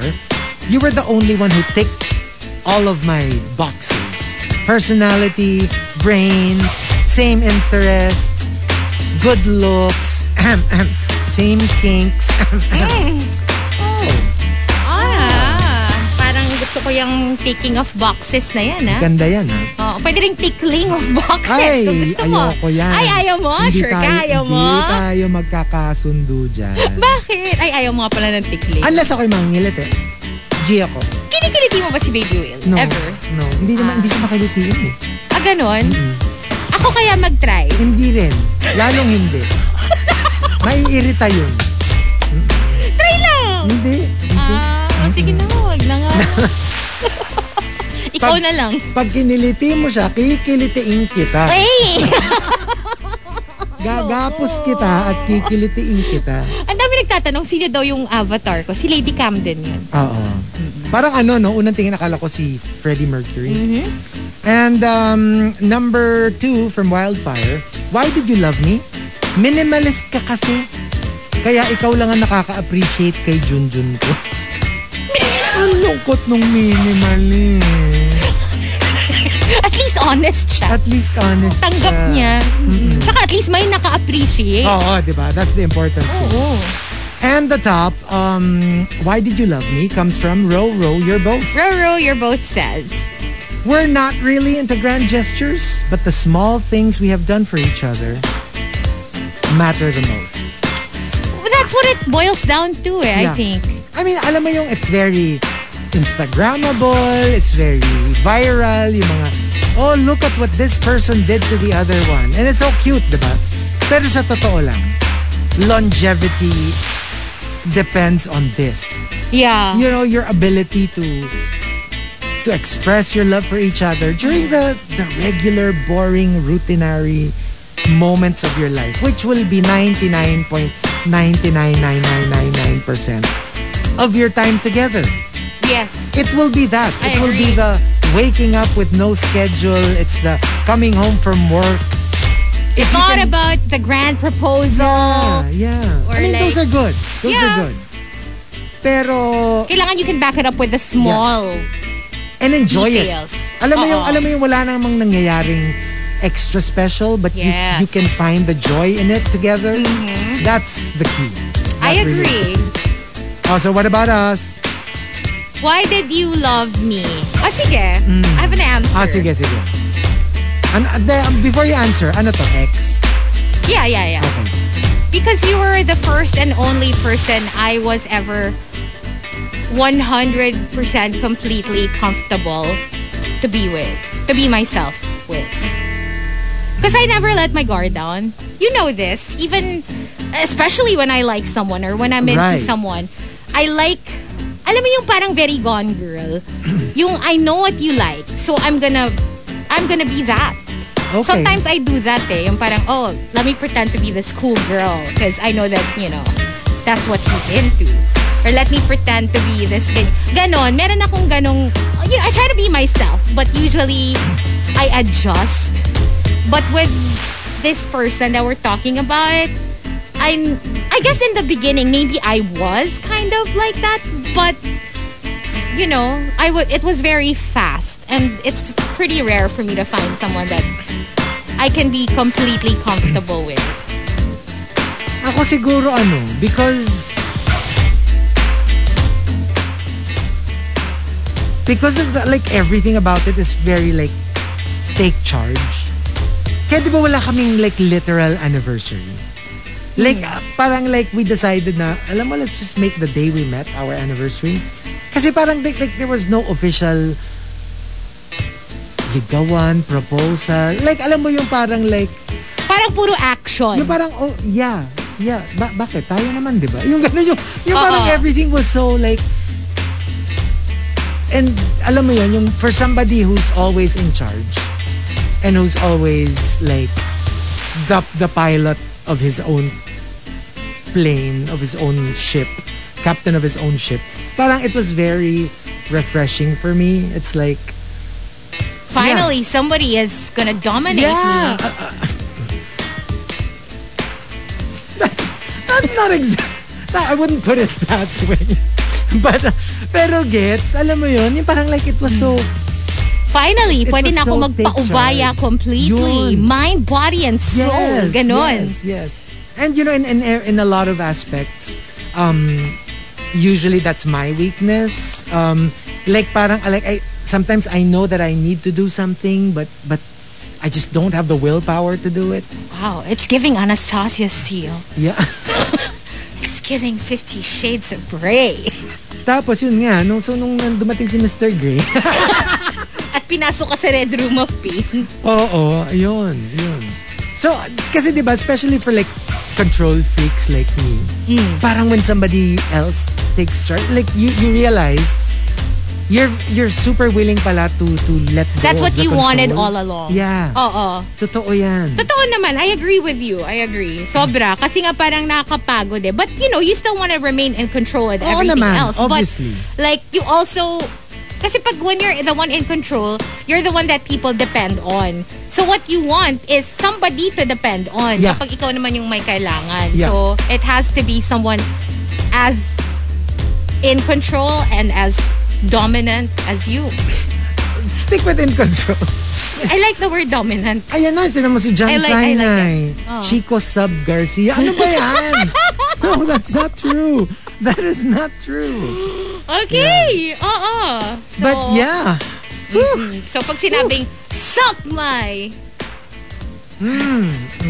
you were the only one who ticked all of my boxes. Personality, brains, same interests, good looks, *clears throat* ahem, ahem, same kinks. *laughs* ahem, ahem. Mm. Oh. Ah, parang gusto ko yung taking of boxes na yan, ah. ha? Ganda yan, ha? Oo, pwede rin tickling of boxes Ay, kung gusto mo. ayoko yan. Ay, ayaw mo? Hindi sure tayo, ka, ayaw mo? Hindi tayo magkakasundo dyan. *laughs* Bakit? Ay, ayaw mo nga pala ng tickling. Unless ako'y mangilit eh. G ako. Kinikiliti mo ba si Baby Will? No. Ever? No. Hindi naman, hindi siya makilitiin eh. Ah, ganon? Ako kaya mag-try. Hindi rin. Lalong hindi. Maiirita yun. Try lang! Hindi. Ah, oh, sige na, wag na *laughs* nga. Ikaw Pag- na lang. Pag kiniliti mo siya, kikilitiin kita. Ay! Gagapos kita at kikilitiin kita. *laughs* Ang dami nagtatanong, sino daw yung avatar ko? Si Lady Camden yun. Oo. Parang ano, no? Unang tingin akala ko si Freddie Mercury. Mm-hmm. And um, number two from Wildfire, Why Did You Love Me? Minimalist ka kasi. Kaya ikaw lang ang nakaka-appreciate kay Junjun ko. ang lungkot nung minimalist. At least honest siya. At least honest Tanggap siya. niya. Tsaka at least may naka-appreciate. Oo, di ba? That's the important thing. Oo. And the top, um, Why Did You Love Me? comes from Row Row, You're Both. Roro, your boat says. We're not really into grand gestures, but the small things we have done for each other matter the most. Well, that's what it boils down to eh, I Yeah. think. I mean, alam mo yung it's very Instagrammable, it's very viral, yung mga, oh, look at what this person did to the other one. And it's so cute, di ba? Pero sa totoo lang, longevity depends on this. Yeah. you know your ability to to express your love for each other during the the regular boring routinary moments of your life which will be 99.999999% of your time together Yes. it will be that I it will be agree. the waking up with no schedule it's the coming home from work It's If you not can- about the grand proposal. yeah, yeah. Or I mean like- those are good those Yeah. are good pero Kailangan you can back it up with the small and enjoy details. it. Alam mo yung Oo. alam mo yung wala namang nangyayaring extra special but Yes. Mm-hmm. you, you can find the joy in it together. That's the key. I That really agree. is. Oh, so what about us? Why did you love me? Ah, sige. I have an answer. Ah, sige, sige. Ano, de, before you answer, ano to? X. Yeah, yeah, yeah. Okay. Because you were the first and only person I was ever 100% completely comfortable to be with, to be myself with. Because I never let my guard down. You know this. Even, especially when I like someone or when I'm into Right. someone, I like, alam mo yung parang very gone girl. yung I know what you like. So I'm gonna, I'm gonna be that. Okay. Sometimes I do that eh. Yung parang, oh, let me pretend to be this cool girl because I know that, you know, that's what he's into. Or let me pretend to be this thing. Ganon. Meron akong ganong, you know, I try to be myself. But usually, I adjust. But with this person that we're talking about, I'm, I guess in the beginning, maybe I was kind of like that. But you know, I would. It was very fast, and it's pretty rare for me to find someone that I can be completely comfortable with. Ako siguro ano, because because of the, like everything about it is very like take charge. Kaya di ba wala kaming like literal anniversary? Like ah, parang like we decided na alam mo let's just make the day we met our anniversary. Kasi parang like, like there was no official ligawan, proposal. Like alam mo yung parang like Parang puro action. yung parang, oh, yeah, yeah. Ba- bakit? Tayo naman, di ba? Yung gano'n yung, yung Oo. parang everything was so like, and alam mo yun, yung for somebody who's always in charge and who's always like the, the pilot of his own plane, of his own ship, captain of his own ship, parang it was very refreshing for me. It's like, Finally, somebody is gonna dominate yeah. me. Uh, uh, that's, that's not exact. I wouldn't put it that way. *laughs* But, uh, pero gets, alam mo yun, yung parang like it was so, Finally, It pwede was na ako so magpaubaya pictured. completely. Yun. Mind, body, and soul. yes, Ganon. yes, yes. And you know, in, in, in a lot of aspects, um, usually that's my weakness. Um, like parang, like I, sometimes I know that I need to do something, but, but I just don't have the willpower to do it. Wow, it's giving Anastasia Steele. Yeah. *laughs* It's giving Fifty Shades of Grey. *laughs* *laughs* Tapos yun nga, nung, so nung dumating si Mr. Gray, At pinasok ka sa red room of pain. *laughs* Oo, ayun, yun. So, kasi 'di ba, especially for like control freaks like me, Hmm. parang when somebody else takes charge, like you you realize you're you're super willing pala to to let go. That's of what the you control. wanted all along. Oh. Yeah. Oo. Totoo 'yan. Totoo naman, I agree with you. I agree. Sobra. Kasi nga parang nakakapagod eh. But you know, you still want to remain in control with Oo everything naman, else. obviously. But like you also kasi pag when you're the one in control, you're the one that people depend on. So what you want is somebody to depend on. Yeah. Kapag ikaw naman yung may kailangan. Yeah. So it has to be someone as in control and as dominant as you. Stick within control. *laughs* I like the word dominant. Ayan na, sino mo si John I like- I like Sinai. it. Oh. Chico Sub Garcia. Ano ba yan? *laughs* *laughs* no, that's not true. That is not true. Okay. Oo. So, But yeah. Whew. Mm. So pag sinabing, suck my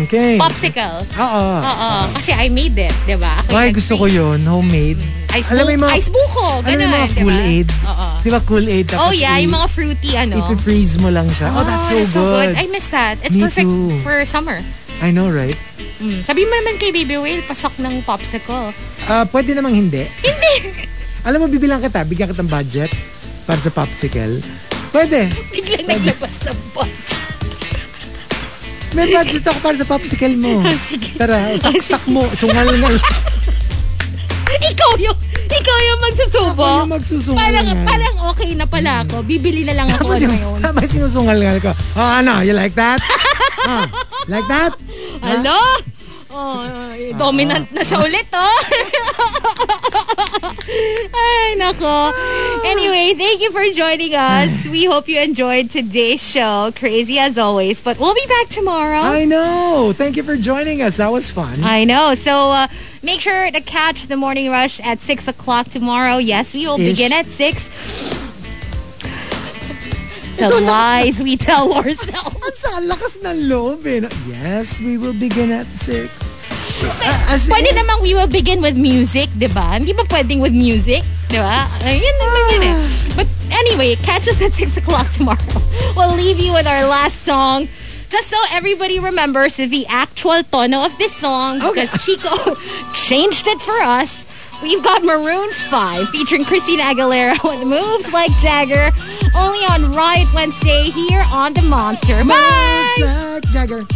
Okay. *laughs* popsicle. Oo. Oo. Kasi I made it, di ba? Ako Ay, yung gusto ko nag-freeze. yun. Homemade. Ice, Alam mo yung bu- mga, ice buko. alam mo Ganun, yung mga di ba? Kool-Aid? Oo. Di ba Kool-Aid? Oh tapos yeah, i- yung mga fruity ano. Ipi-freeze mo lang siya. Oh, that's so that's good. I miss that. It's Me perfect too. for summer. I know, right? Mm. Sabi mo naman kay Baby Whale, pasok ng popsicle. *laughs* Ah, pwede namang hindi. Hindi. Alam mo, bibilang kita. Bigyan kitang budget para sa popsicle. Pwede. Biglang naglabas ng bunch. May budget ako para sa popsicle *laughs* mo. Tara, Ah, saksak mo. Sungal na lang. Ikaw yung, ikaw yung Ako magsusubo. yung magsusungal parang, na yan. parang okay na pala ako. Bibili na lang ako Tapos ano yung, *laughs* yun. tapos sinusungal-ngal ko. Oh, ano? You like that? ah, like *laughs* that? Hello? Oh, eh, dominant na siya ulit, oh. Ay, nako. Anyway, thank you for joining us. We hope you enjoyed today's show. Crazy as always, but we'll be back tomorrow. I know. Thank you for joining us. That was fun. I know. So uh, make sure to catch the morning rush at 6 o'clock tomorrow. Yes, we will Ish. begin at 6. The lies we tell ourselves. Ang sa lakas ng loob eh. no? Yes, we will begin at 6. Uh, as in, Pwede namang we will begin with music, di ba? Hindi ba pwedeng with music? Di ba? Ayun naman yun eh. But anyway, catch us at *laughs* 6 o'clock tomorrow. We'll leave you with our last song. Just so everybody remembers the actual tono of this song because Chico *laughs* changed it for us. We've got Maroon 5 featuring Christina Aguilera *laughs* with Moves Like Jagger only on Riot Wednesday here on The Monster. Bye! Zack Jagger.